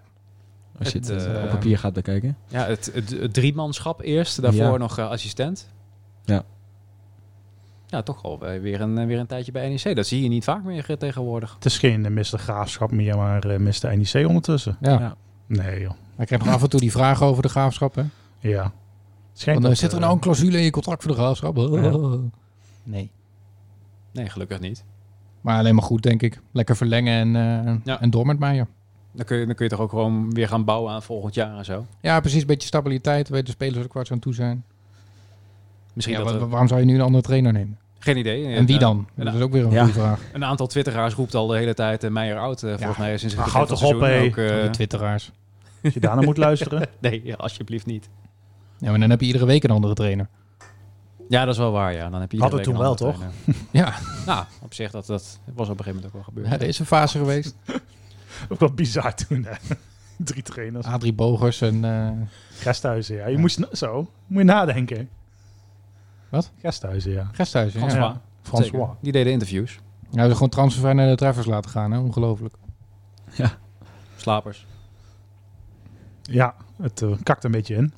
[SPEAKER 5] Als je het,
[SPEAKER 2] Het,
[SPEAKER 5] eh,
[SPEAKER 2] eh,
[SPEAKER 5] op papier gaat bekijken.
[SPEAKER 2] Ja, het, het, het driemanschap eerst, daarvoor
[SPEAKER 5] Ja.
[SPEAKER 2] nog eh, assistent.
[SPEAKER 5] Ja.
[SPEAKER 2] Ja, toch al eh, weer een, eh, weer een tijdje bij NEC. Dat zie je niet vaak meer eh, tegenwoordig.
[SPEAKER 4] Het is geen eh, Mr. Graafschap meer, maar eh Mr. NEC ondertussen.
[SPEAKER 3] Ja.
[SPEAKER 5] Ja.
[SPEAKER 4] Nee, joh.
[SPEAKER 3] Hij krijgt nog af en toe die vragen over de graafschap. Hè?
[SPEAKER 4] Ja. Het schijnt
[SPEAKER 3] Want, eh,
[SPEAKER 4] dat,
[SPEAKER 3] zit er
[SPEAKER 4] eh,
[SPEAKER 3] nou een clausule in je contract voor de graafschap? Oh. Nee.
[SPEAKER 2] Nee, gelukkig niet.
[SPEAKER 3] Maar alleen maar goed, denk ik. Lekker verlengen en, eh,
[SPEAKER 2] Ja.
[SPEAKER 3] en door met Meijer.
[SPEAKER 2] Dan kun, je, dan kun je toch ook gewoon weer gaan bouwen aan volgend jaar en zo.
[SPEAKER 3] Ja, precies. Een beetje stabiliteit. Weet de spelers ook waar ze aan toe zijn.
[SPEAKER 2] Misschien
[SPEAKER 3] Ja,
[SPEAKER 2] dat
[SPEAKER 3] wa-
[SPEAKER 2] er,
[SPEAKER 3] wa- waarom zou je nu een andere trainer nemen?
[SPEAKER 2] Geen idee.
[SPEAKER 3] en wie dan?
[SPEAKER 2] ja. Eh.
[SPEAKER 3] dat is ook weer een
[SPEAKER 5] Ja.
[SPEAKER 3] goede vraag.
[SPEAKER 2] Een aantal twitteraars roept al de hele tijd eh, Meijer oud. eh, volgens mij sinds het
[SPEAKER 4] Ah,
[SPEAKER 2] begin
[SPEAKER 4] houd
[SPEAKER 2] van
[SPEAKER 4] toch op,
[SPEAKER 2] het seizoen ook,
[SPEAKER 4] hé.
[SPEAKER 2] eh,
[SPEAKER 3] de twitteraars.
[SPEAKER 4] Als je daarna moet luisteren.
[SPEAKER 2] nee, ja, alsjeblieft niet.
[SPEAKER 3] Ja, maar dan heb je iedere week een andere trainer.
[SPEAKER 2] Ja, dat is wel waar. Ja. Dan heb je
[SPEAKER 4] Hadden
[SPEAKER 2] iedere
[SPEAKER 4] we
[SPEAKER 2] week
[SPEAKER 4] toen
[SPEAKER 2] een
[SPEAKER 4] wel,
[SPEAKER 2] andere
[SPEAKER 3] Ja,
[SPEAKER 2] trainer. Nou, op zich, dat, dat was op een gegeven moment ook wel gebeurd.
[SPEAKER 3] ja er is een fase geweest.
[SPEAKER 4] Ook wel bizar toen. hè. Drie trainers.
[SPEAKER 3] Adrie Bogers en... eh,
[SPEAKER 4] Gasthuizen, ja. Je
[SPEAKER 3] Ah. Ja.
[SPEAKER 4] moest na- zo. Moet je nadenken.
[SPEAKER 3] Wat?
[SPEAKER 4] Gasthuizen, ja.
[SPEAKER 3] Gasthuis, ja.
[SPEAKER 2] Frans
[SPEAKER 3] Ja.
[SPEAKER 2] Wa-
[SPEAKER 4] François.
[SPEAKER 2] zeker. Die deden interviews.
[SPEAKER 3] Hij heeft gewoon transfervrij naar de treffers laten gaan, hè? Ongelooflijk.
[SPEAKER 2] Slapers.
[SPEAKER 4] Ja, het eh, kakt een beetje in.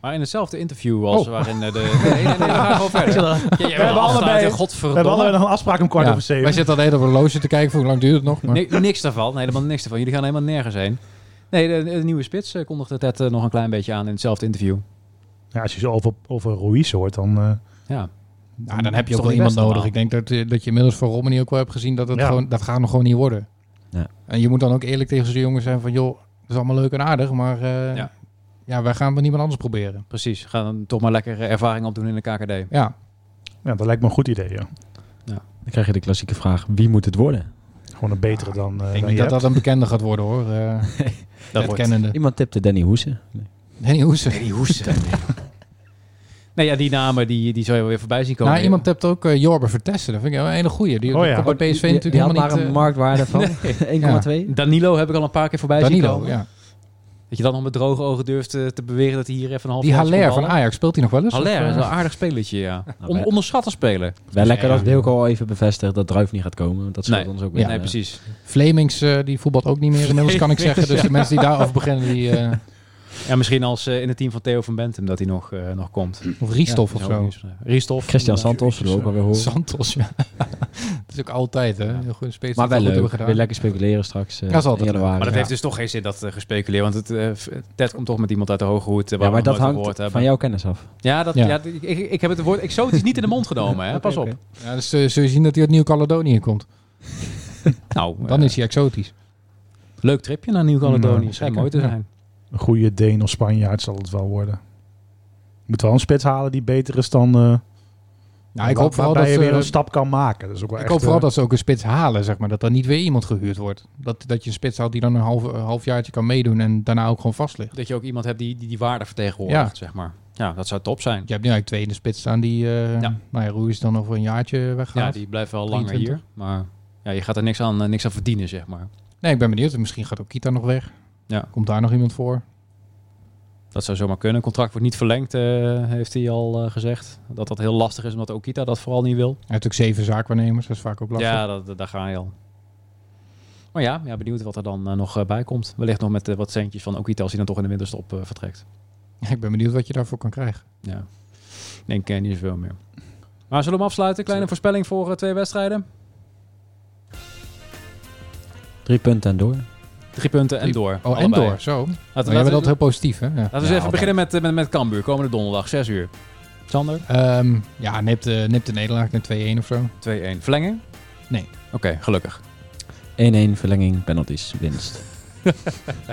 [SPEAKER 2] Maar in hetzelfde interview als
[SPEAKER 3] Oh.
[SPEAKER 2] waarin eh, de... Nee, nee, nee, we gaan gewoon verder. Ja, jij wil
[SPEAKER 4] hebben
[SPEAKER 2] afsluiten,
[SPEAKER 4] allebei- We
[SPEAKER 2] godverdomme.
[SPEAKER 4] hebben allebei nog een afspraak om kwart
[SPEAKER 3] Ja.
[SPEAKER 4] over
[SPEAKER 3] Wij
[SPEAKER 4] zeven.
[SPEAKER 3] zitten al de hele tijd op een loge te kijken. voor Hoe lang duurt het nog? Maar...
[SPEAKER 2] Nee, niks daarvan, helemaal niks daarvan. Jullie gaan helemaal nergens heen. Nee, de, de nieuwe spits eh, kondigde Ted eh, nog een klein beetje aan in hetzelfde interview.
[SPEAKER 4] Ja, als je zo over, over Ruiz hoort, dan... eh,
[SPEAKER 2] Ja,
[SPEAKER 3] Nou, dan heb je
[SPEAKER 2] Is
[SPEAKER 3] ook wel
[SPEAKER 2] toch niet
[SPEAKER 3] iemand
[SPEAKER 2] best
[SPEAKER 3] nodig.
[SPEAKER 2] allemaal?
[SPEAKER 3] Ik denk dat, eh, dat je inmiddels voor Romney ook wel hebt gezien dat het
[SPEAKER 4] Ja.
[SPEAKER 3] gewoon, dat gaat nog gewoon niet worden.
[SPEAKER 5] Ja.
[SPEAKER 3] En je moet dan ook eerlijk tegen zo'n jongens zijn van, joh, dat is allemaal leuk en aardig, maar eh,
[SPEAKER 2] Ja.
[SPEAKER 3] ja. wij gaan het met niemand anders proberen.
[SPEAKER 2] precies. Ga dan toch maar lekker eh, ervaring opdoen in de KKD.
[SPEAKER 3] Ja,
[SPEAKER 4] ja, dat lijkt me een goed idee, ja.
[SPEAKER 5] Dan krijg je de klassieke vraag, wie moet het worden?
[SPEAKER 4] Gewoon een betere dan, eh
[SPEAKER 3] ik denk
[SPEAKER 4] dan
[SPEAKER 3] niet
[SPEAKER 4] je
[SPEAKER 3] dat
[SPEAKER 4] hebt.
[SPEAKER 3] dat een bekende gaat worden hoor. Eh dat
[SPEAKER 2] wordt-
[SPEAKER 3] kennende.
[SPEAKER 5] Iemand tipte Danny Hoesen. Nee.
[SPEAKER 3] Danny Hoesen.
[SPEAKER 2] Die hoesten. nee, ja, die namen die, die zou je wel weer voorbij zien komen.
[SPEAKER 3] Nou, iemand hebt ook eh, Jorber Vertessen. Dat vind ik wel een hele goeie. Die
[SPEAKER 4] Oh ja.
[SPEAKER 3] komt bij PSV natuurlijk
[SPEAKER 5] die had
[SPEAKER 3] helemaal
[SPEAKER 5] maar
[SPEAKER 3] niet.
[SPEAKER 5] een
[SPEAKER 3] eh,
[SPEAKER 5] marktwaarde van 1,2.
[SPEAKER 2] Danilo heb ik al een paar keer voorbij zien
[SPEAKER 3] Danilo,
[SPEAKER 2] komen.
[SPEAKER 3] ja.
[SPEAKER 2] Dat je dan nog met droge ogen durft eh, te beweren dat hij hier even een half
[SPEAKER 3] Die
[SPEAKER 2] jaar is
[SPEAKER 3] Haller van
[SPEAKER 2] voetballen.
[SPEAKER 3] Ajax, speelt hij nog wel eens?
[SPEAKER 2] Haller
[SPEAKER 3] Of,
[SPEAKER 2] is
[SPEAKER 3] eh,
[SPEAKER 2] wel een aardig spelletje, ja.
[SPEAKER 5] Nou,
[SPEAKER 2] On,
[SPEAKER 5] wij-
[SPEAKER 2] onderschatten spelen.
[SPEAKER 5] Wel lekker
[SPEAKER 3] Ja.
[SPEAKER 5] dat Wilco al even bevestigt dat Druif niet gaat komen. want Dat scheelt
[SPEAKER 2] Nee.
[SPEAKER 5] ons ook weer.
[SPEAKER 2] Nee,
[SPEAKER 5] Eh,
[SPEAKER 2] precies.
[SPEAKER 3] Flemings, eh, die voetbalt ook niet meer inmiddels, kan ik zeggen. Dus de mensen die daarover beginnen, die... eh,
[SPEAKER 2] Ja, misschien als eh, in het team van Theo van Bentum dat hij nog, eh, nog komt.
[SPEAKER 3] of Riestoff
[SPEAKER 2] Ja,
[SPEAKER 3] of
[SPEAKER 2] zou ook
[SPEAKER 3] zo.
[SPEAKER 2] nieuws eh. zijn. Riestoff.
[SPEAKER 5] Christian Santos, zullen we ook alweer horen.
[SPEAKER 3] Santos, ja. dat is ook altijd, hè? Heel goede spelers
[SPEAKER 5] Maar
[SPEAKER 3] die het goed
[SPEAKER 5] wel
[SPEAKER 3] hebben
[SPEAKER 5] leuk.
[SPEAKER 3] gedaan.
[SPEAKER 5] Weer lekker speculeren straks. eh,
[SPEAKER 3] Dat is altijd
[SPEAKER 5] in
[SPEAKER 3] leuk.
[SPEAKER 5] januari.
[SPEAKER 2] Maar dat
[SPEAKER 5] Ja.
[SPEAKER 2] heeft dus toch geen zin dat eh, gespeculeerd. Want het, eh, v- Ted komt toch met iemand uit de hoge hoed. eh,
[SPEAKER 5] Ja,
[SPEAKER 2] waar
[SPEAKER 5] maar
[SPEAKER 2] we nog
[SPEAKER 5] dat
[SPEAKER 2] nooit
[SPEAKER 5] hangt
[SPEAKER 2] gehoord
[SPEAKER 5] van
[SPEAKER 2] hebben.
[SPEAKER 5] jouw kennis af.
[SPEAKER 2] Ja, dat, ja.
[SPEAKER 3] Ja.
[SPEAKER 2] ik, ik- ik heb het woord exotisch niet in de mond genomen. Hè? Pas op.
[SPEAKER 5] Oké,
[SPEAKER 3] Ja, dus eh, zul je zien dat hij uit Nieuw-Caledonië komt.
[SPEAKER 2] Nou,
[SPEAKER 3] Dan
[SPEAKER 2] eh,
[SPEAKER 3] is hij exotisch.
[SPEAKER 2] leuk tripje naar Nieuw-Caledonië.
[SPEAKER 4] Nou,
[SPEAKER 2] Schijnt mooi te
[SPEAKER 3] zeker.
[SPEAKER 2] zijn.
[SPEAKER 4] Een goede Deen of Spanjaard zal het wel worden. Je moet wel een spits halen die beter is dan... eh
[SPEAKER 3] Nou, ik
[SPEAKER 4] waar-
[SPEAKER 3] hoop vooral dat
[SPEAKER 4] waarbij je
[SPEAKER 3] ze,
[SPEAKER 4] weer een stap kan maken. Dat is ook wel
[SPEAKER 3] ik
[SPEAKER 4] echt,
[SPEAKER 3] hoop vooral
[SPEAKER 4] eh,
[SPEAKER 3] dat ze ook een spits halen, zeg maar. Dat er niet weer iemand gehuurd wordt. Dat, dat je een spits haalt die dan een half, een halfjaartje kan meedoen en daarna ook gewoon vast ligt.
[SPEAKER 2] Dat je ook iemand hebt die die, die waarde vertegenwoordigt, zeg maar. Ja, dat zou top zijn.
[SPEAKER 3] Je hebt nu eigenlijk twee in de spits staan die... eh
[SPEAKER 2] Ja.
[SPEAKER 3] Nou ja, Roe is dan over een jaartje
[SPEAKER 2] Ja,
[SPEAKER 3] weggaat.
[SPEAKER 2] die blijven wel langer hier.
[SPEAKER 3] 23.
[SPEAKER 2] Maar Ja, je gaat er niks aan, eh, niks aan verdienen, zeg maar.
[SPEAKER 3] Nee, ik ben benieuwd. Misschien gaat ook Kita nog weg.
[SPEAKER 2] Ja.
[SPEAKER 3] Komt daar nog iemand voor?
[SPEAKER 2] Dat zou zomaar kunnen. Contract wordt niet verlengd, eh, heeft hij al eh, gezegd. Dat dat heel lastig is, omdat Okita dat vooral niet wil.
[SPEAKER 3] Hij heeft ook zeven zaakwaarnemers. Dat is vaak ook lastig.
[SPEAKER 2] Ja, dat, dat- daar ga je al. Maar ja, ja benieuwd wat er dan eh, nog eh, bij komt. Wellicht nog met eh, wat centjes van Okita als hij dan toch in de winterstop eh, vertrekt.
[SPEAKER 3] Ik ben benieuwd wat je daarvoor kan krijgen.
[SPEAKER 2] Ja, ik denk eh, niet zoveel meer. Maar zullen we hem afsluiten? Kleine voorspelling voor eh, twee wedstrijden.
[SPEAKER 5] Drie punten en door.
[SPEAKER 2] Drie punten en
[SPEAKER 3] Drie-
[SPEAKER 2] door.
[SPEAKER 3] Oh, en
[SPEAKER 2] Allebei.
[SPEAKER 3] door. Zo. Maar
[SPEAKER 2] Laten, we-
[SPEAKER 3] Oh, jij bent
[SPEAKER 2] laten,
[SPEAKER 3] altijd
[SPEAKER 2] we-
[SPEAKER 3] heel positief, hè? Ja.
[SPEAKER 2] laten we eens even beginnen met, eh, met, met Cambuur. Komende donderdag, 6 uur. Sander, 2-1.
[SPEAKER 3] Ehm, ja, nipt, eh, nipt de nederlaag naar 2-1 of zo.
[SPEAKER 2] Verlengen?
[SPEAKER 3] Nee.
[SPEAKER 2] Oké, gelukkig.
[SPEAKER 5] 1-1, verlenging, penalties, winst.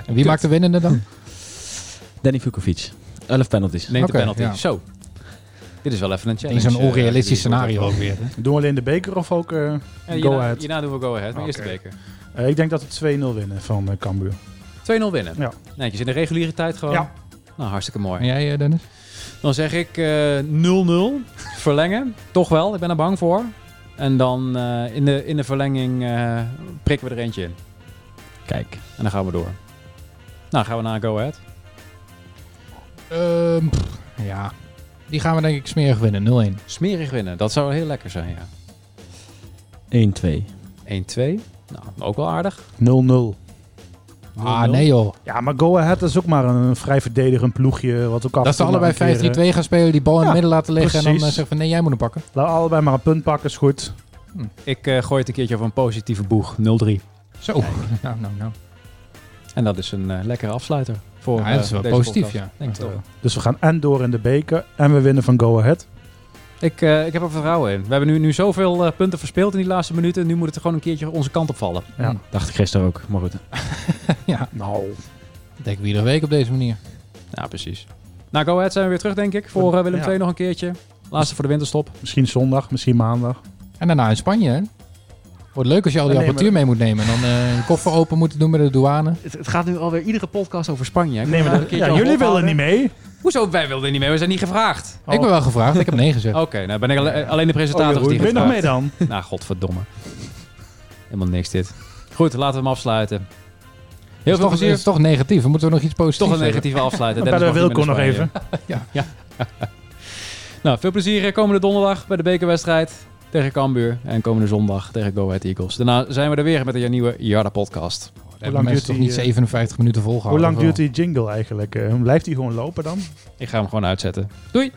[SPEAKER 3] En wie maakt de winnende dan?
[SPEAKER 5] Danny Vukovic. 11 penalties.
[SPEAKER 2] Neemt
[SPEAKER 3] Oké,
[SPEAKER 2] de penalty.
[SPEAKER 3] ja.
[SPEAKER 2] Zo. Dit is wel even een
[SPEAKER 3] In
[SPEAKER 2] challenge.
[SPEAKER 3] zo'n
[SPEAKER 2] eh,
[SPEAKER 3] onrealistisch
[SPEAKER 2] die-
[SPEAKER 3] scenario ook weer. hè?
[SPEAKER 4] Doen we alleen de beker of ook eh,
[SPEAKER 2] Ja,
[SPEAKER 4] go
[SPEAKER 2] hierna,
[SPEAKER 4] ahead?
[SPEAKER 2] hierna doen we go ahead, maar eerst de
[SPEAKER 4] Oké.
[SPEAKER 2] beker.
[SPEAKER 4] Eh, ik denk dat we 2-0 winnen van eh Cambuur.
[SPEAKER 2] 2-0 winnen.
[SPEAKER 4] Ja.
[SPEAKER 2] Netjes in de reguliere tijd gewoon.
[SPEAKER 4] Ja.
[SPEAKER 2] Nou, hartstikke
[SPEAKER 3] En
[SPEAKER 2] mooi.
[SPEAKER 3] jij, eh, Dennis?
[SPEAKER 2] Dan zeg ik eh, 0-0. Verlengen. Toch wel, ik ben er bang voor. En dan eh, in, de, in de verlenging eh, prikken we er eentje in.
[SPEAKER 5] Kijk.
[SPEAKER 2] En dan gaan we door. Nou, gaan we naar Go Ahead.
[SPEAKER 3] Ehm, pff, ja. Die gaan we denk ik smerig winnen. 0-1.
[SPEAKER 2] Smerig winnen, dat zou heel lekker zijn, ja.
[SPEAKER 5] 1-2.
[SPEAKER 2] 1-2. Nou, ook wel aardig.
[SPEAKER 4] 0-0.
[SPEAKER 3] Ah, nee joh.
[SPEAKER 4] Ja, maar Go Ahead is ook maar een vrij verdedigend ploegje. Wat ook af en
[SPEAKER 3] Dat ze
[SPEAKER 4] toe
[SPEAKER 3] allebei 5-3-2
[SPEAKER 4] maar een keer, eh,
[SPEAKER 3] gaan spelen, die bal in
[SPEAKER 4] Ja,
[SPEAKER 3] het midden laten liggen en dan
[SPEAKER 4] precies.
[SPEAKER 3] eh, zeggen van nee, jij moet hem pakken.
[SPEAKER 4] Laat allebei maar een punt pakken, is goed.
[SPEAKER 2] Ik eh, gooi het een keertje over een positieve boeg. 0-3.
[SPEAKER 3] Zo. Nou, nou, nou.
[SPEAKER 2] En dat is een eh, lekkere afsluiter. Voor,
[SPEAKER 3] Ja, dat is
[SPEAKER 2] eh,
[SPEAKER 3] wel
[SPEAKER 2] deze
[SPEAKER 3] positief,
[SPEAKER 2] podcast.
[SPEAKER 3] ja.
[SPEAKER 2] Denk ik toch.
[SPEAKER 4] Dus we gaan en door in de beker en we winnen van Go Ahead.
[SPEAKER 2] Ik, eh, ik heb er vertrouwen in. We hebben nu, nu zoveel eh, punten verspeeld in die laatste minuten. Nu moet het er gewoon een keertje onze kant op vallen.
[SPEAKER 4] Ja.
[SPEAKER 3] Hm.
[SPEAKER 5] Dacht ik gisteren ook, maar goed.
[SPEAKER 4] Nou,
[SPEAKER 3] Dat denken we iedere week op deze manier.
[SPEAKER 2] Ja, precies. Nou, Go Ahead zijn we weer terug, denk ik. Voor eh, Willem
[SPEAKER 4] Ja.
[SPEAKER 2] II nog een keertje. Laatste voor de winterstop.
[SPEAKER 4] misschien zondag, misschien maandag.
[SPEAKER 3] En daarna in Spanje, hè? Wordt leuk als je al die
[SPEAKER 4] Nee,
[SPEAKER 3] apparatuur mee moet nemen. En dan eh, je koffer open moeten doen bij de douane.
[SPEAKER 2] Het, gaat nu alweer iedere podcast over Spanje.
[SPEAKER 4] Nee, maar dat- ja, jullie willen niet mee.
[SPEAKER 2] Hoezo? Wij wilden niet mee. We zijn niet gevraagd.
[SPEAKER 4] Oh.
[SPEAKER 3] Ik ben wel gevraagd, ik heb nee gezegd.
[SPEAKER 2] Oké, nou ben ik alle- alleen de
[SPEAKER 4] Oh,
[SPEAKER 2] presentator
[SPEAKER 4] Jeroen,
[SPEAKER 2] die
[SPEAKER 4] ben je nog
[SPEAKER 2] gevraagd.
[SPEAKER 4] mee dan?
[SPEAKER 2] Nou, godverdomme. Helemaal niks dit. Goed, laten we hem afsluiten. Heel
[SPEAKER 3] is
[SPEAKER 2] veel
[SPEAKER 3] toch, is
[SPEAKER 2] plezier.
[SPEAKER 3] toch negatief. Dan moeten we nog iets
[SPEAKER 2] Toch
[SPEAKER 3] positiefs
[SPEAKER 2] een negatieve afsluiten.
[SPEAKER 4] Dan
[SPEAKER 2] Dennis
[SPEAKER 4] bellen we
[SPEAKER 2] mag niet
[SPEAKER 4] Wilco nog
[SPEAKER 2] meer naar
[SPEAKER 4] even.
[SPEAKER 2] Spanje. Nou, veel plezier eh, komende donderdag bij de bekerwedstrijd tegen Cambuur. En komende zondag tegen Go Ahead Eagles. Daarna zijn we er weer met een nieuwe Jarda podcast.
[SPEAKER 3] Hoe
[SPEAKER 4] lang
[SPEAKER 3] lang
[SPEAKER 4] duurt
[SPEAKER 3] duurt toch
[SPEAKER 4] die,
[SPEAKER 3] niet
[SPEAKER 4] eh,
[SPEAKER 3] 57 minuten volgehouden?
[SPEAKER 4] Hoe lang
[SPEAKER 3] of wel?
[SPEAKER 4] duurt die jingle eigenlijk? Eh, Blijft die gewoon lopen dan?
[SPEAKER 2] Ik ga hem gewoon uitzetten. Doei!